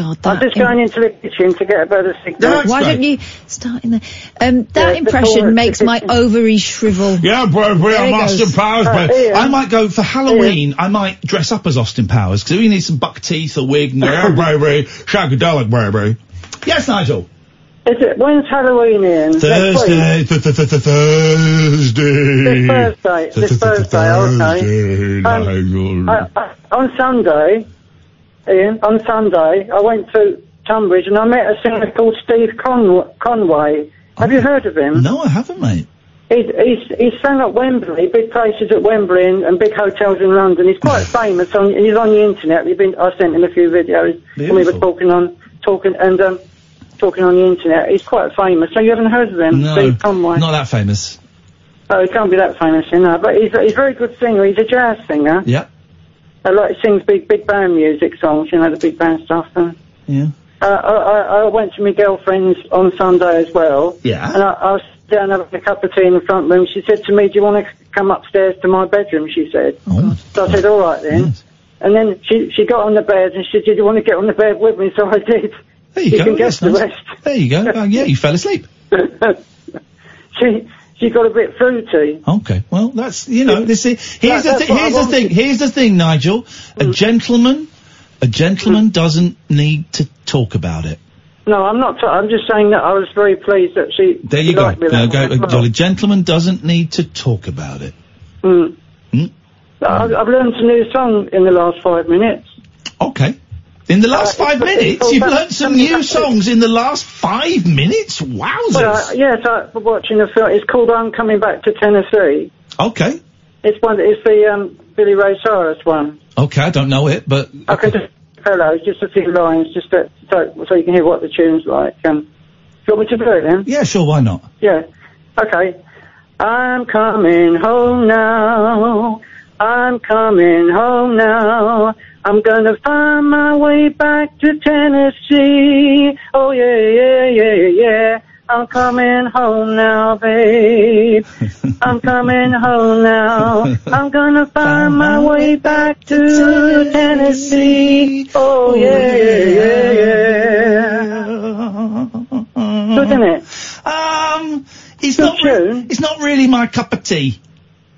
[SPEAKER 24] just going into the kitchen to get a better signal.
[SPEAKER 5] Why don't you start in there? Um, that
[SPEAKER 24] Yeah, before-
[SPEAKER 5] impression makes my ovaries shrivel.
[SPEAKER 3] Yeah, bro, bro,
[SPEAKER 5] There
[SPEAKER 3] I'm
[SPEAKER 5] it goes.
[SPEAKER 3] Austin Powers,
[SPEAKER 5] Uh,
[SPEAKER 3] bro.
[SPEAKER 5] Ian.
[SPEAKER 3] I might go for Halloween. I might dress up as Austin Powers because we need some buck teeth, a wig, and yeah, bro, bro, shagadelic, bro, bro. Yes, Nigel.
[SPEAKER 24] Is it, when's Halloween, Ian? Next week?
[SPEAKER 3] Thursday, th- th- th- th- Thursday.
[SPEAKER 24] This Thursday. This Thursday, okay. Um, I,
[SPEAKER 3] Hmm.
[SPEAKER 24] I, on Sunday, Ian, on Sunday, I went to Tunbridge and I met a singer called Steve Con- Conway. Have you heard of him?
[SPEAKER 3] No, I haven't, mate.
[SPEAKER 24] He, he's, he's sang at Wembley, big places at Wembley and, and big hotels in London. He's quite famous. On, he's on the internet. We've been, I sent him a few videos. And we were
[SPEAKER 3] Beautiful.
[SPEAKER 24] talking on talking and um, talking on the internet. He's quite famous. So you haven't heard of him,
[SPEAKER 3] No,
[SPEAKER 24] Steve Conway?
[SPEAKER 3] not that famous.
[SPEAKER 24] Oh, he can't be that famous, you know. But he's, he's a very good singer. He's a jazz singer.
[SPEAKER 3] Yeah.
[SPEAKER 24] A lot. He sings big big band music songs, you know, the big band stuff. And,
[SPEAKER 3] Yeah.
[SPEAKER 24] uh, I, I, I went to my girlfriend's on Sunday as well.
[SPEAKER 3] Yeah.
[SPEAKER 24] And I, I was down having a cup of tea in the front room. She said to me, "Do you want to come upstairs to my bedroom?" She said.
[SPEAKER 3] Oh.
[SPEAKER 24] So I said, "All right then." And then she she got on the bed and she said, "Do you want to get on the bed with me?" So I did.
[SPEAKER 3] There you, go.
[SPEAKER 24] can guess
[SPEAKER 3] that's
[SPEAKER 24] the
[SPEAKER 3] nice.
[SPEAKER 24] rest.
[SPEAKER 3] There you go. Oh, Uh, yeah, you fell asleep.
[SPEAKER 24] she she got a bit fruity.
[SPEAKER 3] Okay, well, that's you know, this is here's the
[SPEAKER 24] That- that's
[SPEAKER 3] thi-
[SPEAKER 24] what I Mm.
[SPEAKER 3] here's the thing. Here's the thing, Nigel. A gentleman, a gentleman doesn't need to talk about it.
[SPEAKER 24] No, I'm not. i I'm just saying that I was very pleased that she.
[SPEAKER 3] There you
[SPEAKER 24] she
[SPEAKER 3] go.
[SPEAKER 24] liked me
[SPEAKER 3] There
[SPEAKER 24] that
[SPEAKER 3] you go.
[SPEAKER 24] much.
[SPEAKER 3] A gentleman doesn't need to talk about it.
[SPEAKER 24] Mm.
[SPEAKER 3] Mm.
[SPEAKER 24] I, I've learned a new song in the last five minutes.
[SPEAKER 3] Okay. In the last
[SPEAKER 24] Uh,
[SPEAKER 3] five
[SPEAKER 24] it's-
[SPEAKER 3] minutes,
[SPEAKER 24] it's
[SPEAKER 3] you've
[SPEAKER 24] all
[SPEAKER 3] learnt
[SPEAKER 24] about-
[SPEAKER 3] some new songs in the last five minutes. Wowzers!
[SPEAKER 24] Well, uh, yes, I was watching a film. It's called "I'm Coming Back to Tennessee."
[SPEAKER 3] Okay.
[SPEAKER 24] It's one. It's the um, Billy Ray Cyrus one.
[SPEAKER 3] Okay, I don't know it, but
[SPEAKER 24] I can just hello, just a few lines, just that, so so you can hear what the tune's like. Um, do you want me to do it then?
[SPEAKER 3] yeah, sure, why not?
[SPEAKER 24] Yeah. Okay. I'm coming home now. I'm coming home now. I'm gonna find my way back to Tennessee. Oh yeah, yeah, yeah, yeah. I'm coming home now, babe. I'm coming home now. I'm gonna find my way back to Tennessee. Oh yeah, yeah, yeah, yeah. Good, isn't it?
[SPEAKER 3] Um, it's not. Re- it's not really my cup of tea.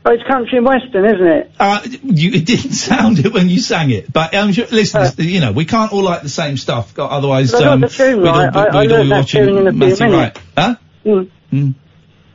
[SPEAKER 24] Oh, it's country and western, isn't it?
[SPEAKER 3] Uh, you, it didn't sound it when you sang it, but um, sure, listen, you know, we can't all like the same stuff, go- otherwise
[SPEAKER 24] Uh. But I got
[SPEAKER 3] um,
[SPEAKER 24] the tune
[SPEAKER 3] we'd all
[SPEAKER 24] right.
[SPEAKER 3] be,
[SPEAKER 24] I- I
[SPEAKER 3] we'd all
[SPEAKER 24] learned
[SPEAKER 3] be
[SPEAKER 24] that
[SPEAKER 3] watching
[SPEAKER 24] tune in a few
[SPEAKER 3] Matthew
[SPEAKER 24] minutes.
[SPEAKER 3] Wright. Huh?
[SPEAKER 24] Mm.
[SPEAKER 3] Mm.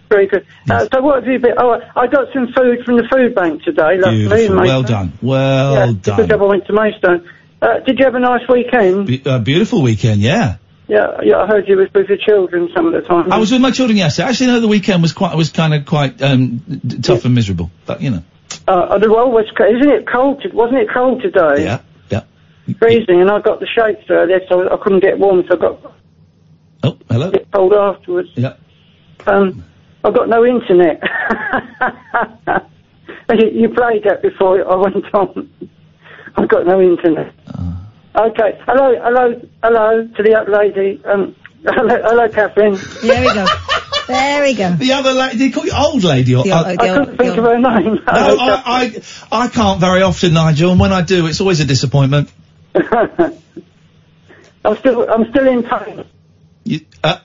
[SPEAKER 24] Very good. Uh, so what have you been? Oh, I got some food from the food bank today. Lovely,
[SPEAKER 3] Beautiful.
[SPEAKER 24] mate.
[SPEAKER 3] Well done. Well
[SPEAKER 24] Yeah,
[SPEAKER 3] done.
[SPEAKER 24] Good job I went to Maidstone. Uh, did you have a nice weekend?
[SPEAKER 3] Be- uh, beautiful weekend, yeah.
[SPEAKER 24] Yeah, yeah. I heard you was with your children some of the time.
[SPEAKER 3] I was with my children yesterday. Actually, no, the weekend was quite was kind of quite um, d- tough and miserable, but you know,
[SPEAKER 24] Uh, oh, the well was co- isn't it cold? to- Wasn't it cold today?
[SPEAKER 3] Yeah, yeah.
[SPEAKER 24] Freezing, and I got the shakes earlier, so I couldn't get warm, so I got
[SPEAKER 3] oh hello,
[SPEAKER 24] cold afterwards.
[SPEAKER 3] yeah.
[SPEAKER 24] Um, I've got no internet. you, you played that before I went on. I've got no internet.
[SPEAKER 3] Uh.
[SPEAKER 24] Okay. Hello, hello, hello to the other lady. Um, hello, hello, Catherine.
[SPEAKER 5] There we go. There we go.
[SPEAKER 3] The other lady, they call you old lady or
[SPEAKER 5] The old- the
[SPEAKER 3] uh,
[SPEAKER 5] I couldn't old- think
[SPEAKER 24] of
[SPEAKER 5] the
[SPEAKER 24] her name.
[SPEAKER 3] No, I, I, I can't very often, Nigel, and when I do, it's always a disappointment. Eh?
[SPEAKER 24] I'm still, I'm still in pain.
[SPEAKER 3] You, uh,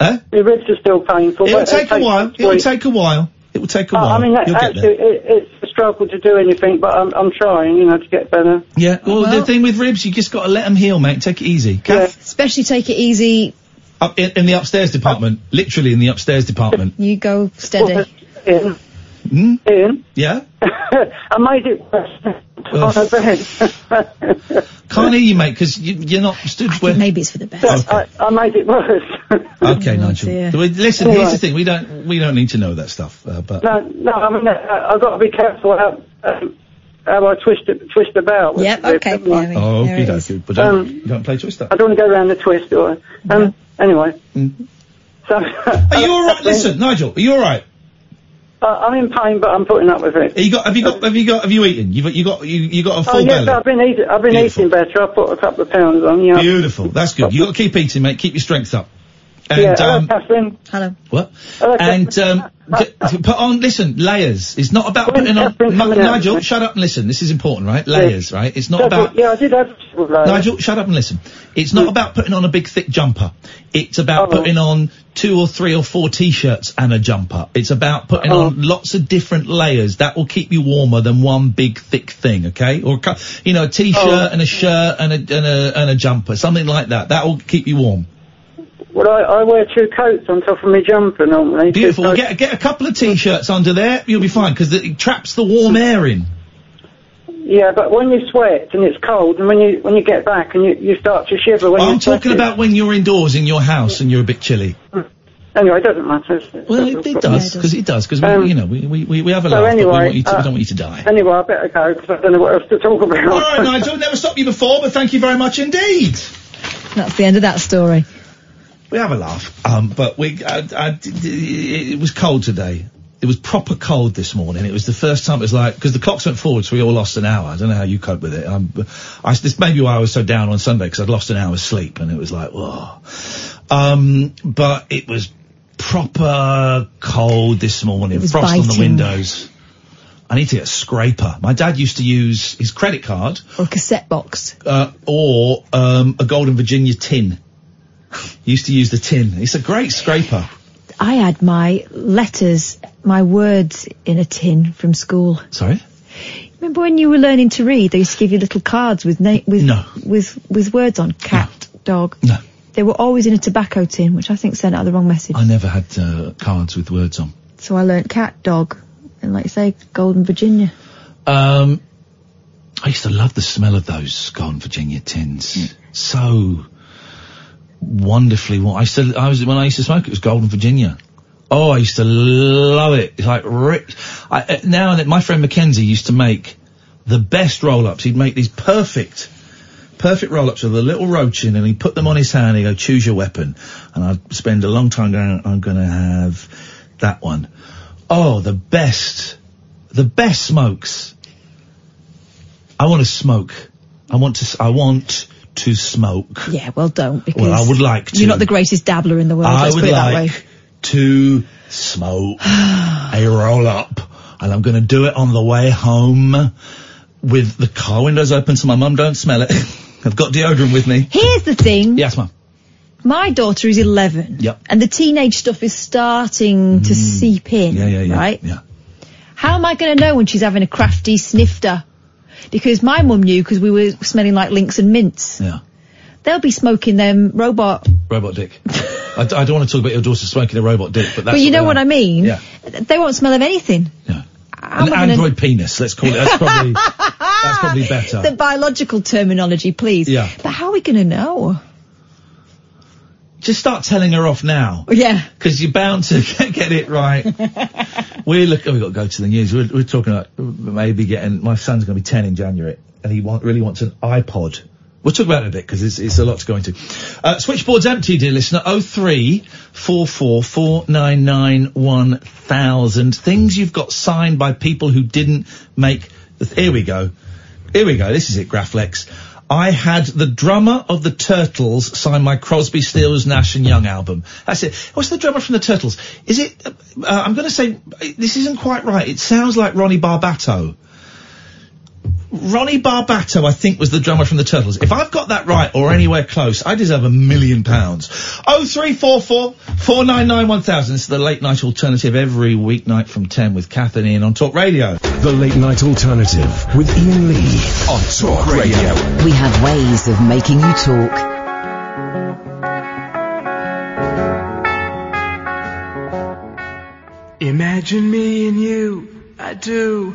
[SPEAKER 3] eh?
[SPEAKER 24] My ribs are still painful.
[SPEAKER 3] It'll
[SPEAKER 24] but
[SPEAKER 3] take a
[SPEAKER 24] takes
[SPEAKER 3] while.
[SPEAKER 24] six
[SPEAKER 3] It'll
[SPEAKER 24] weeks.
[SPEAKER 3] take a while. It will take a
[SPEAKER 24] I-
[SPEAKER 3] while.
[SPEAKER 24] I mean, that,
[SPEAKER 3] You'll get there.
[SPEAKER 24] actually, it, it's a struggle to do anything, but I'm, I'm trying, you know, to get better.
[SPEAKER 3] Yeah. Well, the thing with ribs, you just got to let them heal, mate. Take it easy. Kath,
[SPEAKER 5] Especially take it easy.
[SPEAKER 3] up in, in the upstairs department, literally in the upstairs department.
[SPEAKER 5] You go steady.
[SPEAKER 24] Ian,
[SPEAKER 3] Hmm?
[SPEAKER 24] Ian,
[SPEAKER 3] Yeah.
[SPEAKER 24] I made it worse Oh, on her bed.
[SPEAKER 3] Can't hear you, mate, because you, you're not stood where.
[SPEAKER 5] Maybe it's for the best.
[SPEAKER 24] I, I made it worse.
[SPEAKER 3] Okay, Nigel.
[SPEAKER 5] dear.
[SPEAKER 3] Well, Listen,
[SPEAKER 24] Anyway.
[SPEAKER 3] here's the thing. We don't we don't need to know that stuff. Uh, but
[SPEAKER 24] No, no, I mean, I, I've got to be careful how, um, how I twist it, twist about. with
[SPEAKER 5] Yep,
[SPEAKER 24] it,
[SPEAKER 5] okay,
[SPEAKER 24] haven't I?
[SPEAKER 3] oh, you don't. But don't,
[SPEAKER 24] Um,
[SPEAKER 3] you don't play twister. Mm.
[SPEAKER 24] I don't want to go around the twist, or um, anyway. So,
[SPEAKER 3] Are you all right? Listen, Nigel. Are you all right?
[SPEAKER 24] I, I'm in pain, but I'm putting up with it.
[SPEAKER 3] Have you got? Have you got? Have you got? Have you eaten? You've you got? You, you got a full
[SPEAKER 24] oh yes,
[SPEAKER 3] belly.
[SPEAKER 24] I've been eating. I've been
[SPEAKER 3] Beautiful.
[SPEAKER 24] eating better. I put a couple of pounds on. Yeah.
[SPEAKER 3] Beautiful. That's good. You got to keep eating, mate. Keep your strength up. And
[SPEAKER 24] yeah.
[SPEAKER 3] um,
[SPEAKER 24] hello, Catherine.
[SPEAKER 5] Hello.
[SPEAKER 3] What?
[SPEAKER 24] Oh,
[SPEAKER 3] and um, d- d- put on, listen, layers. It's not about
[SPEAKER 24] When's
[SPEAKER 3] putting on.
[SPEAKER 24] Catherine
[SPEAKER 3] Ma-
[SPEAKER 24] coming out?
[SPEAKER 3] Nigel, shut up and listen. This is important, right? Layers, right? It's not
[SPEAKER 24] That's
[SPEAKER 3] about.
[SPEAKER 24] what- Yeah, I did have. Layers.
[SPEAKER 3] Nigel, shut up and listen. It's not about putting on a big thick jumper. It's
[SPEAKER 24] Oh.
[SPEAKER 3] about putting on two or three or four t-shirts and a jumper. It's about putting
[SPEAKER 24] Oh.
[SPEAKER 3] on lots of different layers. That will keep you warmer than one big thick thing, okay? Or, a cou- you know, a t-shirt
[SPEAKER 24] Oh.
[SPEAKER 3] and a shirt and a, and a, and a jumper. Something like that. That will keep you warm.
[SPEAKER 24] Well, I, I wear two coats on top of my jumper normally.
[SPEAKER 3] Beautiful. Well, get get a couple of t-shirts under there. You'll be fine because it traps the warm air in.
[SPEAKER 24] Yeah, but when you sweat and it's cold, and when you when you get back and you, you start to shiver when
[SPEAKER 3] I'm
[SPEAKER 24] you're
[SPEAKER 3] talking
[SPEAKER 24] sweating.
[SPEAKER 3] about when you're indoors in your house and you're a bit chilly.
[SPEAKER 24] Anyway, it doesn't matter.
[SPEAKER 3] Well, it, it does because it does because
[SPEAKER 24] Um,
[SPEAKER 3] we you know we we, we we have a
[SPEAKER 24] so
[SPEAKER 3] laugh, but we,
[SPEAKER 24] anyway,
[SPEAKER 3] want you to, we
[SPEAKER 24] uh,
[SPEAKER 3] don't want you to die.
[SPEAKER 24] Anyway, I better go because I don't know what else to talk about.
[SPEAKER 3] All right, Nigel. Never stopped you before, but thank you very much indeed.
[SPEAKER 5] That's the end of that story.
[SPEAKER 3] We have a laugh, um, but we I, I- d- d- it was cold today. It was proper cold this morning. It was the first time it was like because the clocks went forward, so we all lost an hour. I don't know how you cope with it. Um, I, this may be why I was so down on Sunday because I'd lost an hour's sleep, and it was like whoa. Um, but it was proper cold this morning.
[SPEAKER 4] It was
[SPEAKER 3] Frost on the
[SPEAKER 4] biting.
[SPEAKER 3] windows. I need to get a scraper. My dad used to use his credit card
[SPEAKER 5] Or a cassette box.
[SPEAKER 3] uh, or um, a Golden Virginia tin. He used to use the tin. It's a great scraper.
[SPEAKER 5] I had my letters, my words in a tin from school.
[SPEAKER 3] Sorry?
[SPEAKER 5] Remember when you were learning to read, they used to give you little cards with na- with, with with words on cat, dog. No. They were always in a tobacco tin, which I think sent out the wrong message.
[SPEAKER 3] I never had uh, cards with words on.
[SPEAKER 5] So I learnt cat, dog, and like you say, golden Virginia.
[SPEAKER 3] Um, I used to love the smell of those Golden Virginia tins. So wonderfully. wa- I used to, I was when I used to smoke, it was Golden Virginia. Oh, I used to love it. It's like rich. I, uh, now that my friend Mackenzie used to make the best roll ups. He'd make these perfect, perfect roll ups with a little roach in, and he'd put them on his hand. and He'd go, "Choose your weapon," and I'd spend a long time going, "I'm going to have that one." Oh, the best, the best smokes. I want to smoke. I want to. s- I want to smoke.
[SPEAKER 5] Yeah, well, don't because
[SPEAKER 3] Well, I would like to.
[SPEAKER 5] You're not the greatest dabbler in the world.
[SPEAKER 3] I
[SPEAKER 5] let's
[SPEAKER 3] would
[SPEAKER 5] put it
[SPEAKER 3] like
[SPEAKER 5] that way.
[SPEAKER 3] to smoke a roll up, and I'm going to do it on the way home with the car windows open so my mum don't smell it. I've got deodorant with me.
[SPEAKER 5] Here's the thing.
[SPEAKER 3] Yes, mum.
[SPEAKER 5] My daughter is 11.
[SPEAKER 3] Yep. Mm.
[SPEAKER 5] And the teenage stuff is starting to seep in. Yeah, yeah, yeah. Right?
[SPEAKER 3] Yeah.
[SPEAKER 5] How am I going to know when she's having a crafty snifter? Because my mum knew because we were smelling like links and mints.
[SPEAKER 3] Yeah.
[SPEAKER 5] They'll be smoking them robot.
[SPEAKER 3] Robot dick. I, d- I don't want to talk about your daughter smoking a robot dick, but that's
[SPEAKER 5] but you know
[SPEAKER 3] they
[SPEAKER 5] what
[SPEAKER 3] are.
[SPEAKER 5] I mean?
[SPEAKER 3] Yeah.
[SPEAKER 5] They won't smell of anything.
[SPEAKER 3] An
[SPEAKER 5] I'm gonna-
[SPEAKER 3] android penis. Let's call it. That's probably that's probably better.
[SPEAKER 5] The biological terminology, please.
[SPEAKER 3] Yeah.
[SPEAKER 5] But how are we going to know?
[SPEAKER 3] Just start telling her off now.
[SPEAKER 5] Yeah.
[SPEAKER 3] because you're bound to get, get it right. we're looking. We've got to go to the news. We're, we're talking about maybe getting. My son's going to be ten in January, and he want, really wants an iPod. We'll talk about it in a bit because it's, it's a lot to go into. Uh, switchboard's empty, dear listener. Oh three four four four nine nine one thousand. Things you've got signed by people who didn't make. The Here we go. Here we go. This is it, Graflex. I had the drummer of the Turtles sign my Crosby, Stills, Nash and Young album. That's it. What's the drummer from the Turtles? Is it? Uh, uh, I'm going to say this isn't quite right. It sounds like Ronnie Barbato. Ronnie Barbato, I think, was the drummer from the Turtles. If I've got that right or anywhere close, I deserve a million pounds. Oh three four four four nine nine one thousand. This is the late night alternative every weeknight from ten with Kath and Ian on Talk Radio.
[SPEAKER 2] The Late Night Alternative with Ian Lee on Talk Radio.
[SPEAKER 18] We have ways of making you talk.
[SPEAKER 8] Imagine me and you, I do.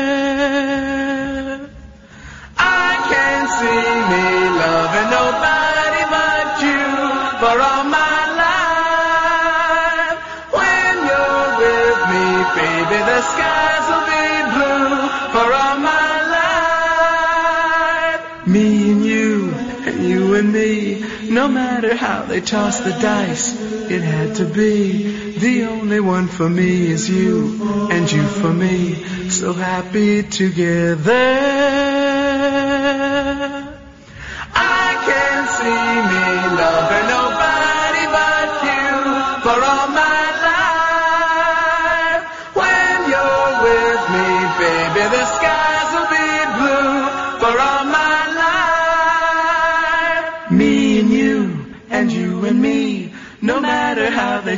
[SPEAKER 8] I can see me loving nobody but you for all my life. When you're with me, baby, the skies will be blue for all my life. Me and you, and you and me, no matter how they toss the dice, it had to be. The only one for me is you, and you for me, so happy together. I can see me loving nobody but you for all my life. When you're with me, baby, the skies will be blue for all my life. Me and you, and you and me, no matter how they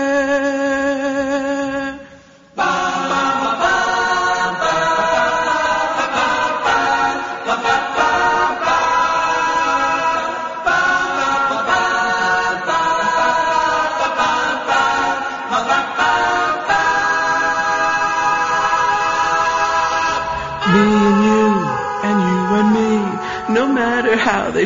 [SPEAKER 8] Me and you, and you and me. No matter how they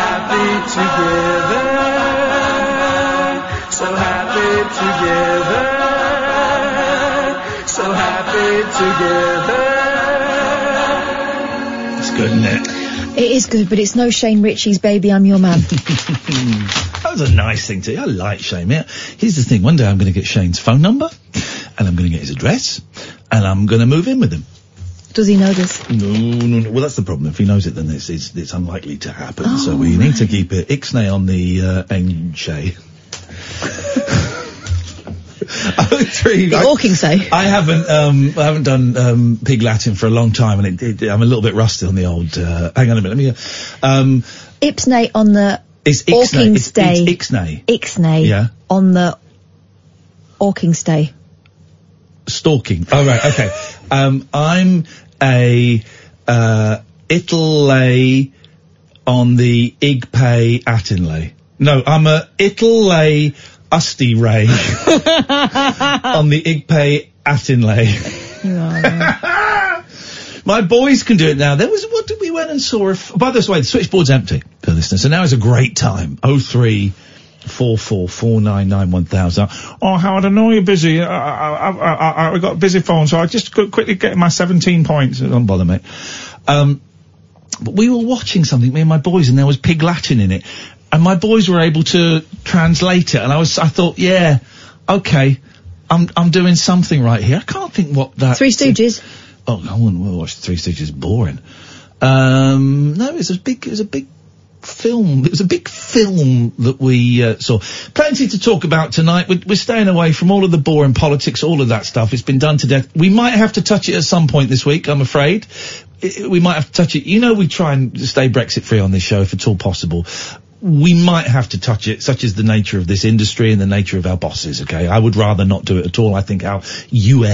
[SPEAKER 8] Happy together. So happy together. So happy together.
[SPEAKER 3] It's good, isn't it?
[SPEAKER 5] It is good, but it's no Shane Ritchie's Baby, I'm Your Man.
[SPEAKER 3] that was a nice thing to. I like Shane. Yeah. Here's the thing. One day I'm going to get Shane's phone number, and I'm going to get his address, and I'm going to move in with him.
[SPEAKER 5] Does he know this?
[SPEAKER 3] No, no, no. Well, that's the problem. If he knows it, then it's it's, it's unlikely to happen. so we need to keep it ixnay on the uh, Engshay. Oh, three.
[SPEAKER 5] The
[SPEAKER 3] I-
[SPEAKER 5] Orking say.
[SPEAKER 3] I haven't um, I haven't done um, pig Latin for a long time, and it, it, I'm a little bit rusty on the old. Uh, hang on a minute. Let me. go. Um,
[SPEAKER 5] Ipsnay on the
[SPEAKER 3] it's Ixnay. It's,
[SPEAKER 5] Orkingstay.
[SPEAKER 3] it's Ixnay.
[SPEAKER 5] Ixnay
[SPEAKER 3] Yeah.
[SPEAKER 5] on the Orkingstay.
[SPEAKER 3] Stalking. Oh right. Okay. um, I'm a uh, Italy on the Igpay Atinlay. No, I'm a Italy Usty Ray on the Igpay Atinlay. My boys can do it now. There was what did we went and saw? A f- By the way, the switchboard's empty for listeners, so now is a great time. Oh three. Four four four nine nine one thousand. Oh, Howard, I know you're busy. I, I, I, I, I got a busy phone, so I just qu- quickly get my 17 points. Don't bother, mate. Um, but we were watching something, me and my boys, and there was pig Latin in it, and my boys were able to translate it, and I was, I thought, yeah, okay, I'm, I'm doing something right here. I can't think what that.
[SPEAKER 5] Three Stooges.
[SPEAKER 3] Oh, I wouldn't well, watch Three Stooges. Boring. Um, no, it was a big, it was a big film. It was a big film that we uh, saw. Plenty to talk about tonight. We're, we're staying away from all of the boring politics, all of that stuff. It's been done to death. We might have to touch it at some point this week, I'm afraid. I- I- we might have to touch it. You know, we try and stay Brexit free on this show if at all possible. We might have to touch it, such as the nature of this industry and the nature of our bosses, okay? I would rather not do it at all. I think our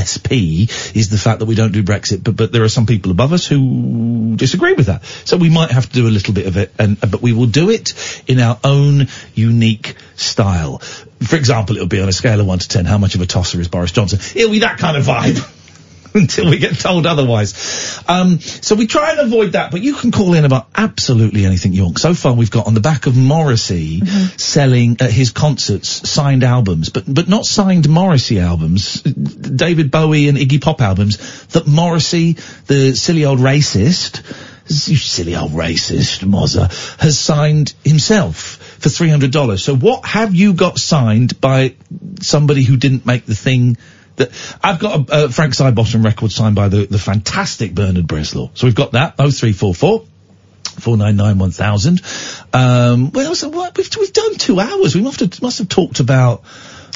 [SPEAKER 3] USP is the fact that we don't do Brexit, but, but there are some people above us who disagree with that. So we might have to do a little bit of it, and, but we will do it in our own unique style. For example, it'll be on a scale of one to ten, how much of a tosser is Boris Johnson? It'll be that kind of vibe until we get told otherwise. Um, so we try and avoid that, but you can call in about absolutely anything you want. So far, we've got on the back of Morrissey selling at his concerts signed albums, but but not signed Morrissey albums, David Bowie and Iggy Pop albums. That Morrissey, the silly old racist. You silly old racist, Mozza, has signed himself for $300. So what have you got signed by somebody who didn't make the thing that I've got a, a Frank Sidebottom record signed by the, the fantastic Bernard Breslau. So we've got that. Oh three four four four nine nine one thousand. Um, what else? What we've we've done two hours. We must have must have talked about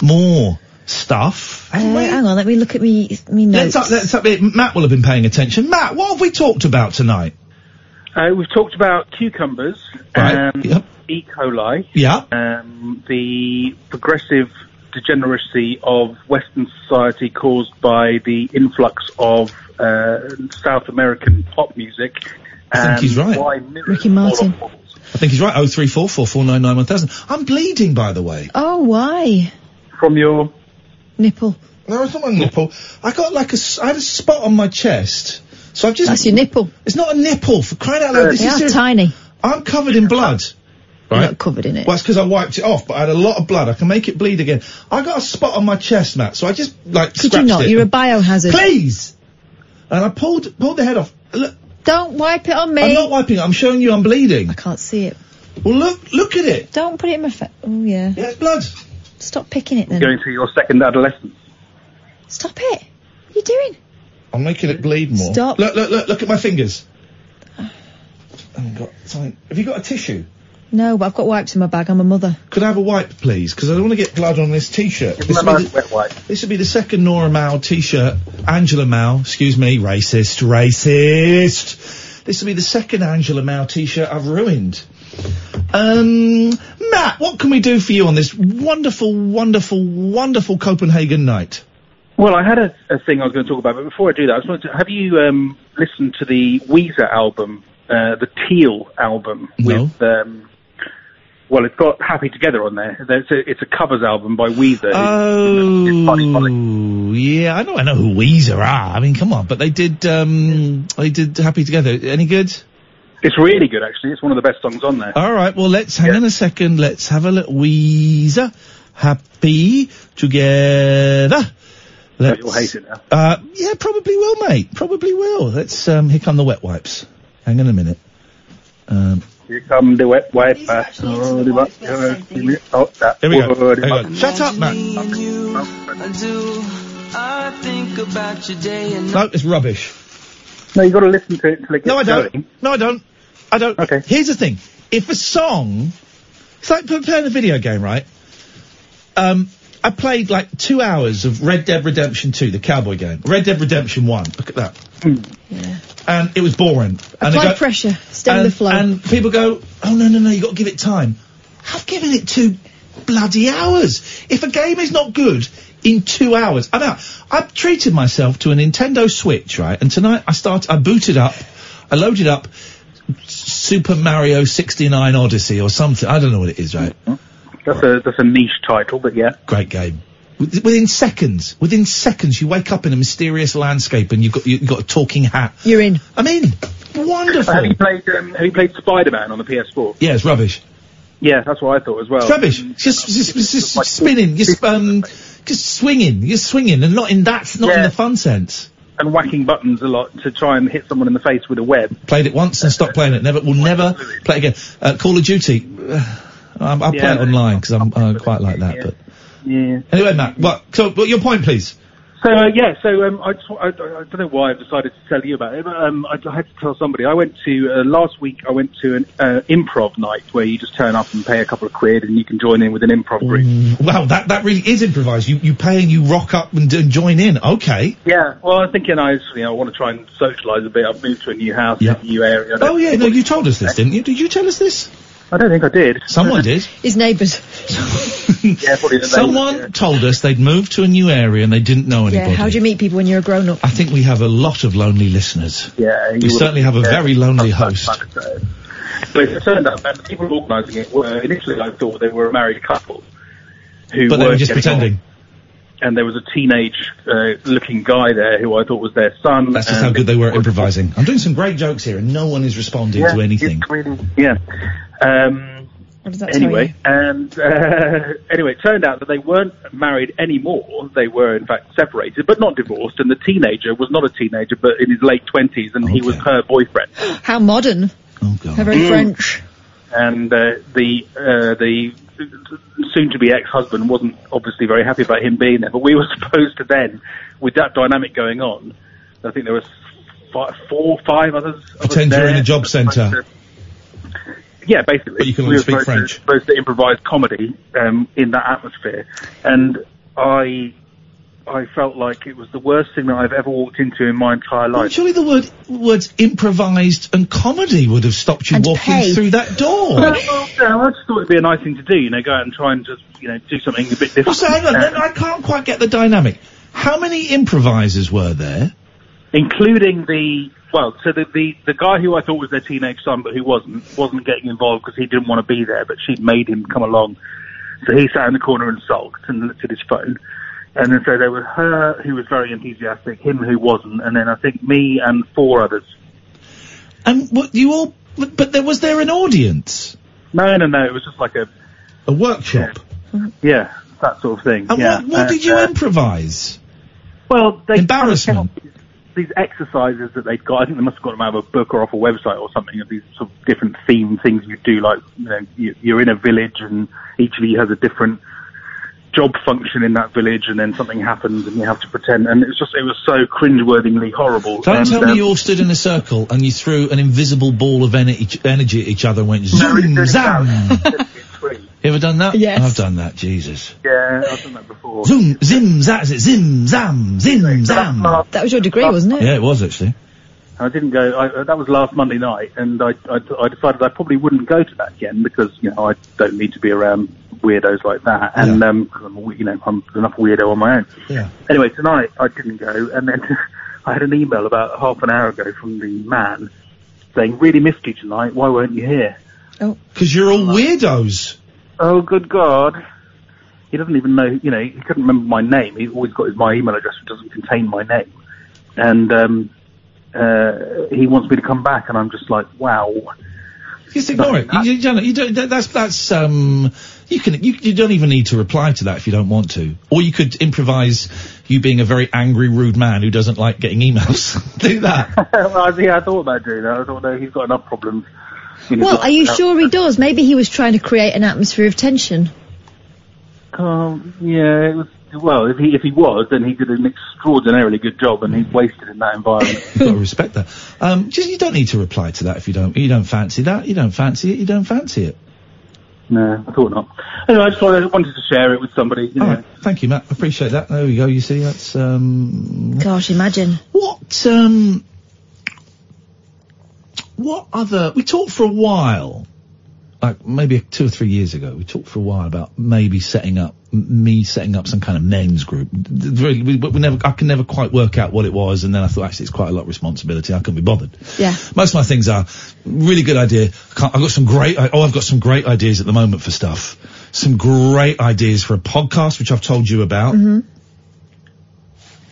[SPEAKER 3] more stuff.
[SPEAKER 5] Uh, hang on, let me look at me, me notes.
[SPEAKER 3] Let's up, let's up it. Matt will have been paying attention. Matt, what have we talked about tonight?
[SPEAKER 25] Uh, we've talked about cucumbers,
[SPEAKER 3] Right.
[SPEAKER 25] um, E. coli,
[SPEAKER 3] Yeah.
[SPEAKER 25] um, the progressive degeneracy of Western society caused by the influx of uh, South American pop music.
[SPEAKER 3] I think
[SPEAKER 25] and
[SPEAKER 3] he's right.
[SPEAKER 25] Why mirrors
[SPEAKER 5] Ricky Martin.
[SPEAKER 3] I think he's right. Oh three four four four nine nine one thousand. I'm bleeding, by the way.
[SPEAKER 5] Oh, why?
[SPEAKER 25] From your
[SPEAKER 5] nipple.
[SPEAKER 3] No, it's not my nipple. I got like a, s- I had a spot on my chest. So I've just.
[SPEAKER 5] That's your nipple.
[SPEAKER 3] It's not a nipple for crying out loud. This
[SPEAKER 5] they
[SPEAKER 3] is
[SPEAKER 5] are
[SPEAKER 3] serious.
[SPEAKER 5] tiny.
[SPEAKER 3] I'm covered in blood. Right.
[SPEAKER 5] not covered in it.
[SPEAKER 3] Well, it's because I wiped it off, but I had a lot of blood. I can make it bleed again. I got a spot on my chest, Matt. So I just like
[SPEAKER 5] Could you
[SPEAKER 3] scratched
[SPEAKER 5] not?
[SPEAKER 3] it.
[SPEAKER 5] You're a biohazard.
[SPEAKER 3] Please. And I pulled pulled the head off. Look.
[SPEAKER 5] Don't wipe it on me.
[SPEAKER 3] I'm not wiping. it. I'm showing you I'm bleeding. I
[SPEAKER 5] can't see it.
[SPEAKER 3] Well, look look at it.
[SPEAKER 5] Don't put it in my face. Oh, yeah.
[SPEAKER 3] Yeah, blood.
[SPEAKER 5] Stop picking it then.
[SPEAKER 25] going through your second adolescence.
[SPEAKER 5] Stop it. What are you doing?
[SPEAKER 3] I'm making it bleed more.
[SPEAKER 5] Stop.
[SPEAKER 3] Look look look look at my fingers. I've got something. Have you got a tissue?
[SPEAKER 5] No, but I've got wipes in my bag. I'm a mother.
[SPEAKER 3] Could I have a wipe, please? Because I don't want to get blood on this T-shirt. This would, be the, this would be the second Nora Mao T-shirt. Angela Mao, excuse me, racist, racist. This will be the second Angela Mao T-shirt I've ruined. Um, Matt, what can we do for you on this wonderful, wonderful, wonderful Copenhagen night?
[SPEAKER 25] Well, I had a, a thing I was going to talk about, but before I do that, I just wanted to have you um, listened to the Weezer album uh, the Teal album
[SPEAKER 3] No.
[SPEAKER 25] with. Um, well, it's got Happy Together on there. It's a, it's a covers album by Weezer.
[SPEAKER 3] Uh, Oh, yeah. I know. I know who Weezer are. I mean, come on. But they did. Um, they did Happy Together. Any good?
[SPEAKER 25] It's really good, actually. It's one of the best songs on there.
[SPEAKER 3] All right. Well, let's hang on a second. Let's have a little Weezer. Happy together.
[SPEAKER 25] So you'll hate it now.
[SPEAKER 3] Uh, yeah, probably will, mate. Probably will. Let's. Um, here come the wet wipes. Hang on a minute. Um,
[SPEAKER 25] Here come the wet wipe. uh, oh, the wet- Oh, that.
[SPEAKER 3] Here we go.
[SPEAKER 25] oh, the
[SPEAKER 3] Hang
[SPEAKER 25] wet-
[SPEAKER 3] on. Shut up, man. No, it's rubbish.
[SPEAKER 25] No, you've got to listen to it till it gets
[SPEAKER 3] No, I don't.
[SPEAKER 25] going.
[SPEAKER 3] No, I don't. I don't. Okay. Here's the thing. If a song, it's like playing a video game, right? Um, I played like two hours of Red Dead Redemption 2, the cowboy game. Red Dead Redemption 1. Look at that.
[SPEAKER 25] Hmm.
[SPEAKER 3] And it was boring. And
[SPEAKER 5] Apply
[SPEAKER 3] I go-
[SPEAKER 5] pressure. Stay
[SPEAKER 3] and,
[SPEAKER 5] with the flow.
[SPEAKER 3] And people go, oh no, no, no, you've got to give it time. I've given it two bloody hours. If a game is not good in two hours, I'm out. I've treated myself to a Nintendo Switch, right? And tonight I start, I booted up, I loaded up Super Mario 69 Odyssey or something. I don't know what it is, right?
[SPEAKER 25] That's a that's a niche title, but yeah.
[SPEAKER 3] Great game. With- Within seconds, within seconds, you wake up in a mysterious landscape and you've got you've got a talking hat.
[SPEAKER 5] You're in.
[SPEAKER 3] I'm in. Wonderful.
[SPEAKER 25] Have you played um, Have you played Spider Man on the PS4?
[SPEAKER 3] Yeah, it's rubbish.
[SPEAKER 25] Yeah, that's what I thought as well.
[SPEAKER 3] It's rubbish. It's just, it's just, it's just spinning. You're sp- um, just swinging. You're swinging, and not in that, not in the fun sense.
[SPEAKER 25] And whacking buttons a lot to try and hit someone in the face with a web.
[SPEAKER 3] Played it once and stopped playing it. Never, will never play again. Uh, Call of Duty. Uh, I'll, I'll
[SPEAKER 25] Yeah.
[SPEAKER 3] play it online because I'm uh, quite like that. But
[SPEAKER 25] Yeah.
[SPEAKER 3] anyway, Matt, what? So, what your point, please?
[SPEAKER 25] So uh, yeah, so um, I, just, I, I don't know why I've decided to tell you about it, but um, I, I had to tell somebody. I went to uh, last week. I went to an uh, improv night where you just turn up and pay a couple of quid, and you can join in with an improv group.
[SPEAKER 3] Wow, that that really is improvised. You you pay and you rock up and, and join in. Okay.
[SPEAKER 25] Yeah, well, I was thinking I, was, you know, I want to try and socialise a bit. I've moved to a new house,
[SPEAKER 3] Yeah.
[SPEAKER 25] a new area.
[SPEAKER 3] Oh yeah, no, you told us this, didn't you? Did you tell us this?
[SPEAKER 25] I don't think I did.
[SPEAKER 3] Someone did.
[SPEAKER 5] His neighbours.
[SPEAKER 25] yeah, probably the
[SPEAKER 3] Someone told us they'd moved to a new area and they didn't know
[SPEAKER 5] Yeah,
[SPEAKER 3] anybody.
[SPEAKER 5] how do you meet people when you're a grown up?
[SPEAKER 3] I think we have a lot of lonely listeners.
[SPEAKER 25] Yeah,
[SPEAKER 3] we certainly have a very lonely host.
[SPEAKER 25] But it turned out that the people organising it were initially I thought they were a married couple, who
[SPEAKER 3] but they were
[SPEAKER 25] were
[SPEAKER 3] just
[SPEAKER 25] getting on.
[SPEAKER 3] pretending.
[SPEAKER 25] and there was a teenage-looking guy there who I thought was their son.
[SPEAKER 3] That's just
[SPEAKER 25] and
[SPEAKER 3] how good they were at improvising. I'm doing some great jokes here, and no one is responding
[SPEAKER 25] Yeah,
[SPEAKER 3] to anything.
[SPEAKER 25] Yeah. Um,
[SPEAKER 5] that tell
[SPEAKER 25] anyway, and uh, anyway, it turned out that they weren't married anymore. They were, in fact, separated, but not divorced. And the teenager was not a teenager, but in his late twenties, and he was her boyfriend.
[SPEAKER 5] How modern.
[SPEAKER 3] Oh, God.
[SPEAKER 5] How very
[SPEAKER 25] Mm.
[SPEAKER 5] French.
[SPEAKER 25] And uh, the uh, the soon-to-be ex-husband wasn't obviously very happy about him being there. But we were supposed to then, with that dynamic going on, I think there was five, four, five others. others
[SPEAKER 3] Pretend you're in
[SPEAKER 25] there.
[SPEAKER 3] a job centre.
[SPEAKER 25] Yeah, basically.
[SPEAKER 3] But you can only
[SPEAKER 25] we were
[SPEAKER 3] speak
[SPEAKER 25] supposed
[SPEAKER 3] French.
[SPEAKER 25] To, supposed to improvise comedy um, in that atmosphere, and I, I felt like it was the worst thing that I've ever walked into in my entire
[SPEAKER 3] Well,
[SPEAKER 25] life.
[SPEAKER 3] surely the word words improvised and comedy would have stopped you walking
[SPEAKER 25] pay.
[SPEAKER 3] through that door.
[SPEAKER 25] Well, yeah, I just thought it'd be a nice thing to do, you know, go out and try and just, you know, do something a bit different.
[SPEAKER 3] Well, so hang on,
[SPEAKER 25] Uh,
[SPEAKER 3] then I can't quite get the dynamic. How many improvisers were there?
[SPEAKER 25] including the well, so the, the the guy who I thought was their teenage son, but who wasn't, wasn't getting involved because he didn't want to be there, but she'd made him come along. So he sat in the corner and sulked and looked at his phone. And then so there was her who was very enthusiastic, him who wasn't, and then I think me and four others.
[SPEAKER 3] And what you all? But, but there was there an audience?
[SPEAKER 25] No, no, no. It was just like a
[SPEAKER 3] a workshop.
[SPEAKER 25] Yeah, that sort of thing.
[SPEAKER 3] And
[SPEAKER 25] yeah.
[SPEAKER 3] what, what did you
[SPEAKER 25] And, uh,
[SPEAKER 3] improvise?
[SPEAKER 25] Well, they
[SPEAKER 3] embarrassment.
[SPEAKER 25] these exercises that they'd got, I think they must have got them out of a book or off a website or something, of these sort of different theme things you do, like, you know, you, you're in a village and each of you has a different job function in that village and then something happens and you have to pretend, and it was just, it was so cringeworthingly horrible.
[SPEAKER 3] Don't
[SPEAKER 25] And,
[SPEAKER 3] tell me
[SPEAKER 25] um,
[SPEAKER 3] you all stood in a circle and you threw an invisible ball of en- each- energy at each other and went zoom, zam. you ever done that? Yes. I've done that, Jesus.
[SPEAKER 25] Yeah, I've done that before.
[SPEAKER 3] Zoom, zim, zam, is it zim, zam, zim, zam.
[SPEAKER 5] That was your degree, wasn't it?
[SPEAKER 3] Yeah, it was actually.
[SPEAKER 25] I didn't go. I, uh, that was last Monday night, and I, I, I decided I probably wouldn't go to that again because you know I don't need to be around weirdos like that, and um 'cause I'm a we- you know I'm enough weirdo on my own.
[SPEAKER 3] Yeah.
[SPEAKER 25] Anyway, tonight I didn't go, and then I had an email about half an hour ago from the man saying, really missed you tonight. Why weren't you here?
[SPEAKER 5] Oh.
[SPEAKER 3] Because you're all weirdos.
[SPEAKER 25] Oh, good God. He doesn't even know, you know, he couldn't remember my name. He's always got his, my email address, which doesn't contain my name. And um, uh, he wants me to come back, and I'm just like, wow.
[SPEAKER 3] Just ignore it. You, you don't, you don't, that- that's that's um. You can you, you don't even need to reply to that if you don't want to, or you could improvise you being a very angry, rude man who doesn't like getting emails. Do that.
[SPEAKER 25] I, yeah, I thought about doing that. I thought, no, he's got enough problems. You know,
[SPEAKER 5] Well,
[SPEAKER 25] just-
[SPEAKER 5] are you
[SPEAKER 25] uh,
[SPEAKER 5] sure he does? Maybe he was trying to create an atmosphere of tension.
[SPEAKER 25] Um, yeah, it was. Well, if he if he was, then he did an extraordinarily good job, and he's wasted in that environment.
[SPEAKER 3] You've got to respect that. Um, just you don't need to reply to that if you don't you don't fancy that. You don't fancy it. You don't fancy it.
[SPEAKER 25] No, I thought not. Anyway, I just wanted, wanted to share it with somebody. You know.
[SPEAKER 3] All right. Thank you, Matt. I Appreciate that. There we go. You see, that's um.
[SPEAKER 5] Gosh, imagine.
[SPEAKER 3] What um. What other? We talked for a while, like maybe two or three years ago. We talked for a while about maybe setting up m- me setting up some kind of men's group. Th- Really, we, we never. I can never quite work out what it was, and then I thought actually it's quite a lot of responsibility. I couldn't be bothered.
[SPEAKER 5] Yeah.
[SPEAKER 3] Most of my things are really good idea. Can't, I've got some great. I- Oh, I've got some great ideas at the moment for stuff. Some great ideas for a podcast, which I've told you about.
[SPEAKER 5] hmm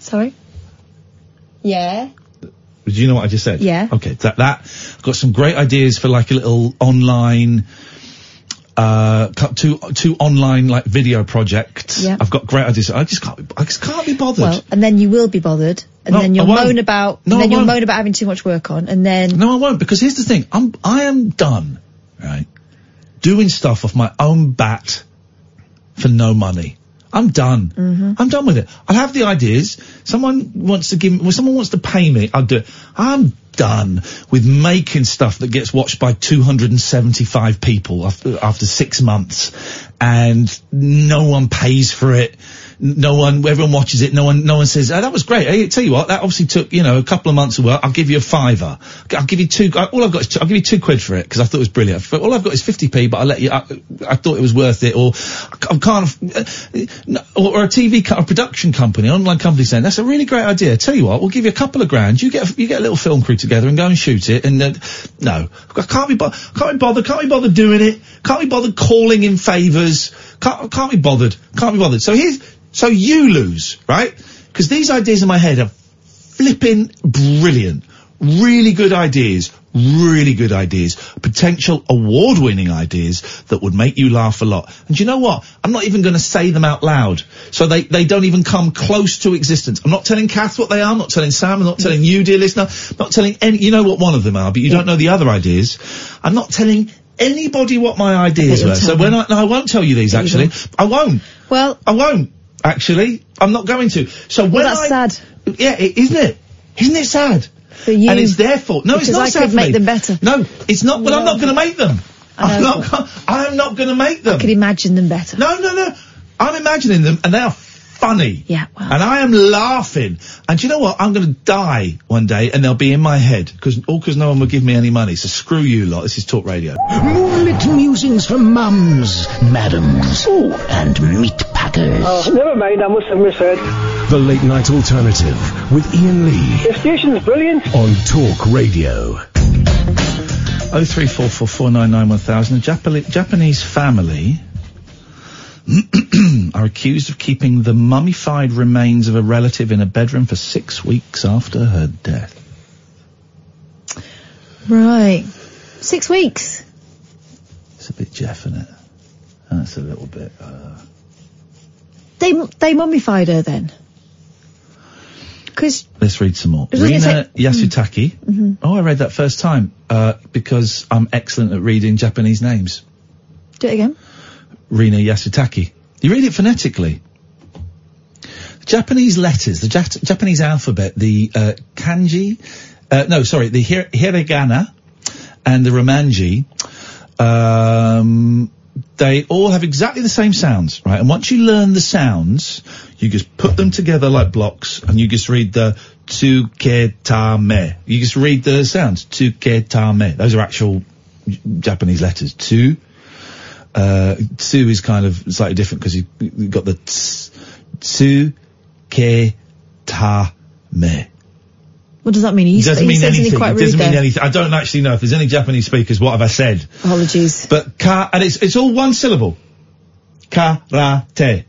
[SPEAKER 5] Sorry? Yeah.
[SPEAKER 3] Do you know what I just said?
[SPEAKER 5] Yeah.
[SPEAKER 3] Okay. That that I've got some great ideas for like a little online. Uh, cu- two two online like video projects.
[SPEAKER 5] Yeah.
[SPEAKER 3] I've got great ideas. I just can't. I just can't be bothered.
[SPEAKER 5] Well, and then you will be bothered, and
[SPEAKER 3] No,
[SPEAKER 5] then you'll
[SPEAKER 3] I won't.
[SPEAKER 5] moan about,
[SPEAKER 3] No,
[SPEAKER 5] and then
[SPEAKER 3] I
[SPEAKER 5] you'll
[SPEAKER 3] won't.
[SPEAKER 5] moan about having too much work on, and then
[SPEAKER 3] no, I won't because here's the thing. I'm I am done. Right. Doing stuff off my own bat for no money. I'm done. I'm done with it. I'll have the ideas. Someone wants to give me, well, someone wants to pay me. I'll do it. I'm done with making stuff that gets watched by 275 people after, after six months and no one pays for it. No one, everyone watches it. No one, no one says, oh, that was great. Hey, tell you what, that obviously took, you know, a couple of months of work. I'll give you a fiver. I'll give you two, all I've got is, two, I'll give you two quid for it because I thought it was brilliant. But all I've got is 50p, but I let you, I, I thought it was worth it or I can't, no, or, or a TV, co- a production company, an online company saying, that's a really great idea. Tell you what, we'll give you a couple of grand. You get, a, you get a little film crew together and go and shoot it. And uh, no, I can't be, bo- can't be bothered, can't be bothered doing it. Can't be bothered calling in favors. Can't, can't be bothered, can't be bothered. So here's, so you lose, right? Because these ideas in my head are flipping brilliant. Really good ideas. Really good ideas. Potential award winning ideas that would make you laugh a lot. And do you know what? I'm not even going to say them out loud. So they, they don't even come close to existence. I'm not telling Kath what they are. I'm not telling Sam. I'm not telling you, dear listener. I'm not telling any, you know what one of them are, but you don't know the other ideas. I'm not telling anybody what my ideas
[SPEAKER 8] you'll
[SPEAKER 3] were. So
[SPEAKER 8] tell
[SPEAKER 3] when I, no, I won't tell you these
[SPEAKER 8] Yeah, you
[SPEAKER 3] actually. I won't.
[SPEAKER 5] Well,
[SPEAKER 3] I won't actually. I'm not going to. So when
[SPEAKER 5] that's
[SPEAKER 3] I,
[SPEAKER 5] sad.
[SPEAKER 3] Yeah, it, isn't it? Isn't it sad?
[SPEAKER 5] For you.
[SPEAKER 3] And it's their fault. No, it's
[SPEAKER 5] Because
[SPEAKER 3] not
[SPEAKER 5] I
[SPEAKER 3] sad
[SPEAKER 5] could
[SPEAKER 3] for
[SPEAKER 5] make
[SPEAKER 3] me.
[SPEAKER 5] them better.
[SPEAKER 3] No, it's not. Well, I'm not going to make them.
[SPEAKER 5] I
[SPEAKER 3] I'm
[SPEAKER 5] know.
[SPEAKER 3] not. go- I'm not going to make them.
[SPEAKER 5] I could imagine them better.
[SPEAKER 3] No, no, no. I'm imagining them, and they are funny.
[SPEAKER 5] Yeah,
[SPEAKER 3] And I am laughing. And do you know what? I'm going to die one day, and they'll be in my head because all because no one will give me any money. So screw you lot. This is Talk Radio.
[SPEAKER 10] Moonlit musings from mums, madams, and meat packers.
[SPEAKER 16] Oh, never mind, I must have misheard.
[SPEAKER 2] The Late Night Alternative with Ian Lee
[SPEAKER 16] The station's brilliant.
[SPEAKER 2] on Talk Radio.
[SPEAKER 3] Oh three four four four nine nine one thousand. A Japali- Japanese family are accused of keeping the mummified remains of a relative in a bedroom for six weeks after her death.
[SPEAKER 5] Right. Six weeks.
[SPEAKER 3] It's a bit Jeff, isn't it? That's a little bit. Uh,
[SPEAKER 5] They they mummified her then. Because
[SPEAKER 3] let's read some more.
[SPEAKER 5] I was gonna
[SPEAKER 3] Rina
[SPEAKER 5] say-
[SPEAKER 3] Yasutaki. Oh, I read that first time uh, because I'm excellent at reading Japanese names.
[SPEAKER 5] do it again.
[SPEAKER 3] Rina Yasutaki. You read it phonetically. The Japanese letters, the Jap- Japanese alphabet, the uh, kanji, uh, no, sorry, the hir- hiragana and the romanji, um, they all have exactly the same sounds, right? And once you learn the sounds, you just put them together like blocks and you just read the tsuketame. You just read the sounds, tsuketame. Those are actual J- Japanese letters. Tsu uh, tsu is kind of slightly different because you, you've got the ts, tsu, ke, ta, me.
[SPEAKER 5] What does that mean? You,
[SPEAKER 3] It doesn't
[SPEAKER 5] you
[SPEAKER 3] mean
[SPEAKER 5] said
[SPEAKER 3] anything.
[SPEAKER 5] something quite
[SPEAKER 3] It
[SPEAKER 5] rude
[SPEAKER 3] doesn't
[SPEAKER 5] there.
[SPEAKER 3] mean anything. I don't actually know if there's any Japanese speakers. What have I said?
[SPEAKER 5] Apologies.
[SPEAKER 3] But ka, and it's it's all one syllable. Karate,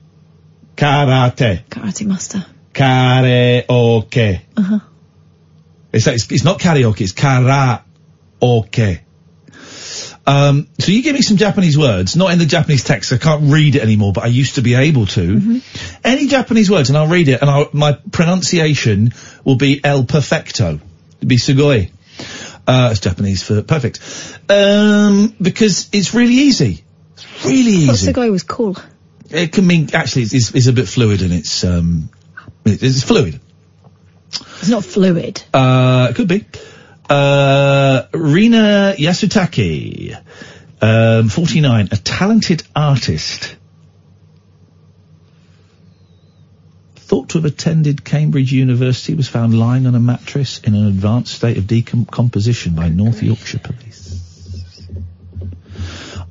[SPEAKER 3] karate,
[SPEAKER 5] Karate master.
[SPEAKER 3] karaoke.
[SPEAKER 5] Uh huh.
[SPEAKER 3] It's like, it's, it's not karaoke. It's karaoke. Um, so you give me some Japanese words, not in the Japanese text. I can't read it anymore, but I used to be able to. Any Japanese words, and I'll read it, and I'll, my pronunciation will be el perfecto. It'd be sugoi. Uh, it's Japanese for perfect. Um, because it's really easy. It's really
[SPEAKER 5] I thought
[SPEAKER 3] easy.
[SPEAKER 5] Sugoi was cool.
[SPEAKER 3] It can mean, actually, it's, it's, it's a bit fluid and it's, um, it- it's fluid.
[SPEAKER 5] It's not fluid.
[SPEAKER 3] Uh, it could be. Uh, Rina Yasutake, um, 49, a talented artist. Thought to have attended Cambridge University, was found lying on a mattress in an advanced state of decomposition by North Yorkshire police.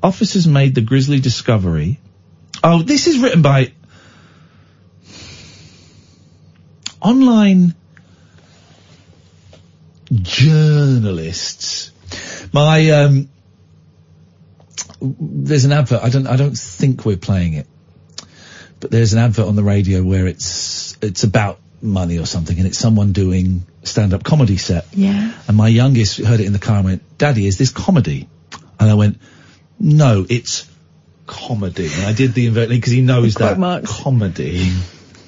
[SPEAKER 3] Officers made the grisly discovery. Oh, this is written by online journalists. My um, there's an advert. I don't. I don't think we're playing it, but there's an advert on the radio where it's it's about money or something, and it's someone doing stand-up comedy set.
[SPEAKER 5] Yeah.
[SPEAKER 3] And my youngest heard it in the car and went, "Daddy, is this comedy?" And I went, "No, it's comedy." And I did the invert because he knows that comedy.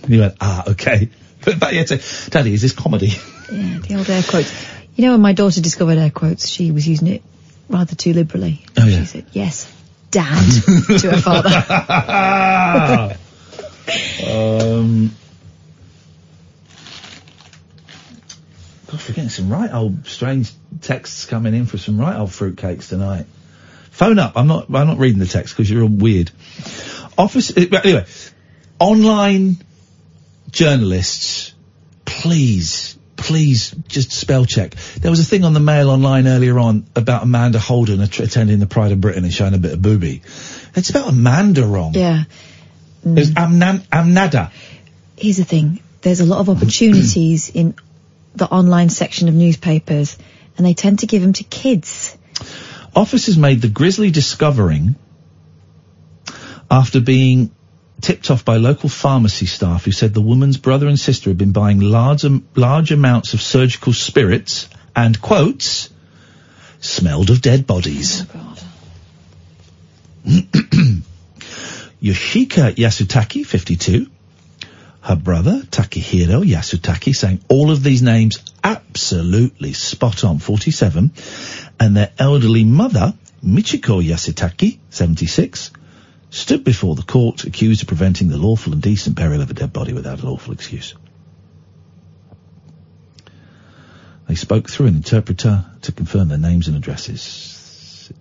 [SPEAKER 3] And he went, "Ah, okay." But back yet, "Daddy, is this comedy?"
[SPEAKER 5] Yeah, the old air quotes. You know, when my daughter discovered air quotes, she was using it rather too liberally.
[SPEAKER 3] Oh yeah.
[SPEAKER 5] She said, yes, dad, to her father.
[SPEAKER 3] um, gosh, we're getting some right old strange texts coming in for some right old fruitcakes tonight. Phone up. I'm not. I'm not reading the text because you're all weird. Office. eh, but Anyway, online journalists, please, please, just spell check. There was a thing on the Mail online earlier on about Amanda Holden att- attending the Pride of Britain and showing a bit of booby. They spelled Amanda wrong.
[SPEAKER 5] Yeah.
[SPEAKER 3] It was Amnan, Amnada.
[SPEAKER 5] Here's the thing. There's a lot of opportunities in the online section of newspapers and they tend to give them to kids.
[SPEAKER 3] Officers made the grisly discovering after being tipped off by local pharmacy staff who said the woman's brother and sister had been buying large, am- large amounts of surgical spirits and, quotes, smelled of dead bodies. Yoshika Yasutaki, 52, her brother, Takehiro Yasutaki, sang all of these names absolutely spot on, 47, and their elderly mother, Michiko Yasutaki, 76, stood before the court accused of preventing the lawful and decent burial of a dead body without a lawful excuse. They spoke through an interpreter to confirm their names and addresses.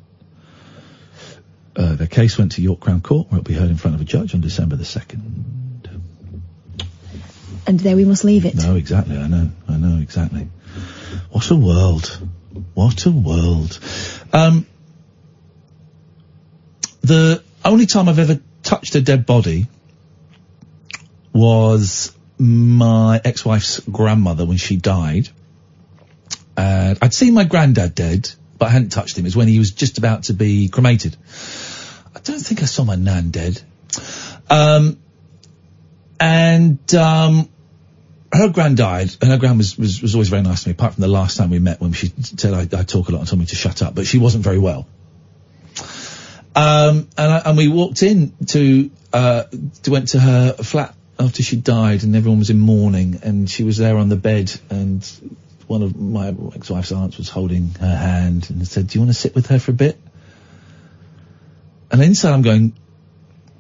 [SPEAKER 3] Uh, their case went to York Crown Court, where it'll be heard in front of a judge on December the 2nd.
[SPEAKER 5] And there we must leave it.
[SPEAKER 3] No, exactly. I know. I know exactly. What a world! What a world! Um, the only time I've ever touched a dead body was my ex-wife's grandmother when she died. And I'd seen my granddad dead, but I hadn't touched him. It was when he was just about to be cremated. I don't think I saw my nan dead. Um, and um, her gran died, and her gran was, was, was always very nice to me, apart from the last time we met when she said I, I talk a lot and told me to shut up, but she wasn't very well. Um, and, I, and we walked in to, uh, to, went to her flat after she died, and everyone was in mourning, and she was there on the bed, and one of my ex-wife's aunts was holding her hand and said, "Do you want to sit with her for a bit?" And inside, I'm going,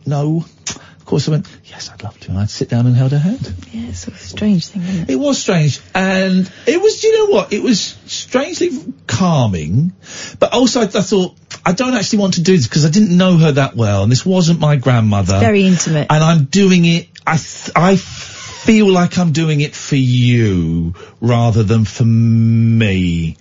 [SPEAKER 3] "No." Of course, I went, "Yes, I'd love to," and I sit down and held her hand.
[SPEAKER 5] Yeah, it's a strange thing, isn't it?
[SPEAKER 3] It was strange, and it was. do You know what? It was strangely calming, but also I, I thought I don't actually want to do this because I didn't know her that well, and this wasn't my grandmother.
[SPEAKER 5] Very intimate.
[SPEAKER 3] and I'm doing it. I th- I feel like I'm doing it for you rather than for me.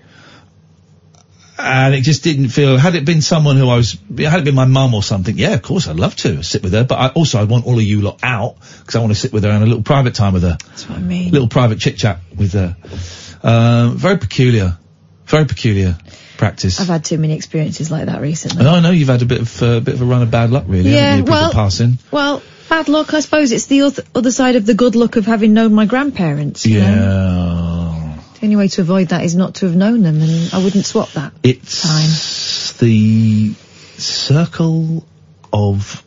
[SPEAKER 3] And it just didn't feel. Had it been someone who I was, had it been my mum or something, yeah, of course I'd love to sit with her. But I also I want all of you lot out because I want to sit with her and a little private time with her. That's
[SPEAKER 5] what I mean.
[SPEAKER 3] Little private chit chat with her. Um, very peculiar, very peculiar practice.
[SPEAKER 5] I've had too many experiences like that recently.
[SPEAKER 3] And I know you've had a bit of uh, bit of a run of bad luck, really.
[SPEAKER 5] Yeah,
[SPEAKER 3] haven't you? People
[SPEAKER 5] well-
[SPEAKER 3] passing.
[SPEAKER 5] Well, bad luck, I suppose. It's the oth- other side of the good luck of having known my grandparents. you know?
[SPEAKER 3] Yeah,
[SPEAKER 5] The only way to avoid that is not to have known them, and I wouldn't swap that.
[SPEAKER 3] it's the circle of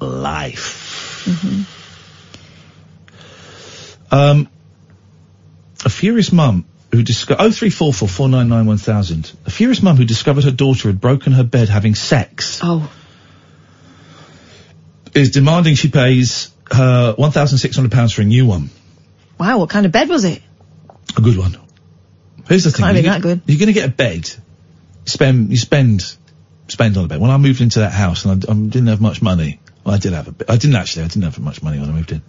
[SPEAKER 3] life.
[SPEAKER 5] hmm
[SPEAKER 3] Um, a furious mum who discovered oh three four four four nine nine one thousand. A furious mum who discovered her daughter had broken her bed having sex.
[SPEAKER 5] Oh.
[SPEAKER 3] Is demanding she pays her one thousand six hundred pounds for a new one.
[SPEAKER 5] Wow, what kind of bed was it?
[SPEAKER 3] A good one. Here's the thing.
[SPEAKER 5] Can't be
[SPEAKER 3] you're
[SPEAKER 5] that
[SPEAKER 3] go-
[SPEAKER 5] good.
[SPEAKER 3] You're going to get a bed. Spend you spend spend on a bed. When I moved into that house and I, I didn't have much money. Well, I did have a bit. I didn't actually. I didn't have much money when I moved in,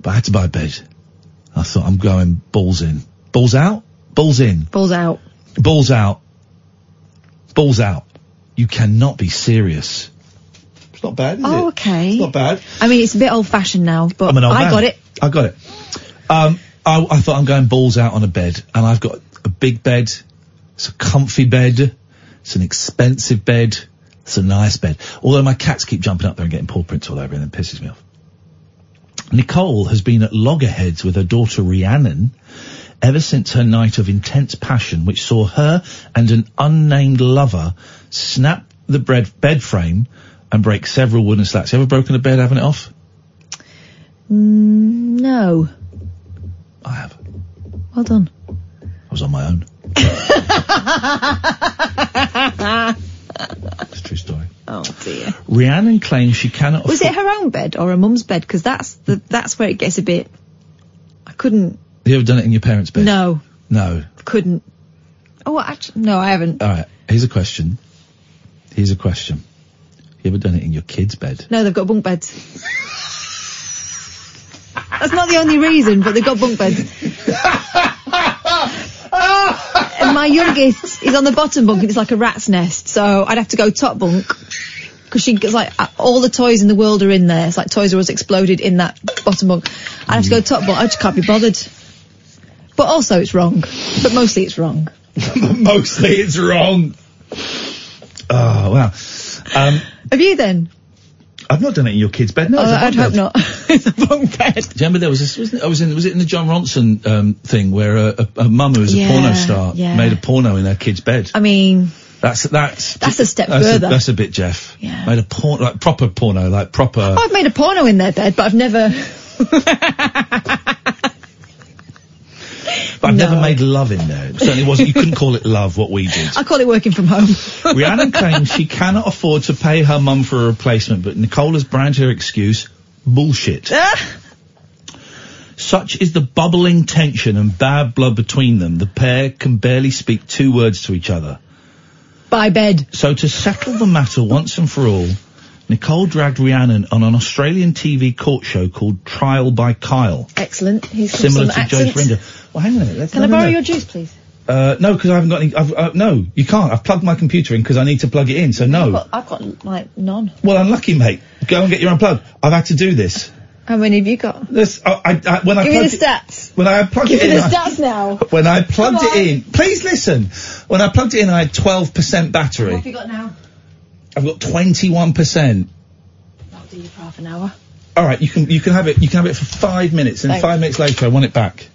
[SPEAKER 3] but I had to buy a bed. I thought I'm going balls in, balls out, balls in,
[SPEAKER 5] balls out,
[SPEAKER 3] balls out, balls out. You cannot be serious. It's not bad, is
[SPEAKER 5] oh,
[SPEAKER 3] it?
[SPEAKER 5] okay.
[SPEAKER 3] Not bad.
[SPEAKER 5] I mean, it's a bit old-fashioned now, but
[SPEAKER 3] I'm an old
[SPEAKER 5] I
[SPEAKER 3] man.
[SPEAKER 5] got it.
[SPEAKER 3] I got it. Um, I, I thought I'm going balls out on a bed, and I've got a big bed. It's a comfy bed. It's an expensive bed. It's a nice bed. Although my cats keep jumping up there and getting paw prints all over, it and it pisses me off. Nicole has been at loggerheads with her daughter Rhiannon ever since her night of intense passion, which saw her and an unnamed lover snap the bread, bed frame and break several wooden slats. You ever broken a bed having it off?
[SPEAKER 5] Mm, no.
[SPEAKER 3] I have.
[SPEAKER 5] Well done.
[SPEAKER 3] I was on my own. It's a true story.
[SPEAKER 5] Oh dear.
[SPEAKER 3] Rhiannon claims she cannot.
[SPEAKER 5] Was it her own bed or her mum's bed? Because that's the that's where it gets a bit. I couldn't.
[SPEAKER 3] Have you ever done it in your parents' bed?
[SPEAKER 5] No,
[SPEAKER 3] No.
[SPEAKER 5] couldn't. Oh, actually, no, I haven't.
[SPEAKER 3] All right. Here's a question. Here's a question. You ever done it in your kids' bed?
[SPEAKER 5] No, they've got bunk beds. That's not the only reason, but they've got bunk beds. and my youngest is on the bottom bunk, and it's like a rat's nest. So I'd have to go top bunk because she gets like uh, all the toys in the world are in there. It's like Toys R Us exploded in that bottom bunk. I'd have to go top bunk. I just can't be bothered. But also, it's wrong. But mostly, it's wrong.
[SPEAKER 3] Mostly it's wrong. Oh, wow. Um,
[SPEAKER 5] Have you then?
[SPEAKER 3] I've not done it in your kids' bed. No,
[SPEAKER 5] oh,
[SPEAKER 3] it's a
[SPEAKER 5] I'd
[SPEAKER 3] bunk
[SPEAKER 5] hope
[SPEAKER 3] bed.
[SPEAKER 5] not. Do you
[SPEAKER 3] remember there was this? Wasn't it, I was in. Was it in the John Ronson um, thing where a, a, a mum who was a
[SPEAKER 5] Yeah,
[SPEAKER 3] porno star
[SPEAKER 5] yeah.
[SPEAKER 3] made a porno in her kid's bed?
[SPEAKER 5] I mean,
[SPEAKER 3] That's that's
[SPEAKER 5] That's a step
[SPEAKER 3] that's
[SPEAKER 5] further.
[SPEAKER 3] A, that's a bit, Jeff.
[SPEAKER 5] Yeah. Oh,
[SPEAKER 3] Made a porn like proper porno, like proper.
[SPEAKER 5] I've made a porno in their bed, but I've never.
[SPEAKER 3] But I've never made love in there. It certainly wasn't. You couldn't call it love. What we did.
[SPEAKER 5] I call it working from home.
[SPEAKER 3] Rihanna claims she cannot afford to pay her mum for a replacement, but Nicole has branded her excuse bullshit.
[SPEAKER 5] Ah!
[SPEAKER 3] Such is the bubbling tension and bad blood between them, the pair can barely speak two words to each other.
[SPEAKER 5] By bed.
[SPEAKER 3] So to settle the matter once and for all, Nicole dragged Rhiannon on an Australian TV court show called Trial by Kyle,
[SPEAKER 5] Excellent. He's got
[SPEAKER 3] similar
[SPEAKER 5] some
[SPEAKER 3] to
[SPEAKER 5] accents.
[SPEAKER 3] Joe Frinder. Well, hang on a minute. let's-
[SPEAKER 5] Can
[SPEAKER 3] no,
[SPEAKER 5] I
[SPEAKER 3] no,
[SPEAKER 5] borrow
[SPEAKER 3] no.
[SPEAKER 5] your juice, please?
[SPEAKER 3] Uh, no, because I haven't got any. I've, uh, no, you can't. I've plugged my computer in because I need to plug it in. So no.
[SPEAKER 5] Well, I've got like none.
[SPEAKER 3] Well, unlucky, mate. Go and get your own plug. I've had to do this.
[SPEAKER 5] How many have you got?
[SPEAKER 3] This I, I, I when I
[SPEAKER 5] Give me
[SPEAKER 3] plugged
[SPEAKER 5] the
[SPEAKER 3] it-
[SPEAKER 5] stats.
[SPEAKER 3] when I plugged
[SPEAKER 5] Give
[SPEAKER 3] it
[SPEAKER 5] me
[SPEAKER 3] in,
[SPEAKER 5] the
[SPEAKER 3] I-
[SPEAKER 5] stats now.
[SPEAKER 3] when I plugged
[SPEAKER 5] Come
[SPEAKER 3] it in, please listen. When I plugged it in, I had twelve percent
[SPEAKER 5] What have
[SPEAKER 3] battery.
[SPEAKER 5] you got now?
[SPEAKER 3] I've got twenty-one percent.
[SPEAKER 5] That'll do you for half an hour.
[SPEAKER 3] All right, you can you can have it. You can have it for five minutes, and
[SPEAKER 5] Thanks.
[SPEAKER 3] five minutes later, I want it back.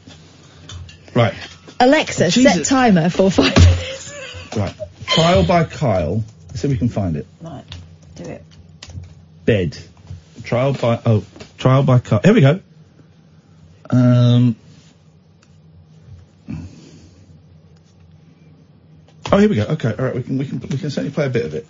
[SPEAKER 3] Right,
[SPEAKER 5] Alexa, set timer for five minutes.
[SPEAKER 3] right. Kyle by Kyle. Let's see if we can find it.
[SPEAKER 5] Right, do it.
[SPEAKER 3] bed. Trial by oh, trial by car. Here we go. Um. Oh, here we go. Okay, all right. We can we can we can certainly play a bit of it.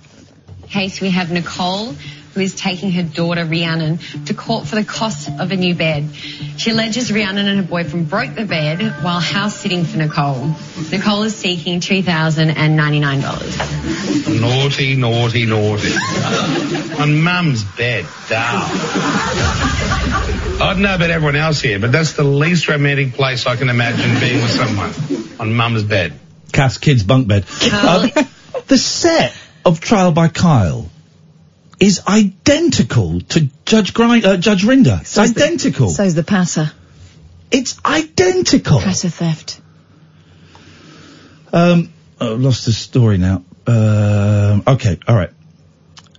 [SPEAKER 11] case, we have Nicole, who is taking her daughter Rhiannon to court for the cost of a new bed. She alleges Rhiannon and her boyfriend broke the bed while house sitting for Nicole. Nicole is seeking $2,099.
[SPEAKER 12] Naughty, naughty, naughty. On mum's bed, down. I don't know about everyone else here, but that's the least romantic place I can imagine being with someone. On mum's bed.
[SPEAKER 3] Cass kids bunk bed. Um, the set of Trial by Kyle is identical to Judge Grind, uh, Judge Rinder. It's identical.
[SPEAKER 5] So's the patter.
[SPEAKER 3] It's identical.
[SPEAKER 5] Patter theft.
[SPEAKER 3] Um, oh, I've lost the story now. Um, okay, all right.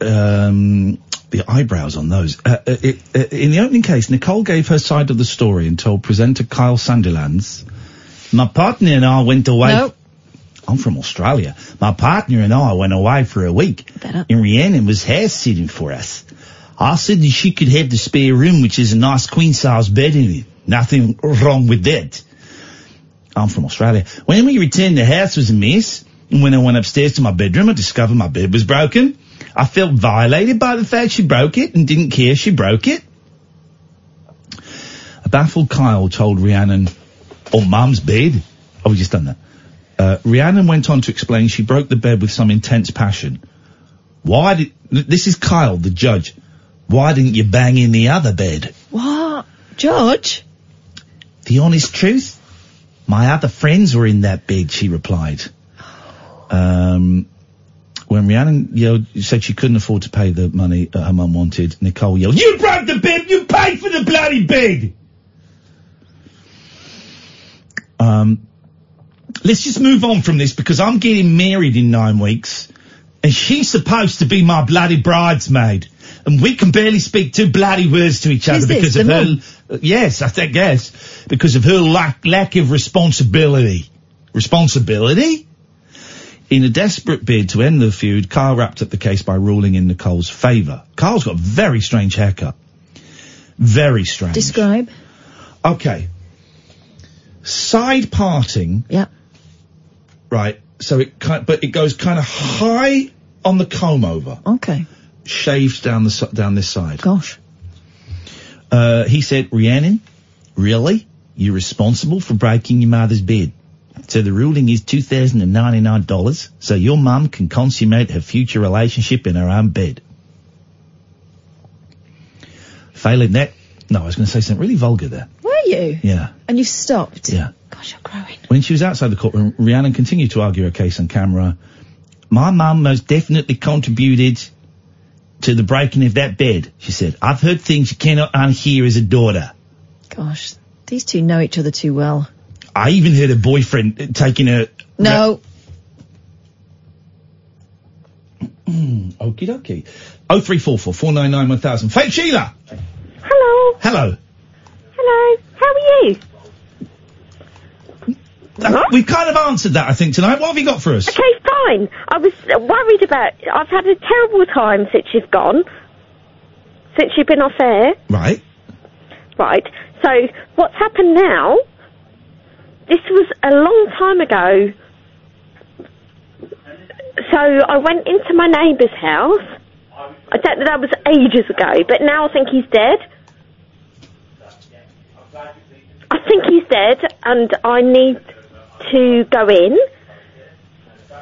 [SPEAKER 3] Um, the eyebrows on those. Uh, uh, it, uh, in the opening case, Nicole gave her side of the story and told presenter Kyle Sandilands, "My partner and I went away."
[SPEAKER 8] No.
[SPEAKER 3] I'm from Australia. My partner and I went away for a week, and Rhiannon was house sitting for us. I said that she could have the spare room, which is a nice queen size bed in it. Nothing wrong with that. I'm from Australia. When we returned, the house was a mess. And when I went upstairs to my bedroom, I discovered my bed was broken. I felt violated by the fact she broke it and didn't care she broke it. A baffled Kyle told Rhiannon, on Mum's bed. Oh, we just done that. Uh, Rhiannon went on to explain she broke the bed with some intense passion. Why did, this is Kyle, the judge. Why didn't you bang in the other bed?
[SPEAKER 5] What? George?
[SPEAKER 3] The honest truth? My other friends were in that bed, she replied. Um, when Rhiannon yelled, said she couldn't afford to pay the money that her mum wanted, Nicole yelled, You broke the bed! You paid for the bloody bed! Um, let's just move on from this because I'm getting married in nine weeks and she's supposed to be my bloody bridesmaid. And we can barely speak two bloody words to each other
[SPEAKER 8] Who's this,
[SPEAKER 3] because of
[SPEAKER 8] the
[SPEAKER 3] her.
[SPEAKER 8] mum?
[SPEAKER 3] Yes, I think yes, because of her lack lack of responsibility. Responsibility. In a desperate bid to end the feud, Kyle wrapped up the case by ruling in Nicole's favour. Kyle's got a very strange haircut. Very strange.
[SPEAKER 5] Describe.
[SPEAKER 3] Okay. Side parting.
[SPEAKER 5] Yeah.
[SPEAKER 3] Right. So it kind, but it goes kind of high on the comb over.
[SPEAKER 5] Okay.
[SPEAKER 3] Shaved down the si- down this side.
[SPEAKER 5] Gosh.
[SPEAKER 3] Uh, he said, Rhiannon, really? You're responsible for breaking your mother's bed. So the ruling is two thousand and ninety nine dollars. So your mum can consummate her future relationship in her own bed. Failing that, no, I was going to say something really vulgar there.
[SPEAKER 5] Were you?
[SPEAKER 3] Yeah.
[SPEAKER 5] And you've stopped?
[SPEAKER 3] Yeah.
[SPEAKER 5] Gosh, you're growing.
[SPEAKER 3] When she was outside the courtroom, Rhiannon continued to argue her case on camera. My mum most definitely contributed to the breaking of that bed, she said. I've heard things you cannot unhear as a daughter.
[SPEAKER 5] Gosh, these two know each other too well.
[SPEAKER 3] I even heard her boyfriend uh, taking her.
[SPEAKER 5] No.
[SPEAKER 3] Mm, Oh okie dokie. 0344 499 1000. Fake Sheila! Hello. Hello.
[SPEAKER 13] Hello. How are you?
[SPEAKER 3] That- Uh, We've kind of answered that, I think, tonight. What have you got for us?
[SPEAKER 13] Okay, fine. I was uh, worried about. I've had a terrible time since you've gone, since you've been off air.
[SPEAKER 3] Right.
[SPEAKER 13] Right. So what's happened now? This was a long time ago. So I went into my neighbour's house. I don't know. That was ages ago, but now I think he's dead. I think he's dead, and I need to go in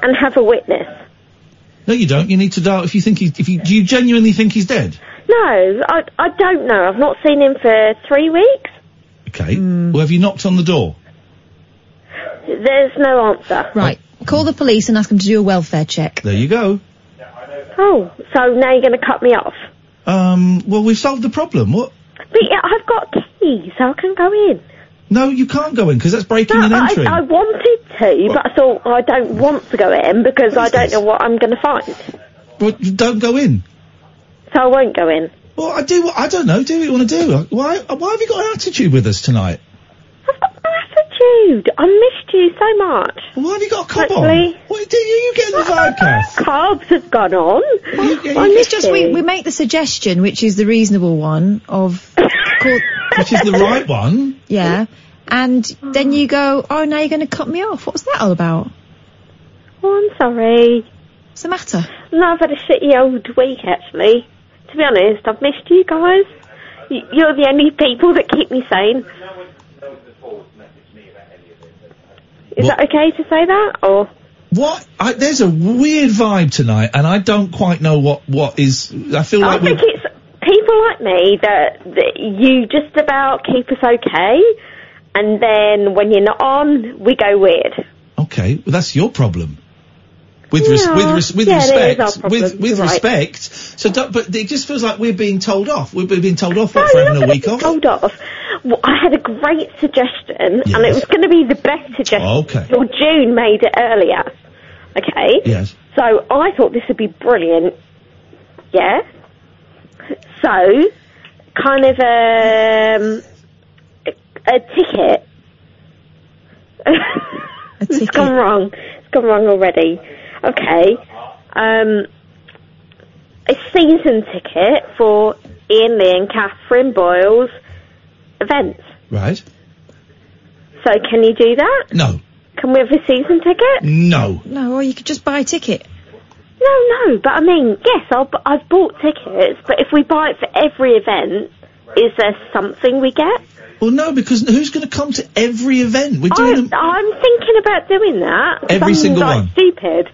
[SPEAKER 13] and have a witness.
[SPEAKER 3] No, you don't. You need to dial if you think he's, if you, do you genuinely think he's dead?
[SPEAKER 13] No, I, I don't know. I've not seen him for three weeks.
[SPEAKER 3] Okay. Well, have you knocked on the door?
[SPEAKER 13] There's no answer.
[SPEAKER 5] Right. Call the police and ask them to do a welfare check.
[SPEAKER 3] There you go.
[SPEAKER 13] Oh, so now you're going to cut me off.
[SPEAKER 3] Um, well, we've solved the problem. What?
[SPEAKER 13] But yeah, I've got keys, so I can go in.
[SPEAKER 3] No, you can't go in because that's breaking and
[SPEAKER 13] I,
[SPEAKER 3] entering.
[SPEAKER 13] I wanted to, but I thought I don't want to go in because I don't know what I'm going to find.
[SPEAKER 3] Well, you don't go in.
[SPEAKER 13] So I won't go in.
[SPEAKER 3] Well, I do. I don't know. Do what you want to do? Why? Why have you got an attitude with us tonight?
[SPEAKER 13] Attitude. I missed you so much.
[SPEAKER 3] Why have you got a
[SPEAKER 13] cob
[SPEAKER 3] on? What do you? You get the podcast.
[SPEAKER 13] Carbs have gone on. I
[SPEAKER 5] it's
[SPEAKER 13] missed
[SPEAKER 5] just we,
[SPEAKER 13] you.
[SPEAKER 5] we make the suggestion, which is the reasonable one, of call,
[SPEAKER 3] Which is the right one?
[SPEAKER 5] yeah, and then you go, oh, now you're going to cut me off. What was that all about?
[SPEAKER 13] Oh, I'm sorry.
[SPEAKER 5] What's the matter?
[SPEAKER 13] No, I've had a shitty old week, actually. To be honest, I've missed you guys. Y- You're the only people that keep me sane. Is that okay to say that, or
[SPEAKER 3] What? I, there's a weird vibe tonight, and I don't quite know what what is. I feel
[SPEAKER 13] I
[SPEAKER 3] like we.
[SPEAKER 13] think it's people like me that, that you just about keep us okay, and then when you're not on, we go weird.
[SPEAKER 3] Okay, well, that's your problem. with res-
[SPEAKER 13] Yeah.
[SPEAKER 3] with res- with
[SPEAKER 13] Yeah, there is our
[SPEAKER 3] respect,
[SPEAKER 13] problem.
[SPEAKER 3] with with
[SPEAKER 13] You're right.
[SPEAKER 3] respect. So, don't- but it just feels like we're being told off. We're being told off for having a week off.
[SPEAKER 13] Hold off. Well, I had a great suggestion, and it was going to be the best suggestion.
[SPEAKER 3] Okay.
[SPEAKER 13] Your June made it earlier. Okay.
[SPEAKER 3] Yes.
[SPEAKER 13] So I thought this would be brilliant. Yeah. So, kind of um, a, a ticket. It's gone wrong. It's gone wrong already. Okay. Um, a season ticket for Ian Lee and Catherine Boyle's events.
[SPEAKER 3] Right?
[SPEAKER 13] So can you do that?
[SPEAKER 3] No.
[SPEAKER 13] Can we have a season ticket?
[SPEAKER 3] No.
[SPEAKER 13] No, or you could just buy a ticket. No, no, but I mean, yes, I'll, bu- I've bought tickets, but if we buy it for every event, is there something we get?
[SPEAKER 3] Well, no, because who's going to come to every event? We're doing them
[SPEAKER 13] I, am thinking about doing that. 'cause
[SPEAKER 3] Every
[SPEAKER 13] I'm,
[SPEAKER 3] single
[SPEAKER 13] like,
[SPEAKER 3] one.
[SPEAKER 13] Stupid.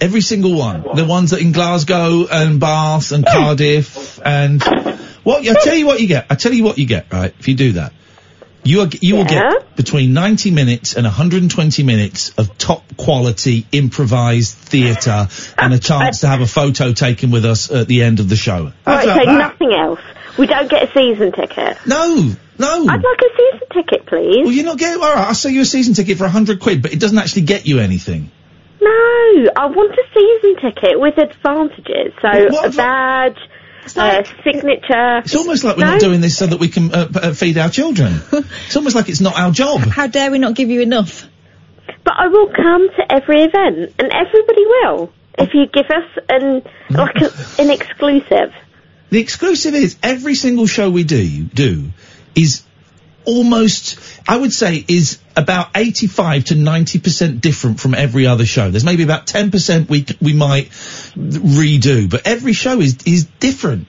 [SPEAKER 3] every single one. The ones that in Glasgow and Bath
[SPEAKER 13] Oh.
[SPEAKER 3] and Cardiff and what? I tell you what you get. I tell you what you get. Right? If you do that, you are, you will
[SPEAKER 13] Yeah.
[SPEAKER 3] get between 90 minutes and 120 minutes of top quality improvised theatre and a chance to have a photo taken with us at the end of the show.
[SPEAKER 13] Right,
[SPEAKER 3] How's
[SPEAKER 13] so
[SPEAKER 3] about that?
[SPEAKER 13] nothing else. We don't get a season ticket.
[SPEAKER 3] No, no. I'd
[SPEAKER 13] like a season ticket, please.
[SPEAKER 3] Well, you're not getting. All right, I'll sell you a season ticket for 100 quid, but it doesn't actually get you anything.
[SPEAKER 13] No, I want a season ticket with advantages. So
[SPEAKER 3] Well, what
[SPEAKER 13] a badge, a signature.
[SPEAKER 3] It's almost like we're not doing this so that we can uh, p- uh, feed our children. it's almost like it's not our job.
[SPEAKER 13] How dare we not give you enough? But I will come to every event, and everybody will if you give us an like a, an exclusive.
[SPEAKER 3] The exclusive is every single show we do do is almost I would say is about 85 to 90% different from every other show. There's maybe about 10% we c- we might redo, but every show is is different.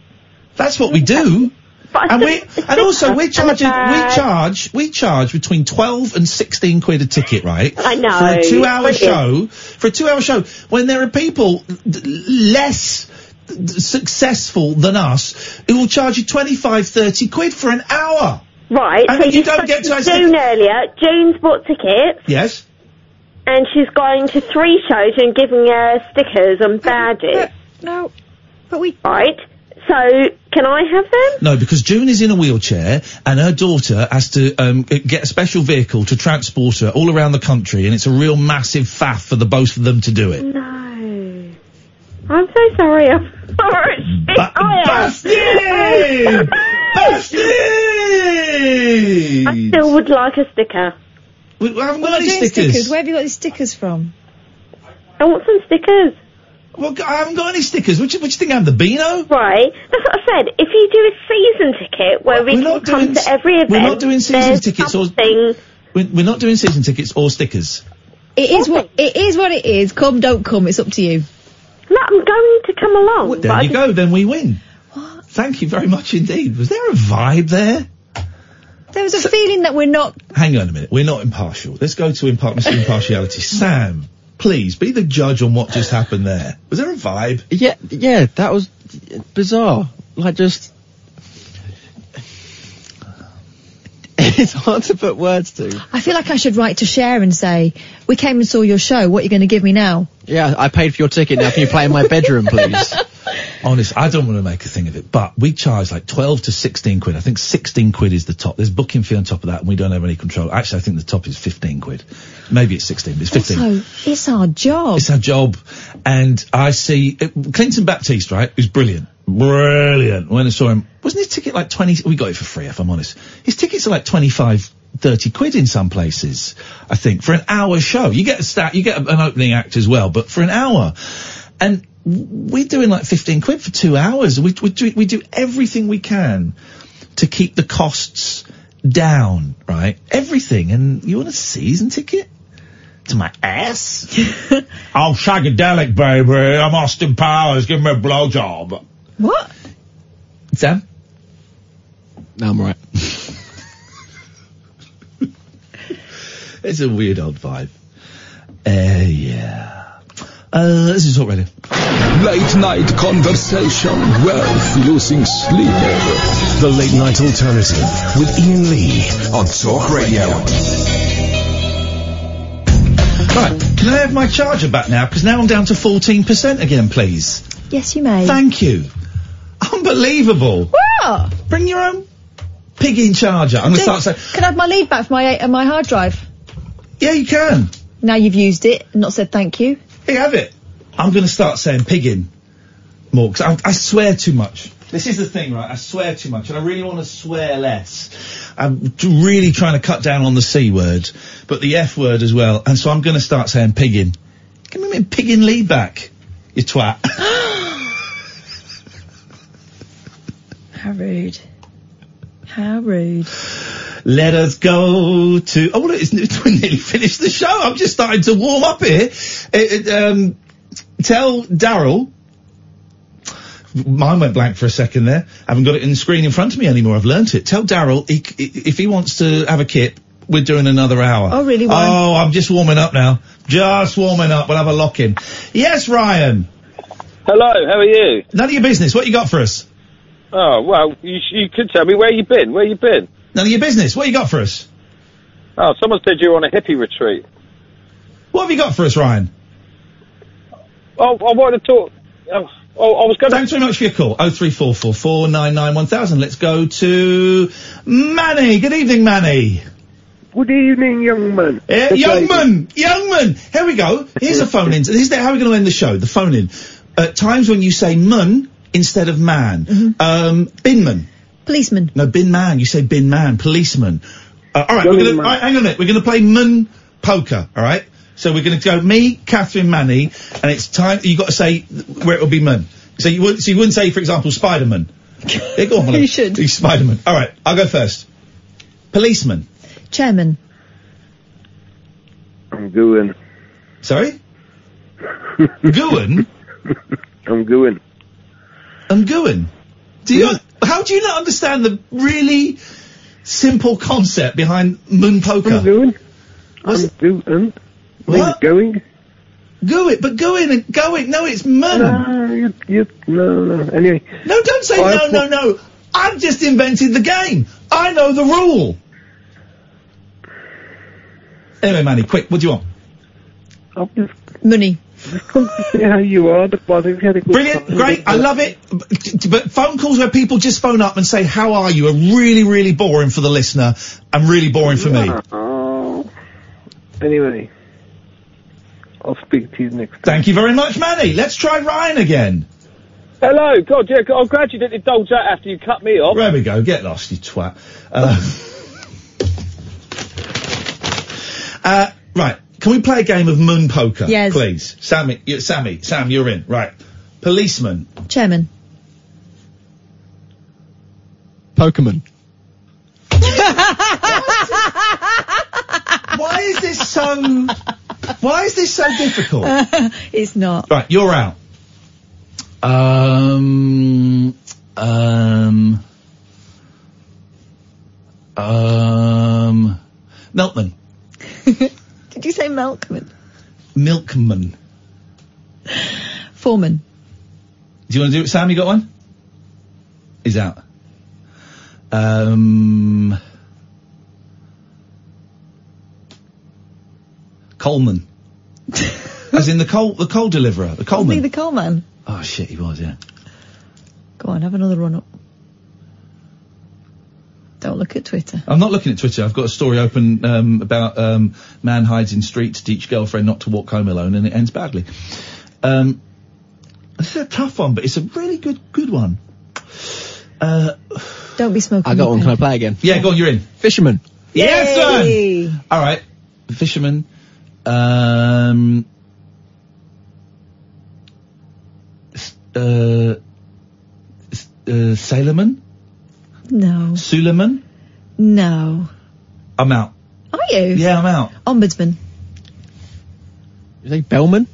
[SPEAKER 3] That's what we do. and we and also we're charging we charge we charge between 12 and 16 quid a ticket, right?
[SPEAKER 13] I know.
[SPEAKER 3] For a 2 hour
[SPEAKER 13] Brilliant.
[SPEAKER 3] show, for a 2 hour show when there are people d- less d- successful than us who will charge you 25 30 quid for an hour.
[SPEAKER 13] Right.
[SPEAKER 3] And
[SPEAKER 13] so
[SPEAKER 3] you
[SPEAKER 13] you're
[SPEAKER 3] don't get
[SPEAKER 13] supposed
[SPEAKER 3] to-
[SPEAKER 13] June earlier. June's bought tickets,
[SPEAKER 3] Yes.
[SPEAKER 13] and she's going to three shows and giving her stickers and badges.
[SPEAKER 5] No, but we.
[SPEAKER 13] Right. So can I have them?
[SPEAKER 3] No, because June is in a wheelchair and her daughter has to um, get a special vehicle to transport her all around the country, and it's a real massive faff for the both of them to do it.
[SPEAKER 13] No. I'm so sorry. I'm sorry. Oh,
[SPEAKER 3] Busted! Busted!
[SPEAKER 13] I still would like a sticker.
[SPEAKER 3] We, haven't
[SPEAKER 5] We're not doing stickers. Where have you got these stickers from?
[SPEAKER 13] I want some stickers.
[SPEAKER 3] Well, g- I haven't got any stickers. What do you, what do you think? I'm the Beano?
[SPEAKER 13] Right. That's what I said. If you do a season ticket where we can come to every event,
[SPEAKER 3] We're not doing season
[SPEAKER 13] there's
[SPEAKER 3] tickets
[SPEAKER 13] something.
[SPEAKER 3] or we're, we're not doing season tickets or stickers.
[SPEAKER 5] It is what it is. What it is. Come, don't come. It's up to you.
[SPEAKER 13] No, I'm going to come along.
[SPEAKER 3] There you go. Then we win. What? Thank you very much indeed. Was there a vibe there?
[SPEAKER 5] There was a feeling that we're not.
[SPEAKER 3] Hang on a minute. We're not impartial. Let's go to impar- Mr. impartiality. Sam, please be the judge on what just happened there. Was there a vibe?
[SPEAKER 23] Yeah, yeah, that was bizarre. Like just. it's hard to put words to.
[SPEAKER 5] I feel like I should write to Cher and say, "We came and saw your show. What are you going to give me now?"
[SPEAKER 23] Yeah, I paid for your ticket. Now can you play in my bedroom, please?
[SPEAKER 3] Honest, I don't want to make a thing of it, but we charge like 12 to 16 quid. I think 16 quid is the top. There's booking fee on top of that and we don't have any control. Actually, I think the top is 15 quid. Maybe it's 16, but it's 15.
[SPEAKER 5] Also, it's our job.
[SPEAKER 3] It's our job. And I see uh, Clinton Baptiste, right? Who's brilliant. Brilliant. When I saw him, wasn't his ticket like 20? We got it for free, if I'm honest. His tickets are like 25, 30 quid in some places, I think, for an hour show. You get a stat, you get a- an opening act as well, but for an hour. And w- we're doing like 15 quid for two hours. We, we, do, we do everything we can to keep the costs down, right? Everything. And you want a season ticket? To my ass? I'm shagadelic, baby. I'm Austin Powers. Give me a blowjob.
[SPEAKER 5] What?
[SPEAKER 3] Sam?
[SPEAKER 23] No, I'm right.
[SPEAKER 3] It's a weird old vibe. Uh, yeah. Uh, this is Talk Radio.
[SPEAKER 1] Late night conversation, wealth losing sleep.
[SPEAKER 2] The late night alternative with Ian Lee
[SPEAKER 1] on Talk Radio.
[SPEAKER 3] Right. Can I have my charger back now? Because now I'm down to 14% again, please.
[SPEAKER 5] Yes, you may.
[SPEAKER 3] Thank you. Unbelievable.
[SPEAKER 5] What?
[SPEAKER 3] Bring your own pig in charger. I'm going to start saying,
[SPEAKER 5] Can I have my lead back for my uh, my hard drive?
[SPEAKER 3] Yeah, you can.
[SPEAKER 5] Now you've used it and not said thank you.
[SPEAKER 3] Here, have it. I'm going to start saying pig in more because I, I swear too much. This is the thing, right? I swear too much and I really want to swear less. I'm t- really trying to cut down on the C word, but the F word as well. And so I'm going to start saying pig in. Give me my pig in lead back, you twat.
[SPEAKER 5] How rude. How rude.
[SPEAKER 3] Let us go to. Oh, look, it's, we nearly finished the show. I'm just starting to warm up here. It, it, um, tell Daryl. Mine went blank for a second there. I haven't got it in the screen in front of me anymore. I've learnt it. Tell Daryl he, c- if he wants to have a kip, we're doing another hour.
[SPEAKER 5] Oh, really? Why?
[SPEAKER 3] Oh, I'm just warming up now. Just warming up. We'll have a lock in. Yes, Ryan.
[SPEAKER 14] Hello, how are you?
[SPEAKER 3] None of your business. What you got for us?
[SPEAKER 14] Oh well, you, sh- you could tell me where you been. Where you been?
[SPEAKER 3] None of your business. What you got for us?
[SPEAKER 14] Oh, someone said you were on a hippie retreat.
[SPEAKER 3] What have you got for us, Ryan?
[SPEAKER 14] Oh, I wanted to talk. Oh, oh, I was going.
[SPEAKER 3] Thanks very much for your call. Oh three four four four nine nine one thousand. Let's go to Manny. Good evening, Manny.
[SPEAKER 17] Good evening, young man.
[SPEAKER 3] Eh,
[SPEAKER 17] Good
[SPEAKER 3] young
[SPEAKER 17] lady.
[SPEAKER 3] man, young man. Here we go. Here's a phone in. This is the- how we're going to end the show. The phone in. At times when you say mun instead of man, um, binman.
[SPEAKER 5] Policeman.
[SPEAKER 3] No, bin man. You say bin man. Policeman. Uh, all right, we're gonna, all right, hang on a minute. We're going to play mun poker. All right. So we're going to go me, Catherine Manny, and it's time. You got to say where it will be mun. So you would, so you wouldn't say, for example, Spiderman. Yeah, go on, you should. He's Spiderman. All right, I'll go first. Policeman.
[SPEAKER 5] Chairman.
[SPEAKER 17] I'm going.
[SPEAKER 3] Sorry? Going?
[SPEAKER 17] I'm going.
[SPEAKER 3] I'm going. Do you? How do you not understand the really simple concept behind moon poker? I'm
[SPEAKER 17] going.
[SPEAKER 3] I'm
[SPEAKER 17] going.
[SPEAKER 3] What?
[SPEAKER 17] Going.
[SPEAKER 3] Go it, but go in and go it. No, it's mun.
[SPEAKER 17] No, you, you, no, no. Anyway.
[SPEAKER 3] No, don't say
[SPEAKER 17] I
[SPEAKER 3] no,
[SPEAKER 17] thought-
[SPEAKER 3] no, no. I've just invented the game. I know the rule. Anyway, Manny, quick, what do you want?
[SPEAKER 17] I'm just
[SPEAKER 5] Money.
[SPEAKER 17] see how you are. The bother. You've had a good
[SPEAKER 3] Brilliant,
[SPEAKER 17] time.
[SPEAKER 3] great, I love it. But- But phone calls where people just phone up and say, how are you, are really, really boring for the listener and really boring for me.
[SPEAKER 17] Oh. Anyway. I'll speak to you next time.
[SPEAKER 3] Thank you very much, Manny. Let's try Ryan again.
[SPEAKER 14] Hello, God, yeah, I'm glad you didn't indulge that after you cut me off.
[SPEAKER 3] There we go. Get lost, you twat. Uh, uh, right. Can we play a game of moon poker?
[SPEAKER 5] Yes.
[SPEAKER 3] Please. Sammy, you, Sammy, Sam, you're in. Right. Policeman.
[SPEAKER 5] Chairman.
[SPEAKER 23] Pokemon.
[SPEAKER 3] Why is this so? Why is this so difficult?
[SPEAKER 5] it's not.
[SPEAKER 3] Right, you're out. Um, um, um, Milkman.
[SPEAKER 5] Did you say milkman?
[SPEAKER 3] Milkman.
[SPEAKER 5] Foreman.
[SPEAKER 3] Do you want to do it, Sam? You got one? He's out. Um, Coleman. As in the coal, the coal deliverer, the
[SPEAKER 5] Wasn't he
[SPEAKER 3] Coleman.
[SPEAKER 5] the coal man?
[SPEAKER 3] Oh shit, he was, yeah.
[SPEAKER 5] Go on, have another run up. Don't look at Twitter.
[SPEAKER 3] I'm not looking at Twitter. I've got a story open um, about um, man hides in street to teach girlfriend not to walk home alone, and it ends badly. Um, this is a tough one, but it's a really good, good one. Uh,
[SPEAKER 5] Don't be smoking.
[SPEAKER 23] I got
[SPEAKER 5] your
[SPEAKER 23] one.
[SPEAKER 5] pen.
[SPEAKER 23] Can I play again?
[SPEAKER 3] yeah, go on, you're in.
[SPEAKER 23] Fisherman.
[SPEAKER 3] Yes, son.
[SPEAKER 5] Yay!
[SPEAKER 3] All right, fisherman. Um, s- uh, s- uh, Sailorman,
[SPEAKER 5] No.
[SPEAKER 3] Suleiman.
[SPEAKER 5] No.
[SPEAKER 3] I'm out.
[SPEAKER 5] Are you?
[SPEAKER 3] Yeah, I'm out.
[SPEAKER 5] Ombudsman.
[SPEAKER 23] You say Bellman?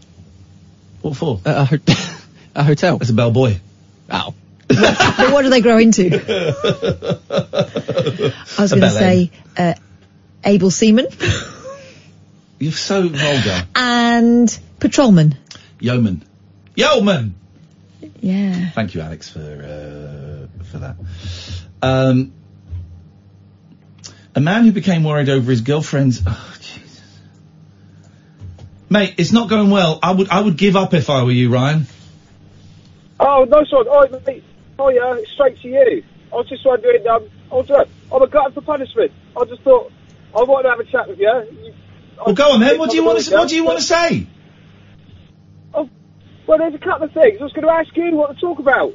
[SPEAKER 3] What for?
[SPEAKER 23] At a, ho- a hotel.
[SPEAKER 3] As a bellboy.
[SPEAKER 23] Ow.
[SPEAKER 5] but what do they grow into? I was
[SPEAKER 3] A
[SPEAKER 5] going to
[SPEAKER 3] ballet.
[SPEAKER 5] say uh, able seaman
[SPEAKER 3] You're so vulgar,
[SPEAKER 5] and patrolman.
[SPEAKER 3] yeoman. Yeoman.
[SPEAKER 5] Yeah.
[SPEAKER 3] Thank you, Alex, for uh, for that. Um, a man who became worried over his girlfriend's. Oh, Jesus. Mate, it's not going well. I would I would give up if I were you, Ryan.
[SPEAKER 16] Oh, no, sorry. All right, mate. Oh, yeah, it's straight to you. I was just wondering, um, I was, uh, I'm a glutton for punishment. I just thought, I wanted to have a chat with you. You-
[SPEAKER 3] Well, go on then. What do you want to What do you want to say?
[SPEAKER 16] Well, there's a couple of things. I was going to ask you what to talk about.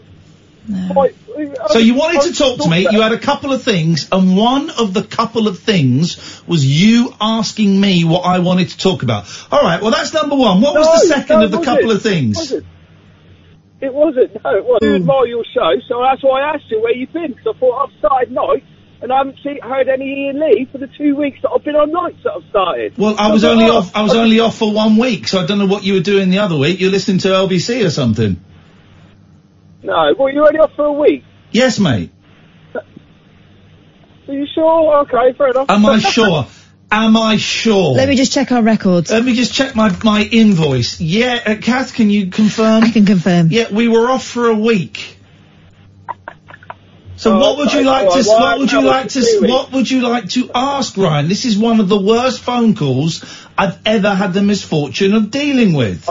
[SPEAKER 16] Right, I-
[SPEAKER 3] So you
[SPEAKER 16] I-
[SPEAKER 3] wanted to talk to me. You had a couple of things, and one of the couple of things was you asking me what I wanted to talk about. All right. Well, that's number one. What was the
[SPEAKER 16] No,
[SPEAKER 3] second
[SPEAKER 16] no,
[SPEAKER 3] of the
[SPEAKER 16] it
[SPEAKER 3] couple
[SPEAKER 16] wasn't.
[SPEAKER 3] of things?
[SPEAKER 16] It wasn't. It wasn't. No, it wasn't. You admire your show, so that's why I asked you where you've been. Because I thought I've started nights, and I haven't seen, heard any Ian Lee for the two weeks that I've been on nights that I've started.
[SPEAKER 3] Well, I was only off. I was only off for one week, so I don't know what you were doing the other week. You're listening to LBC or something.
[SPEAKER 16] No, well, you're only off for a week.
[SPEAKER 3] Yes, mate.
[SPEAKER 16] Are you sure? Okay, fair enough.
[SPEAKER 3] Am I sure? Am I sure?
[SPEAKER 5] Let me just check our records.
[SPEAKER 3] Let me just check my, my invoice. Yeah, uh, Kath, can you confirm? I
[SPEAKER 5] can confirm.
[SPEAKER 3] Yeah, we were off for a week. So what would you like to? What would you like to? What would you like to ask, Ryan? This is one of the worst phone calls I've ever had the misfortune of dealing with.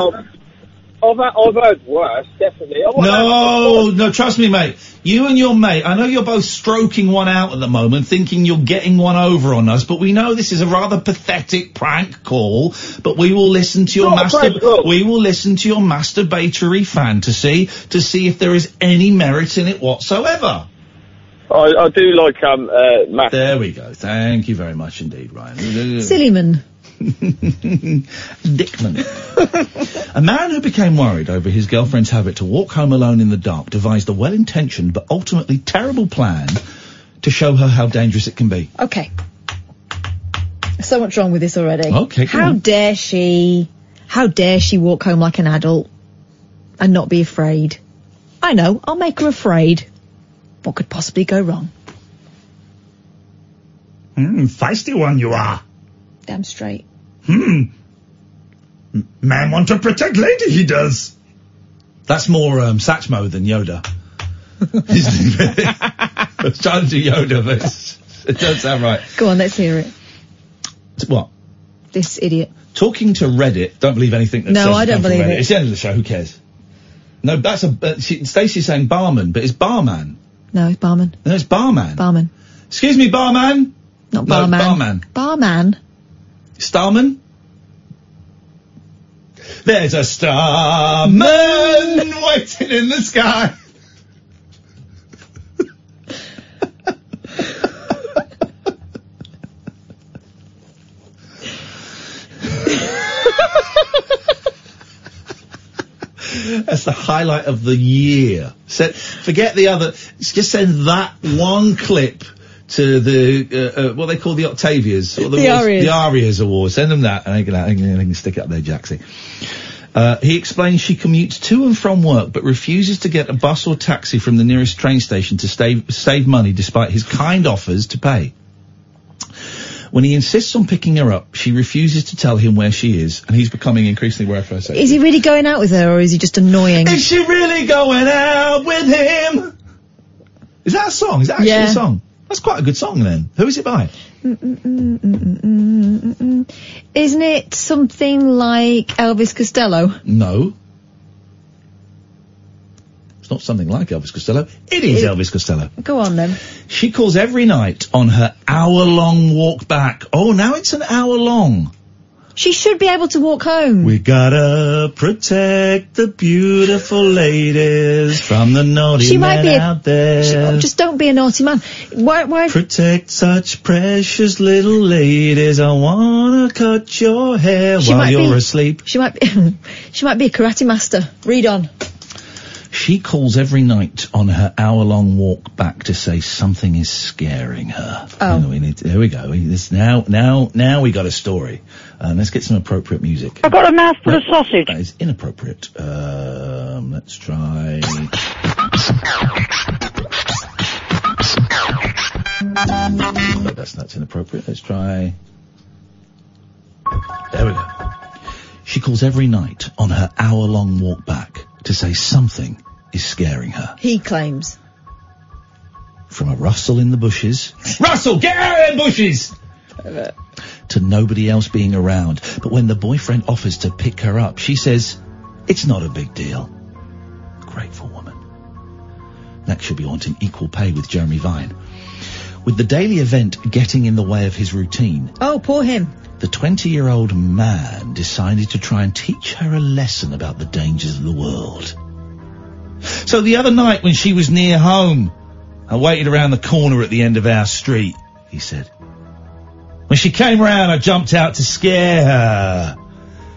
[SPEAKER 16] I've had, I've had worse, definitely. I want
[SPEAKER 3] No, no, trust me, mate. You and your mate, I know you're both stroking one out at the moment, thinking you're getting one over on us, but we know this is a rather pathetic prank call, but we will listen to your
[SPEAKER 16] Not a prank
[SPEAKER 3] master, we will listen to your masturbatory fantasy to see if there is any merit in it whatsoever.
[SPEAKER 15] I, I do like um uh, math.
[SPEAKER 3] There we go. Thank you very much indeed, Ryan.
[SPEAKER 5] Sillyman.
[SPEAKER 3] Dickman. a man who became worried over his girlfriend's habit to walk home alone in the dark devised a well intentioned but ultimately terrible plan to show her how dangerous it can be.
[SPEAKER 5] Okay. So much wrong with this already.
[SPEAKER 3] Okay, go
[SPEAKER 5] How
[SPEAKER 3] on.
[SPEAKER 5] dare she? How dare she walk home like an adult and not be afraid? I know. I'll make her afraid. What could possibly go wrong?
[SPEAKER 4] Hmm, feisty one you are.
[SPEAKER 5] Damn straight.
[SPEAKER 4] Hmm. M- Man want to protect lady, he does.
[SPEAKER 3] That's more um, Satchmo than Yoda. Isn't it? I was trying to do Yoda, but it's- it doesn't sound right.
[SPEAKER 5] Go on, let's hear it.
[SPEAKER 3] It's What?
[SPEAKER 5] This idiot.
[SPEAKER 3] Talking to Reddit, don't believe anything that
[SPEAKER 5] No,
[SPEAKER 3] says
[SPEAKER 5] I
[SPEAKER 3] it
[SPEAKER 5] don't
[SPEAKER 3] come from
[SPEAKER 5] believe
[SPEAKER 3] Reddit.
[SPEAKER 5] it.
[SPEAKER 3] It's the end of the show. Who cares? No, that's a. Uh, she, Stacey's saying barman, but it's barman.
[SPEAKER 5] No, it's barman.
[SPEAKER 3] No, it's barman.
[SPEAKER 5] Barman.
[SPEAKER 3] Excuse me, barman.
[SPEAKER 5] Not
[SPEAKER 3] barman. barman.
[SPEAKER 5] Barman.
[SPEAKER 3] Starman. There's a starman waiting in the sky. That's the highlight of the year. Se- forget the other. Just send that one clip to the uh, uh, what they call the Octavias, or
[SPEAKER 4] The
[SPEAKER 3] awards-
[SPEAKER 4] Arias.
[SPEAKER 3] the Arias Awards. Send them that, and they can, they can, they can stick it up there, Jaxie. Uh, he explains she commutes to and from work, but refuses to get a bus or taxi from the nearest train station to save, save money, despite his kind offers to pay. When he insists on picking her up, she refuses to tell him where she is, and he's becoming increasingly aware of her. safety.
[SPEAKER 5] Is he really going out with her or is he just annoying?
[SPEAKER 3] Is she really going out with him? Is that a song? Is that actually
[SPEAKER 5] Yeah.
[SPEAKER 3] a song? That's quite a good song then. Who is it by?
[SPEAKER 5] Mm-mm-mm-mm-mm-mm-mm. Isn't it something like Elvis Costello?
[SPEAKER 3] No. It's not something like Elvis Costello. It is Elvis Costello.
[SPEAKER 5] Go on then.
[SPEAKER 3] She calls every night on her hour long walk back. Oh, now it's an hour long.
[SPEAKER 5] She should be able to walk home.
[SPEAKER 3] We gotta protect the beautiful ladies from the naughty
[SPEAKER 5] She might
[SPEAKER 3] men
[SPEAKER 5] be a-
[SPEAKER 3] out there.
[SPEAKER 5] She- oh, just don't be a naughty man. Why? Why?
[SPEAKER 3] Protect such precious little ladies. I wanna cut your hair
[SPEAKER 5] She
[SPEAKER 3] while
[SPEAKER 5] might
[SPEAKER 3] you're
[SPEAKER 5] be-
[SPEAKER 3] asleep.
[SPEAKER 5] She might be. she might be a karate master. Read on.
[SPEAKER 3] She calls every night on her hour-long walk back to say something is scaring her.
[SPEAKER 5] Oh.
[SPEAKER 3] we need to- there we go. We- This now, now, now we got a story. Um, let's get some appropriate music.
[SPEAKER 19] I got a mouthful of sausage.
[SPEAKER 3] That is inappropriate. Um, let's try. No, that's that's inappropriate. Let's try. There we go. She calls every night on her hour-long walk back to say something is scaring her.
[SPEAKER 5] He claims.
[SPEAKER 3] From a rustle in the bushes. Russell, get out of the bushes! to nobody else being around. But when the boyfriend offers to pick her up, she says, it's not a big deal. Grateful woman. Next she'll be wanting equal pay with Jeremy Vine. With the daily event getting in the way of his routine,
[SPEAKER 5] Oh, poor him.
[SPEAKER 3] the 20 year old man decided to try and teach her a lesson about the dangers of the world. So the other night when she was near home, I waited around the corner at the end of our street, he said. When she came round, I jumped out to scare her.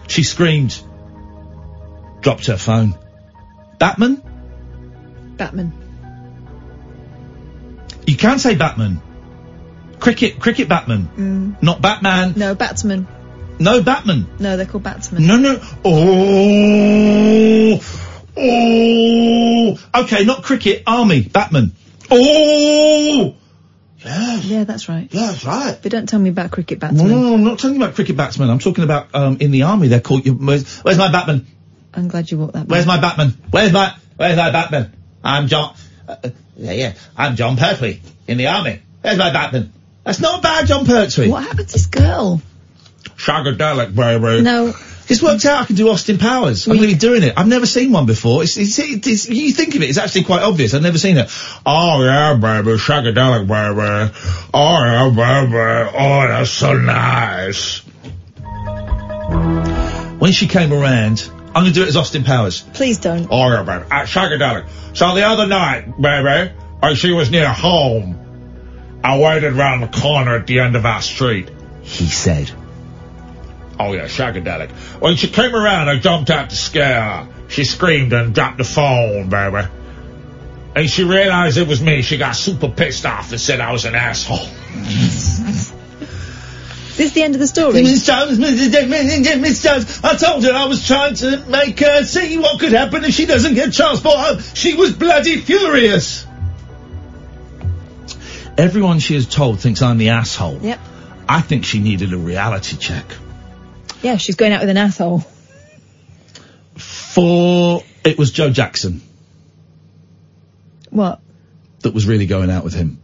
[SPEAKER 3] She screamed, dropped her phone. Batman?
[SPEAKER 5] Batman.
[SPEAKER 3] You can say Batman. Cricket, cricket Batman.
[SPEAKER 5] Mm.
[SPEAKER 3] Not Batman.
[SPEAKER 5] No, batsman.
[SPEAKER 3] No Batman.
[SPEAKER 5] No, they're called batsmen.
[SPEAKER 3] No, no. Oh, oh. Okay, not cricket. Army. Batman. Oh.
[SPEAKER 5] Yeah, that's right.
[SPEAKER 3] Yeah, that's right. Mm.
[SPEAKER 5] But don't tell me about cricket
[SPEAKER 3] No,
[SPEAKER 5] batsmen.
[SPEAKER 3] no, no, I'm not talking about cricket batsmen. I'm talking about um, in the army. They're called. you- Where's, where's my Batman?
[SPEAKER 5] I'm glad you walked that.
[SPEAKER 3] Where's my Batman? Where's my Where's my Batman? I'm John. Uh, uh, yeah, yeah. I'm John Pertwee in the army. Where's my Batman? That's not bad, John Pertwee.
[SPEAKER 5] What happened to this girl?
[SPEAKER 3] Shagadelic, baby.
[SPEAKER 5] No.
[SPEAKER 3] It's worked out. I can do Austin Powers. I'm going to be doing it. I've never seen one before. It's, it's, it's, it's- you think of it, it's actually quite obvious. I've never seen it. Oh yeah, baby, shagadelic, baby. Oh yeah, baby. Oh, that's so nice. When she came around, I'm going to do it as Austin Powers.
[SPEAKER 5] Please don't.
[SPEAKER 3] Oh yeah, baby. At shagadelic. So the other night, baby, I she was near home. I waited round the corner at the end of our street. He said. Oh yeah, shagadelic. When she came around, I jumped out to scare her. She screamed and dropped the phone, baby. And she realized it was me. She got super pissed off and said I was an asshole.
[SPEAKER 5] This the end of the story.
[SPEAKER 3] Miss Jones, Miss Jones, Miss Jones, I told her I was trying to make her see what could happen if she doesn't get transport home. She was bloody furious. Everyone she has told thinks I'm the asshole.
[SPEAKER 5] Yep.
[SPEAKER 3] I think she needed a reality check.
[SPEAKER 5] Yeah, she's going out with an asshole.
[SPEAKER 3] For it was Joe Jackson
[SPEAKER 5] What?
[SPEAKER 3] that was really going out with him.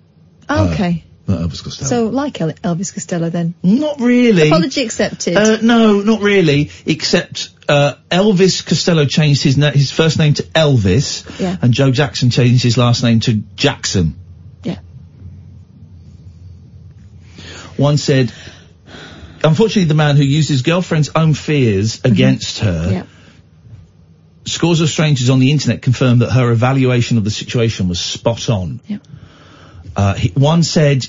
[SPEAKER 3] Uh,
[SPEAKER 5] Okay.
[SPEAKER 3] not Elvis Costello.
[SPEAKER 5] so, like El- Elvis Costello then?
[SPEAKER 3] Not really.
[SPEAKER 5] Apology accepted.
[SPEAKER 3] Uh, no, not really. Except uh, Elvis Costello changed his na- his first name to Elvis,
[SPEAKER 5] Yeah.
[SPEAKER 3] and Joe Jackson changed his last name to Jackson.
[SPEAKER 5] Yeah.
[SPEAKER 3] One said, unfortunately, the man who used his girlfriend's own fears against her.
[SPEAKER 5] Mm-hmm. Yeah.
[SPEAKER 3] Scores of strangers on the internet confirmed that her evaluation of the situation was spot on.
[SPEAKER 5] Yeah.
[SPEAKER 3] Uh, he, one said,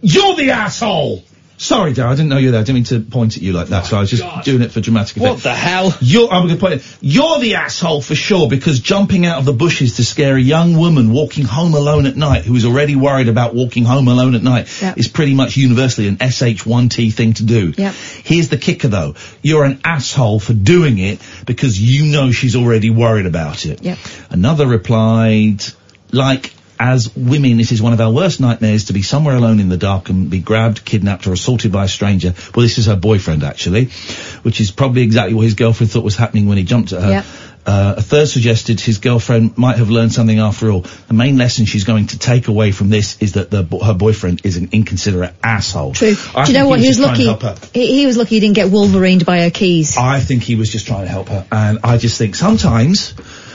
[SPEAKER 3] "You're the asshole." Sorry, Dad, I didn't know you were there. I didn't mean to point at you like that. so I was just doing it for dramatic effect. Oh What the hell? You're, I'm going to point. It, you're the asshole for sure because jumping out of the bushes to scare a young woman walking home alone at night, who is already worried about walking home alone at night,
[SPEAKER 5] Yeah.
[SPEAKER 3] is pretty much universally an SH1T thing to do.
[SPEAKER 5] Yeah.
[SPEAKER 3] Here's the kicker though. You're an asshole for doing it because you know she's already worried about it.
[SPEAKER 5] Yep.
[SPEAKER 3] Another replied, like, as women, it is one of our worst nightmares to be somewhere alone in the dark and be grabbed, kidnapped or assaulted by a stranger. Well, this is her boyfriend actually, which is probably exactly what his girlfriend thought was happening when he jumped at her.
[SPEAKER 5] Yep.
[SPEAKER 3] Uh, a third suggested his girlfriend might have learned something after all. The main lesson she's going to take away from this is that the, her boyfriend is an inconsiderate asshole. True.
[SPEAKER 5] Do you know what? He was lucky. He, he was lucky he didn't get Wolverined by her keys.
[SPEAKER 3] I think he was just trying to help her, and I just think sometimes,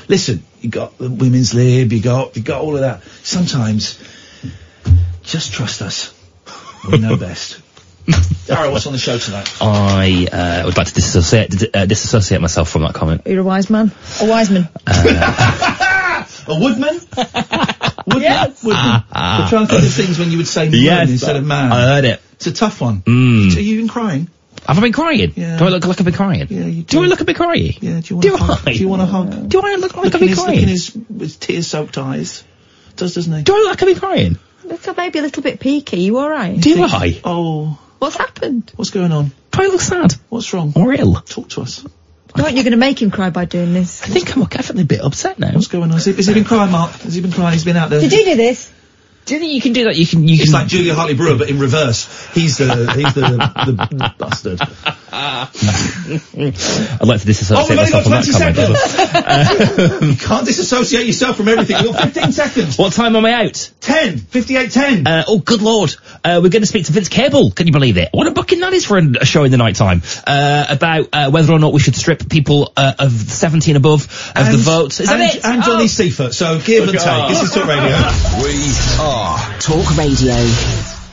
[SPEAKER 3] listen, you got the women's lib, you got you got all of that. Sometimes, just trust us. We know best. all right, what's on the show tonight?
[SPEAKER 19] I uh, would like to disassociate, uh, disassociate myself from that comment.
[SPEAKER 5] You're a wise man. A wise man.
[SPEAKER 3] A woodman? Woodman? Woodman.
[SPEAKER 19] Uh, Ah.
[SPEAKER 3] We're trying to think of things when you would say man
[SPEAKER 19] Yes,
[SPEAKER 3] instead of man.
[SPEAKER 19] I heard it. Mm.
[SPEAKER 3] It's a tough one. Are you even crying?
[SPEAKER 19] Have I been crying?
[SPEAKER 3] Yeah.
[SPEAKER 19] Do I look like I've been crying?
[SPEAKER 3] Yeah, you
[SPEAKER 19] do. I look a bit crying?
[SPEAKER 3] Yeah, do you want
[SPEAKER 19] do
[SPEAKER 3] a hug?
[SPEAKER 19] I?
[SPEAKER 3] Do you want a hug?
[SPEAKER 19] Do I look like I've
[SPEAKER 3] Look in
[SPEAKER 19] been
[SPEAKER 3] his,
[SPEAKER 19] crying?
[SPEAKER 3] Look in his, his tear-soaked eyes. Does, doesn't he?
[SPEAKER 19] Do I look like I've been crying?
[SPEAKER 5] Look, I'm maybe a little bit peaky. You all right?
[SPEAKER 19] Do I?
[SPEAKER 3] Oh.
[SPEAKER 5] What's happened?
[SPEAKER 3] What's going on?
[SPEAKER 19] Do I look sad?
[SPEAKER 3] What's wrong?
[SPEAKER 19] Or ill?
[SPEAKER 3] Talk to us.
[SPEAKER 5] Don't you're going to make him cry by doing this? I
[SPEAKER 19] think I'm definitely a bit upset now.
[SPEAKER 3] What's going on? Has he, has he been crying, Mark? Has he been crying? He's been out there.
[SPEAKER 5] Did you do this?
[SPEAKER 19] Do you think you can do that? You can. You
[SPEAKER 3] It's like Julia Hartley Brewer, but in reverse. He's the he's the, the bastard.
[SPEAKER 19] I'd like to
[SPEAKER 3] Oh, we've
[SPEAKER 19] disassociate
[SPEAKER 3] only got
[SPEAKER 19] myself from that comment.
[SPEAKER 3] 20 seconds. you can't disassociate yourself from everything. You've got 15 seconds.
[SPEAKER 19] What time am I out?
[SPEAKER 3] 10. 58 10.
[SPEAKER 19] Uh, oh, good lord.
[SPEAKER 3] Uh, we're going to speak to Vince Cable. Can you believe it? What a booking that is for an, a show in the night time. Uh, about uh, whether or not we should strip people uh, of 17 above of the votes. Is
[SPEAKER 2] and,
[SPEAKER 3] that it? Oh.
[SPEAKER 2] and Johnny Seifert. So give and
[SPEAKER 3] Look at
[SPEAKER 2] take.
[SPEAKER 3] us.
[SPEAKER 2] This is Talk Radio.
[SPEAKER 26] We are
[SPEAKER 27] Talk Radio.